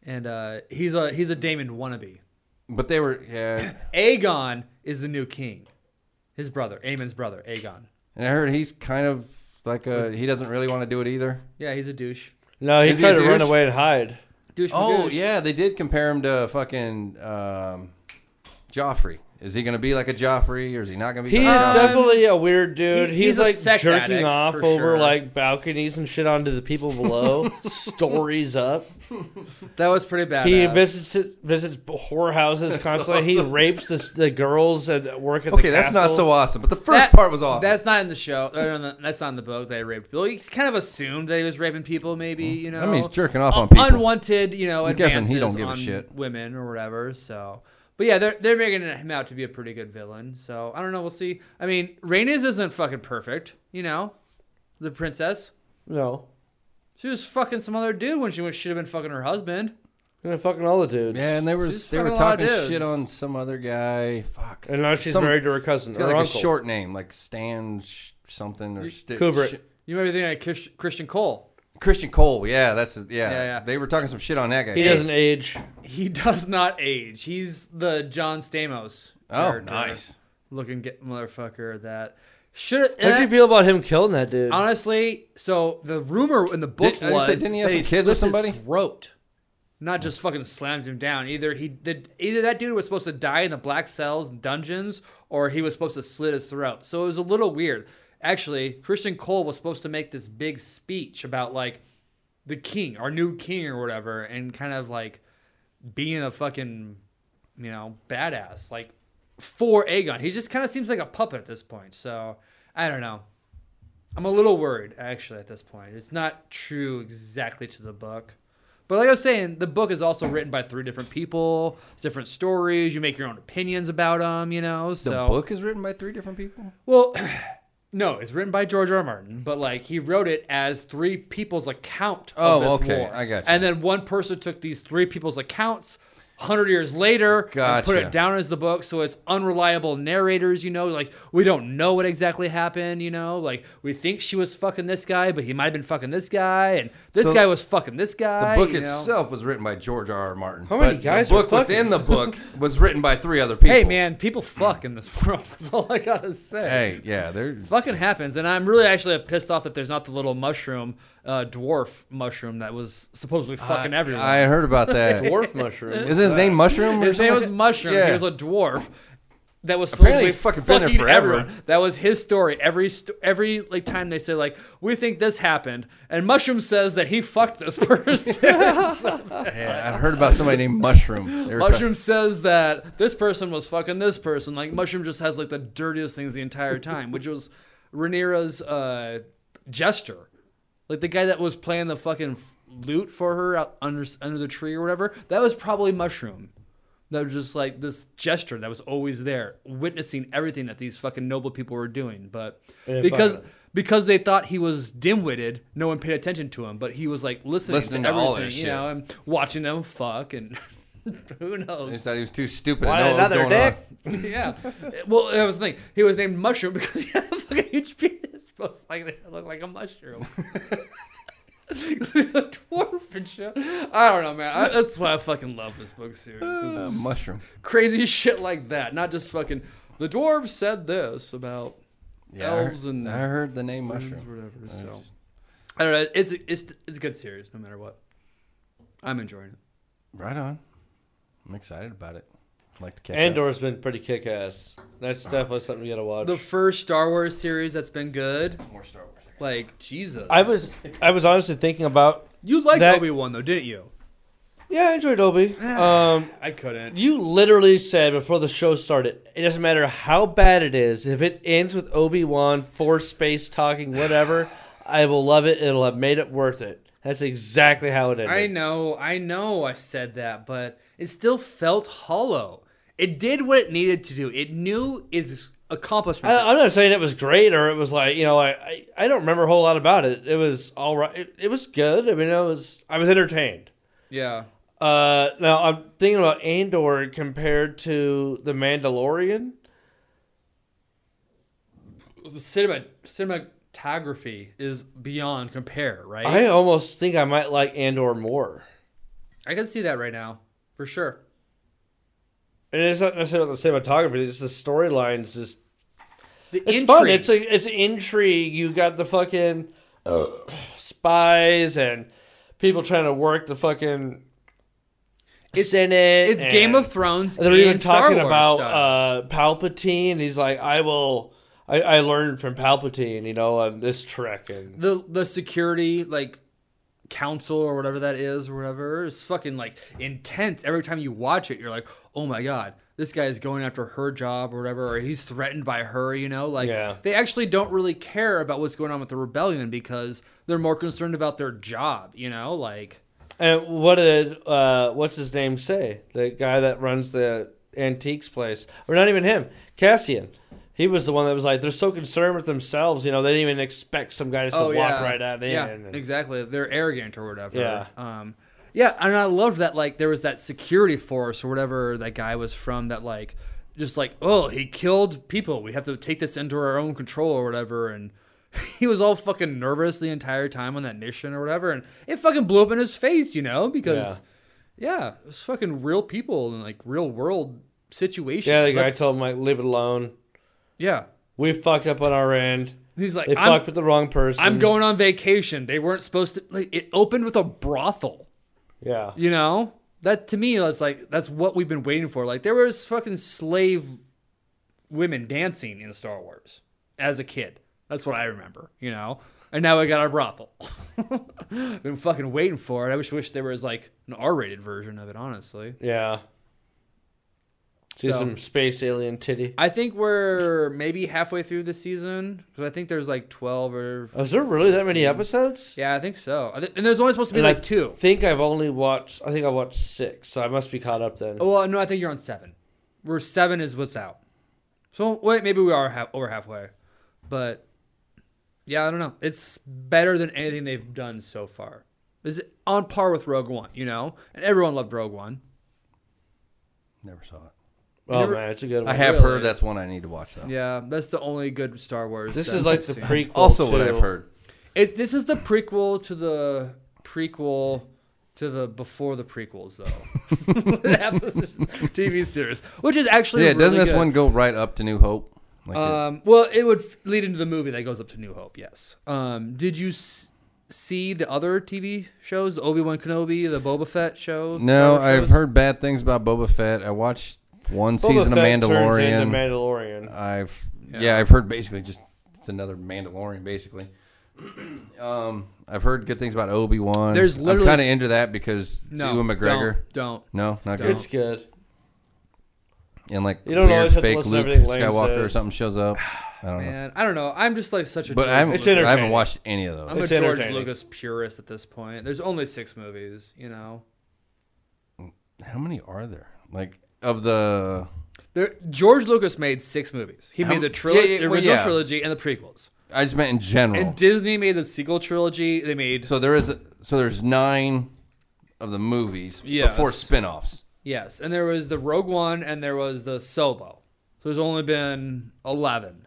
A: and uh, he's a he's a Damon wannabe.
B: But they were yeah.
A: Aegon is the new king, his brother, Amon's brother, Aegon.
B: And I heard he's kind of like a. He doesn't really want to do it either.
A: Yeah, he's a douche.
C: No,
B: Is
C: he's
B: he a
C: trying to run
B: douche?
C: away and hide.
A: Douche
B: Oh
A: Magoosh.
B: yeah, they did compare him to fucking um, Joffrey. Is he gonna be like a Joffrey, or is he not gonna be?
C: He is
B: like a Joffrey?
C: definitely a weird
A: Um,
C: dude.
A: he-
C: he's,
A: he's a
C: like
A: sex
C: jerking
A: addict,
C: off
A: for
C: over
A: sure.
C: like balconies and shit onto the people below, stories up.
A: that was pretty bad.
C: He visits visits whorehouses constantly. He rapes the, the girls that work at the
B: okay, that's not
C: castle.
B: so awesome. But the first part was awesome.
A: That's not in the show. or in the- That's not in the book. They raped people. He's kind of assumed that he was raping people. Maybe you know.
B: I mean, he's jerking off on
A: Un-
B: people.
A: Uh, Unwanted, you know,
B: I'm
A: advances
B: guessing he don't give a
A: on
B: shit.
A: women or whatever. So, but yeah, they're they're making him out to be a pretty good villain. So I don't know. We'll see. I mean, Rhaenys isn't fucking perfect. You know, the princess.
C: No.
A: She was fucking some other dude when she went, should have been fucking her husband.
C: Yeah, fucking all the dudes.
B: yeah, and they were
A: She's
B: they were
A: fucking a lot of
B: talking
A: dudes.
B: shit on some other guy. Fuck.
C: And now she's
B: Some-
C: married to her cousin.
B: He's
C: Her
B: got like
C: uncle.
B: a short name, like Stan sh- something or Sti-
C: Kubrick.
B: sh-
A: You might be thinking of Chris- Christian Cole.
B: Christian Cole. Yeah, that's yeah.
A: Yeah, yeah.
B: They were talking some shit on that guy.
C: he
B: too.
C: doesn't age.
A: He does not age. He's the John Stamos.
B: Oh,
A: character.
B: nice.
A: Looking get motherfucker that should
C: How'd you feel about him killing that dude?
A: honestly. So the rumor in the book
B: Did- I
A: was
B: just said, didn't he have
A: that
B: some kids with
A: slits his
B: somebody?
A: throat, not just fucking slams him down. Either he did, either that dude was supposed to die in the black cells and dungeons, or he was supposed to slit his throat. So it was a little weird. Actually, Christian Cole was supposed to make this big speech about like the king, our new king or whatever, and kind of like being a fucking, you know, badass, like for Aegon. He just kind of seems like a puppet at this point. So I don't know. I'm a little worried actually at this point. It's not true exactly to the book. But like I was saying, the book is also written by three different people, it's different stories. You make your own opinions about them, you know. So
B: The book is written by three different people.
A: well, no, it's written by George R. R. Martin, but like he wrote it as three people's account. Of
B: Oh,
A: this
B: okay,
A: war.
B: I got you.
A: And then one person took these three people's accounts. Hundred years later, and put
B: Gotcha.
A: it down as the book, so it's unreliable narrators. You know, like we don't know what exactly happened. You know, like we think she was fucking this guy, but he might have been fucking this guy, and this
B: So
A: guy was fucking this
B: The
A: guy.
B: book
A: you know?
B: itself was written by George R. R. Martin.
C: How many
B: but
C: guys
B: The
C: are
B: book
C: fucking-
B: within the book was written by three other people.
A: Hey, man, people fuck in this world. That's all I gotta say.
B: Hey, yeah, they're
A: fucking happens and i'm really actually pissed off that there's not the little mushroom uh, dwarf mushroom that was supposedly fucking everyone
B: Uh, I heard about that.
C: Dwarf mushroom.
B: Isn't his name Mushroom? Or
A: his name
B: something
A: was
B: like
A: mushroom
B: Yeah.
A: he was a dwarf that was supposedly
B: Apparently he's fucking been there forever.
A: everyone. That was his story. Every st- every like time they say like we think this happened, and Mushroom says that he fucked this person.
B: that? Yeah, I heard about somebody named Mushroom. They were
A: Mushroom says that this person was fucking this person. Like Mushroom just has like the dirtiest things the entire time, which was Rhaenyra's uh, jester, like the guy that was playing the fucking flute for her out under under the tree or whatever. That was probably Mushroom. That was just like this gesture that was always there, witnessing everything that these fucking noble people were doing. But
C: And
A: because
C: fucking-
A: because they thought he was dim-witted, no one paid attention to him. But he was like listening,
B: Listening
A: to
B: to
A: everything,
B: all their
A: you
B: shit.
A: know, and watching them fuck and who
B: He
A: knows?
B: thought he was too stupid
C: Why
B: to know what was
C: another
B: going
C: dick?
B: on.
A: yeah. Well, that was the thing. He was named Mushroom because he had a fucking huge penis, bro. It's like they look like a mushroom. a dwarf and shit. I don't know, man. I, that's why I fucking love this book series. 'cause it's
B: Uh,
A: just
B: mushroom.
A: crazy shit like that. Not just fucking. The dwarves said this about
B: Yeah, I
A: Elves
B: heard-
A: and-
B: I heard the name
A: mushrooms,
B: mushroom.
A: whatever. So I don't know. It's it's it's a good series, no matter what. I'm enjoying it.
B: Right on. I'm excited about it. I'd like to catch up.
C: Andor's been pretty kick ass. That's definitely something you gotta watch.
A: The first Star Wars series that's been good.
B: more Star Wars.
A: Like Jesus,
C: I was I was honestly thinking about
A: You liked
C: That-
A: Obi Wan though, didn't you?
C: yeah, I enjoyed Obi. Um,
A: I couldn't.
C: you literally said before the show started, it doesn't matter how bad it is. If it ends with Obi Wan, force space talking, whatever, I will love it. It'll have made it worth it. That's exactly how it ended.
A: I know, I know I said that, but it still felt hollow. It did what it needed to do. It knew its accomplishment.
C: I, I'm not saying it was great or it was like you know I, I, I don't remember a whole lot about it. It was all right. It, it was good. I mean, I was I was entertained.
A: yeah.
C: Uh, now I'm thinking about Andor compared to the Mandalorian.
A: The cinema, cinematography is beyond compare, right?
C: I
A: I,
C: almost think I might like Andor more.
A: can see that right now, for sure.
C: And it's not necessarily about the cinematography. It's the storylines. Just
A: The
C: it's fun. It's a it's intrigue. You got the fucking spies and people trying to work the fucking
A: It's-
C: Senate.
A: it's Game
C: and-
A: of Thrones.
C: And they're even
A: and Star
C: talking
A: Wars
C: about
A: style.
C: uh, Palpatine. He's like, I will. I, I learned from Palpatine, you know, on this trek. And
A: the the security like council or whatever that is or whatever is fucking like intense every time you watch it you're like oh my god this guy is going after her job or whatever or he's threatened by her you know like
C: Yeah.
A: they actually don't really care about what's going on with the rebellion because they're more concerned about their job you know like
C: and what did uh, what's his name say? The guy that runs the antiques place, or not even him, Cassian. He was the one that was like, they're so concerned with themselves, you know, they didn't even expect some guy just to walk right at in.
A: Oh, Yeah,
C: and-
A: exactly. They're arrogant or whatever.
C: Yeah.
A: Um, yeah, and I loved that. Like there was that security force or whatever that guy was from. That like just like oh he killed people. We have to take this into our own control or whatever. And he was all fucking nervous the entire time on that mission or whatever. And it fucking blew up in his face, you know, because yeah, it was fucking real people and like real world situations.
C: yeah, the guy
A: That's-
C: told him like, leave it alone.
A: yeah.
C: We fucked up on our end.
A: He's like,
C: They
A: "I'm-
C: fucked with the wrong person.
A: I'm going on vacation. They weren't supposed to. Like, it opened with a brothel.
C: Yeah.
A: You know that to me that's like that's what we've been waiting for. Like there was fucking slave women dancing in Star Wars as a kid. That's what I remember. You know, and now we got our brothel. been fucking waiting for it. I wish wish there was like an R-rated version of it. Honestly,
C: Yeah. See
A: So-
C: some space alien titty.
A: I think we're maybe halfway through the season because I think there's like twelve or
C: Oh, Is there really that many episodes?
A: yeah, I think so. I thi- And there's only supposed to be
C: And
A: like two.
C: I think I've only watched. I think I watched six, so I must be caught up then.
A: Well, no, I think you're on seven. We're seven is what's out. So wait, maybe we are half, over halfway, but yeah, I don't know. It's better than anything they've done so far. Is it on par with Rogue One? You know, and everyone loved Rogue One.
B: Never saw it.
C: Oh
A: never-
C: man, it's a good
B: I
C: one.
B: have
A: Really?
B: heard that's one I need to watch though.
A: Yeah, that's the only good Star Wars.
C: this
A: that
C: is like
A: I've
C: the
A: seen.
C: prequel.
B: Also, what
C: to-
B: I've heard.
A: It, this is the prequel to the prequel to the before the prequels, though. that was just TV series, which is actually
B: Yeah,
A: really
B: doesn't this
A: good.
B: one go right up to New Hope? Like it-
A: Um, well, it would f- lead into the movie that goes up to New Hope. Yes. Um, did you s- see the other TV shows, Obi Wan Kenobi, the Boba Fett show?
B: no,
A: Star Wars
B: I've
A: shows?
B: heard bad things about Boba Fett. I watched one
C: Boba
B: season of
C: Fett turns into
B: Mandalorian.
C: Mandalorian.
B: I've yeah. I've heard basically just it's another Mandalorian basically. um, I've heard good things about Obi Wan.
A: There's
B: I'm
A: literally-
B: kind of into that because
A: No,
B: Ewan McGregor.
A: Don't. don't.
B: No, not
A: Don't.
B: good.
C: It's good.
B: And like
C: You don't
B: weird
C: always have to
B: fake
C: listen to
B: Luke
C: everything Lane
B: Skywalker or
C: says.
B: something shows up. I don't know.
A: Man, I don't know. I'm just like such a.
B: But I
A: George-
B: haven't,
C: It's
B: I haven't
C: entertaining.
B: watched any of those.
A: I'm a
C: It's
A: George
C: entertaining.
A: Lucas purist at this point. There's only six movies, you know.
B: How many are there? Like of the
A: There, George Lucas made six movies. He made the trilogy,
B: yeah, yeah,
A: the
B: well,
A: original
B: yeah. Oh.
A: trilogy, and the prequels.
B: I just meant in general.
A: And Disney made the sequel trilogy. They made
B: so there is a, so there's nine of the movies
A: Yes.
B: before spin-offs.
A: yes, and there was the Rogue One, and there was the Solo. So there's only been eleven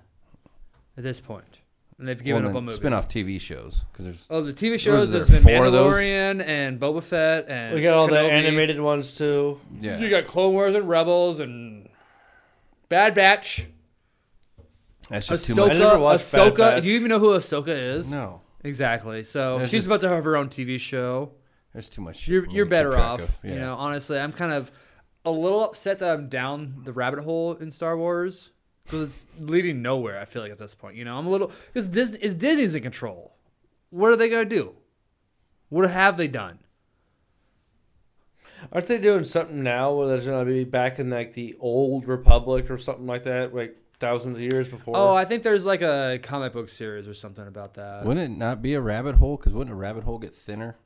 A: at this point, and they've given
B: Well,
A: up
B: then
A: on movies.
B: spin-off TV shows because there's
A: Oh, the TV shows.
B: there,
A: There's been
B: four of those?
A: Mandalorian and Boba Fett, and
C: We got all the
A: Kenobi.
C: animated ones too.
B: yeah.
A: You got Clone Wars and Rebels and Bad Batch.
B: that's just too
A: Ahsoka.
B: much.
C: I never watched Bad
A: Ahsoka.
C: Batch.
A: Do you even know who Ahsoka is?
B: No,
A: Exactly. So
B: There's
A: she's
B: just-
A: about to have her own TV show.
B: there's too much.
A: You're
B: for me
A: you're
B: to keep
A: better
B: track
A: off.
B: of. Yeah.
A: You know, honestly, I'm kind of a little upset that I'm down the rabbit hole in Star Wars because it's leading nowhere. I feel like at this point, you know, I'm a little because Disney is Disney's in control. What are they gonna do? What have they done?
C: Aren't they doing something now where there's gonna be back in like the old republic or something like that, like thousands of years before?
A: Oh, I think there's like a comic book series or something about that.
B: Wouldn't it not be a rabbit hole? Because wouldn't a rabbit hole get thinner?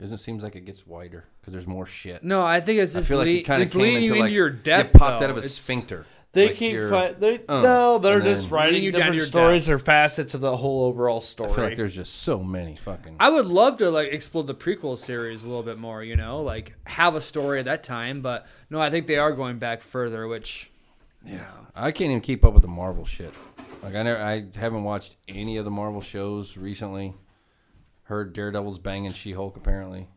B: It seems like it gets wider because there's more shit.
A: No, I think it's
B: I
A: just
B: feel like
A: lea-
B: it kind of
A: it's
B: came
A: leading
B: into
A: into
B: like
A: your death.
B: It popped
A: though.
B: out of a
A: It's-
B: sphincter.
C: they
B: Like
C: keep
B: you're-
C: fi- they
B: uh,
C: no, they're
B: and then-
C: just
A: Leading
C: writing
A: you down to
C: different
A: your
C: stories or facets of the whole overall story.
B: I feel like there's just so many fucking.
A: I would love to like explore the prequel series a little bit more, you know, like have a story at that time. But no, I think they are going back further, which
B: Yeah, I can't even keep up with the Marvel shit. Like I never, I haven't watched any of the Marvel shows recently. Heard Daredevil's banging She-Hulk apparently.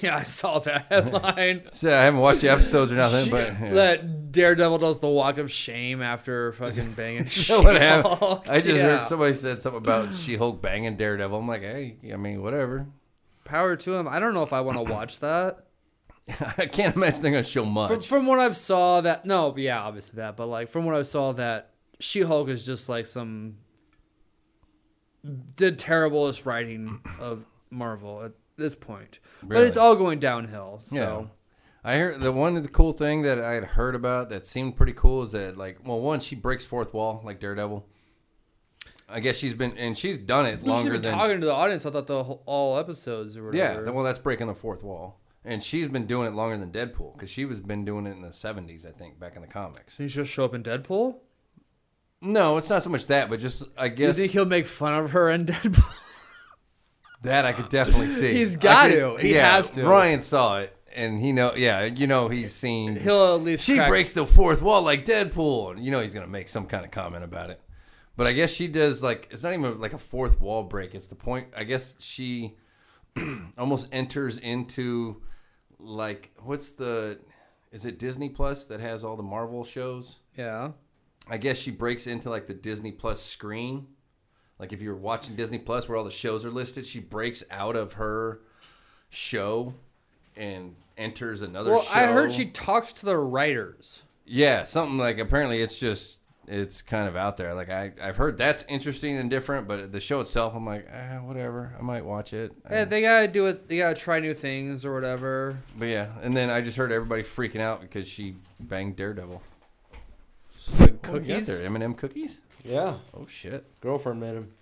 A: yeah, I saw that headline.
B: So I haven't watched the episodes or nothing,
A: Shit,
B: but yeah.
A: That Daredevil does the walk of shame after fucking banging.
B: You know what happened?
A: She-Hulk.
B: I just
A: Yeah.
B: heard somebody said something about She-Hulk banging Daredevil. I'm like, hey, I mean, whatever.
A: power to him. I don't know if I want to watch that.
B: I can't imagine they're gonna show
A: From,
B: much.
A: from what I've saw that no, yeah, obviously that, but like from what I saw that She-Hulk is just like some the terriblest writing of Marvel at this point. But it's
B: Really?
A: all going downhill. So
B: I heard the one the cool thing that I had heard about that seemed pretty cool is that like well one she breaks fourth wall like Daredevil. I guess she's been and she's done it
A: Longer
B: longer than
A: talking to the audience. I thought the whole, all episodes or
B: yeah.
A: whatever.
B: th- Well, that's breaking the fourth wall, and she's been doing it longer than Deadpool because she was been doing it in the seventies, I think, back in the comics.
A: Did he just show up in Deadpool?
B: No, it's not so much that, but just I
A: You
B: guess
A: think he'll make fun of her in Deadpool?
B: that I could definitely see.
A: He's
B: I
A: got
B: could-
A: to. He
B: yeah,
A: has to.
B: Ryan saw it, and he know. Yeah, you know he's seen.
A: He'll at least
B: she
A: crack-
B: breaks the fourth wall like Deadpool. and You know he's gonna make some kind of comment about it. But I guess she does like it's not even like a fourth wall break. It's the point. I guess she almost enters into like what's the is it Disney Plus that has all the Marvel shows?
A: Yeah.
B: I guess she breaks into like the Disney Plus screen. Like if you're watching Disney Plus where all the shows are listed, she breaks out of her show and enters another
A: Well,
B: show.
A: I heard she talks to the writers.
B: Yeah, something like apparently it's just it's kind of out there. Like I I've heard that's interesting and different, but the show itself I'm like, eh, whatever. I might watch it.
A: Yeah,
B: Uh,
A: they gotta do it. They gotta try new things or whatever.
B: but yeah, and then I just heard everybody freaking out because she banged Daredevil.
A: Like
B: Yeah,
A: cookies.
B: they're M&M cookies?
C: yeah,
B: Oh shit.
C: girlfriend made him.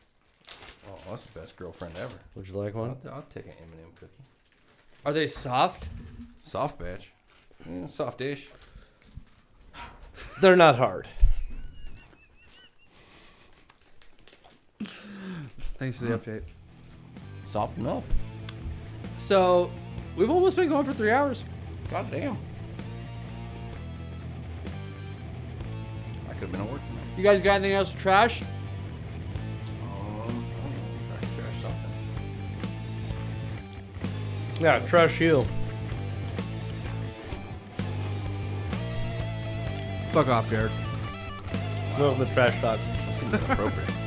B: Oh, that's the best girlfriend ever.
C: Would you like one?
B: I'll, I'll take an M&M cookie.
A: Are they soft?
B: Soft batch. Yeah, soft dish.
C: They're not hard.
A: Thanks
B: Uh-huh.
A: for the update.
B: Soft enough.
A: So, we've almost been going for three hours.
B: God damn. I could have been at work tonight.
A: You guys got anything else to trash?
B: Um, I don't know. Trash, trash something.
C: Yeah, trash you.
A: Fuck off, Jared.
C: No, the trash talk.
B: That seems inappropriate.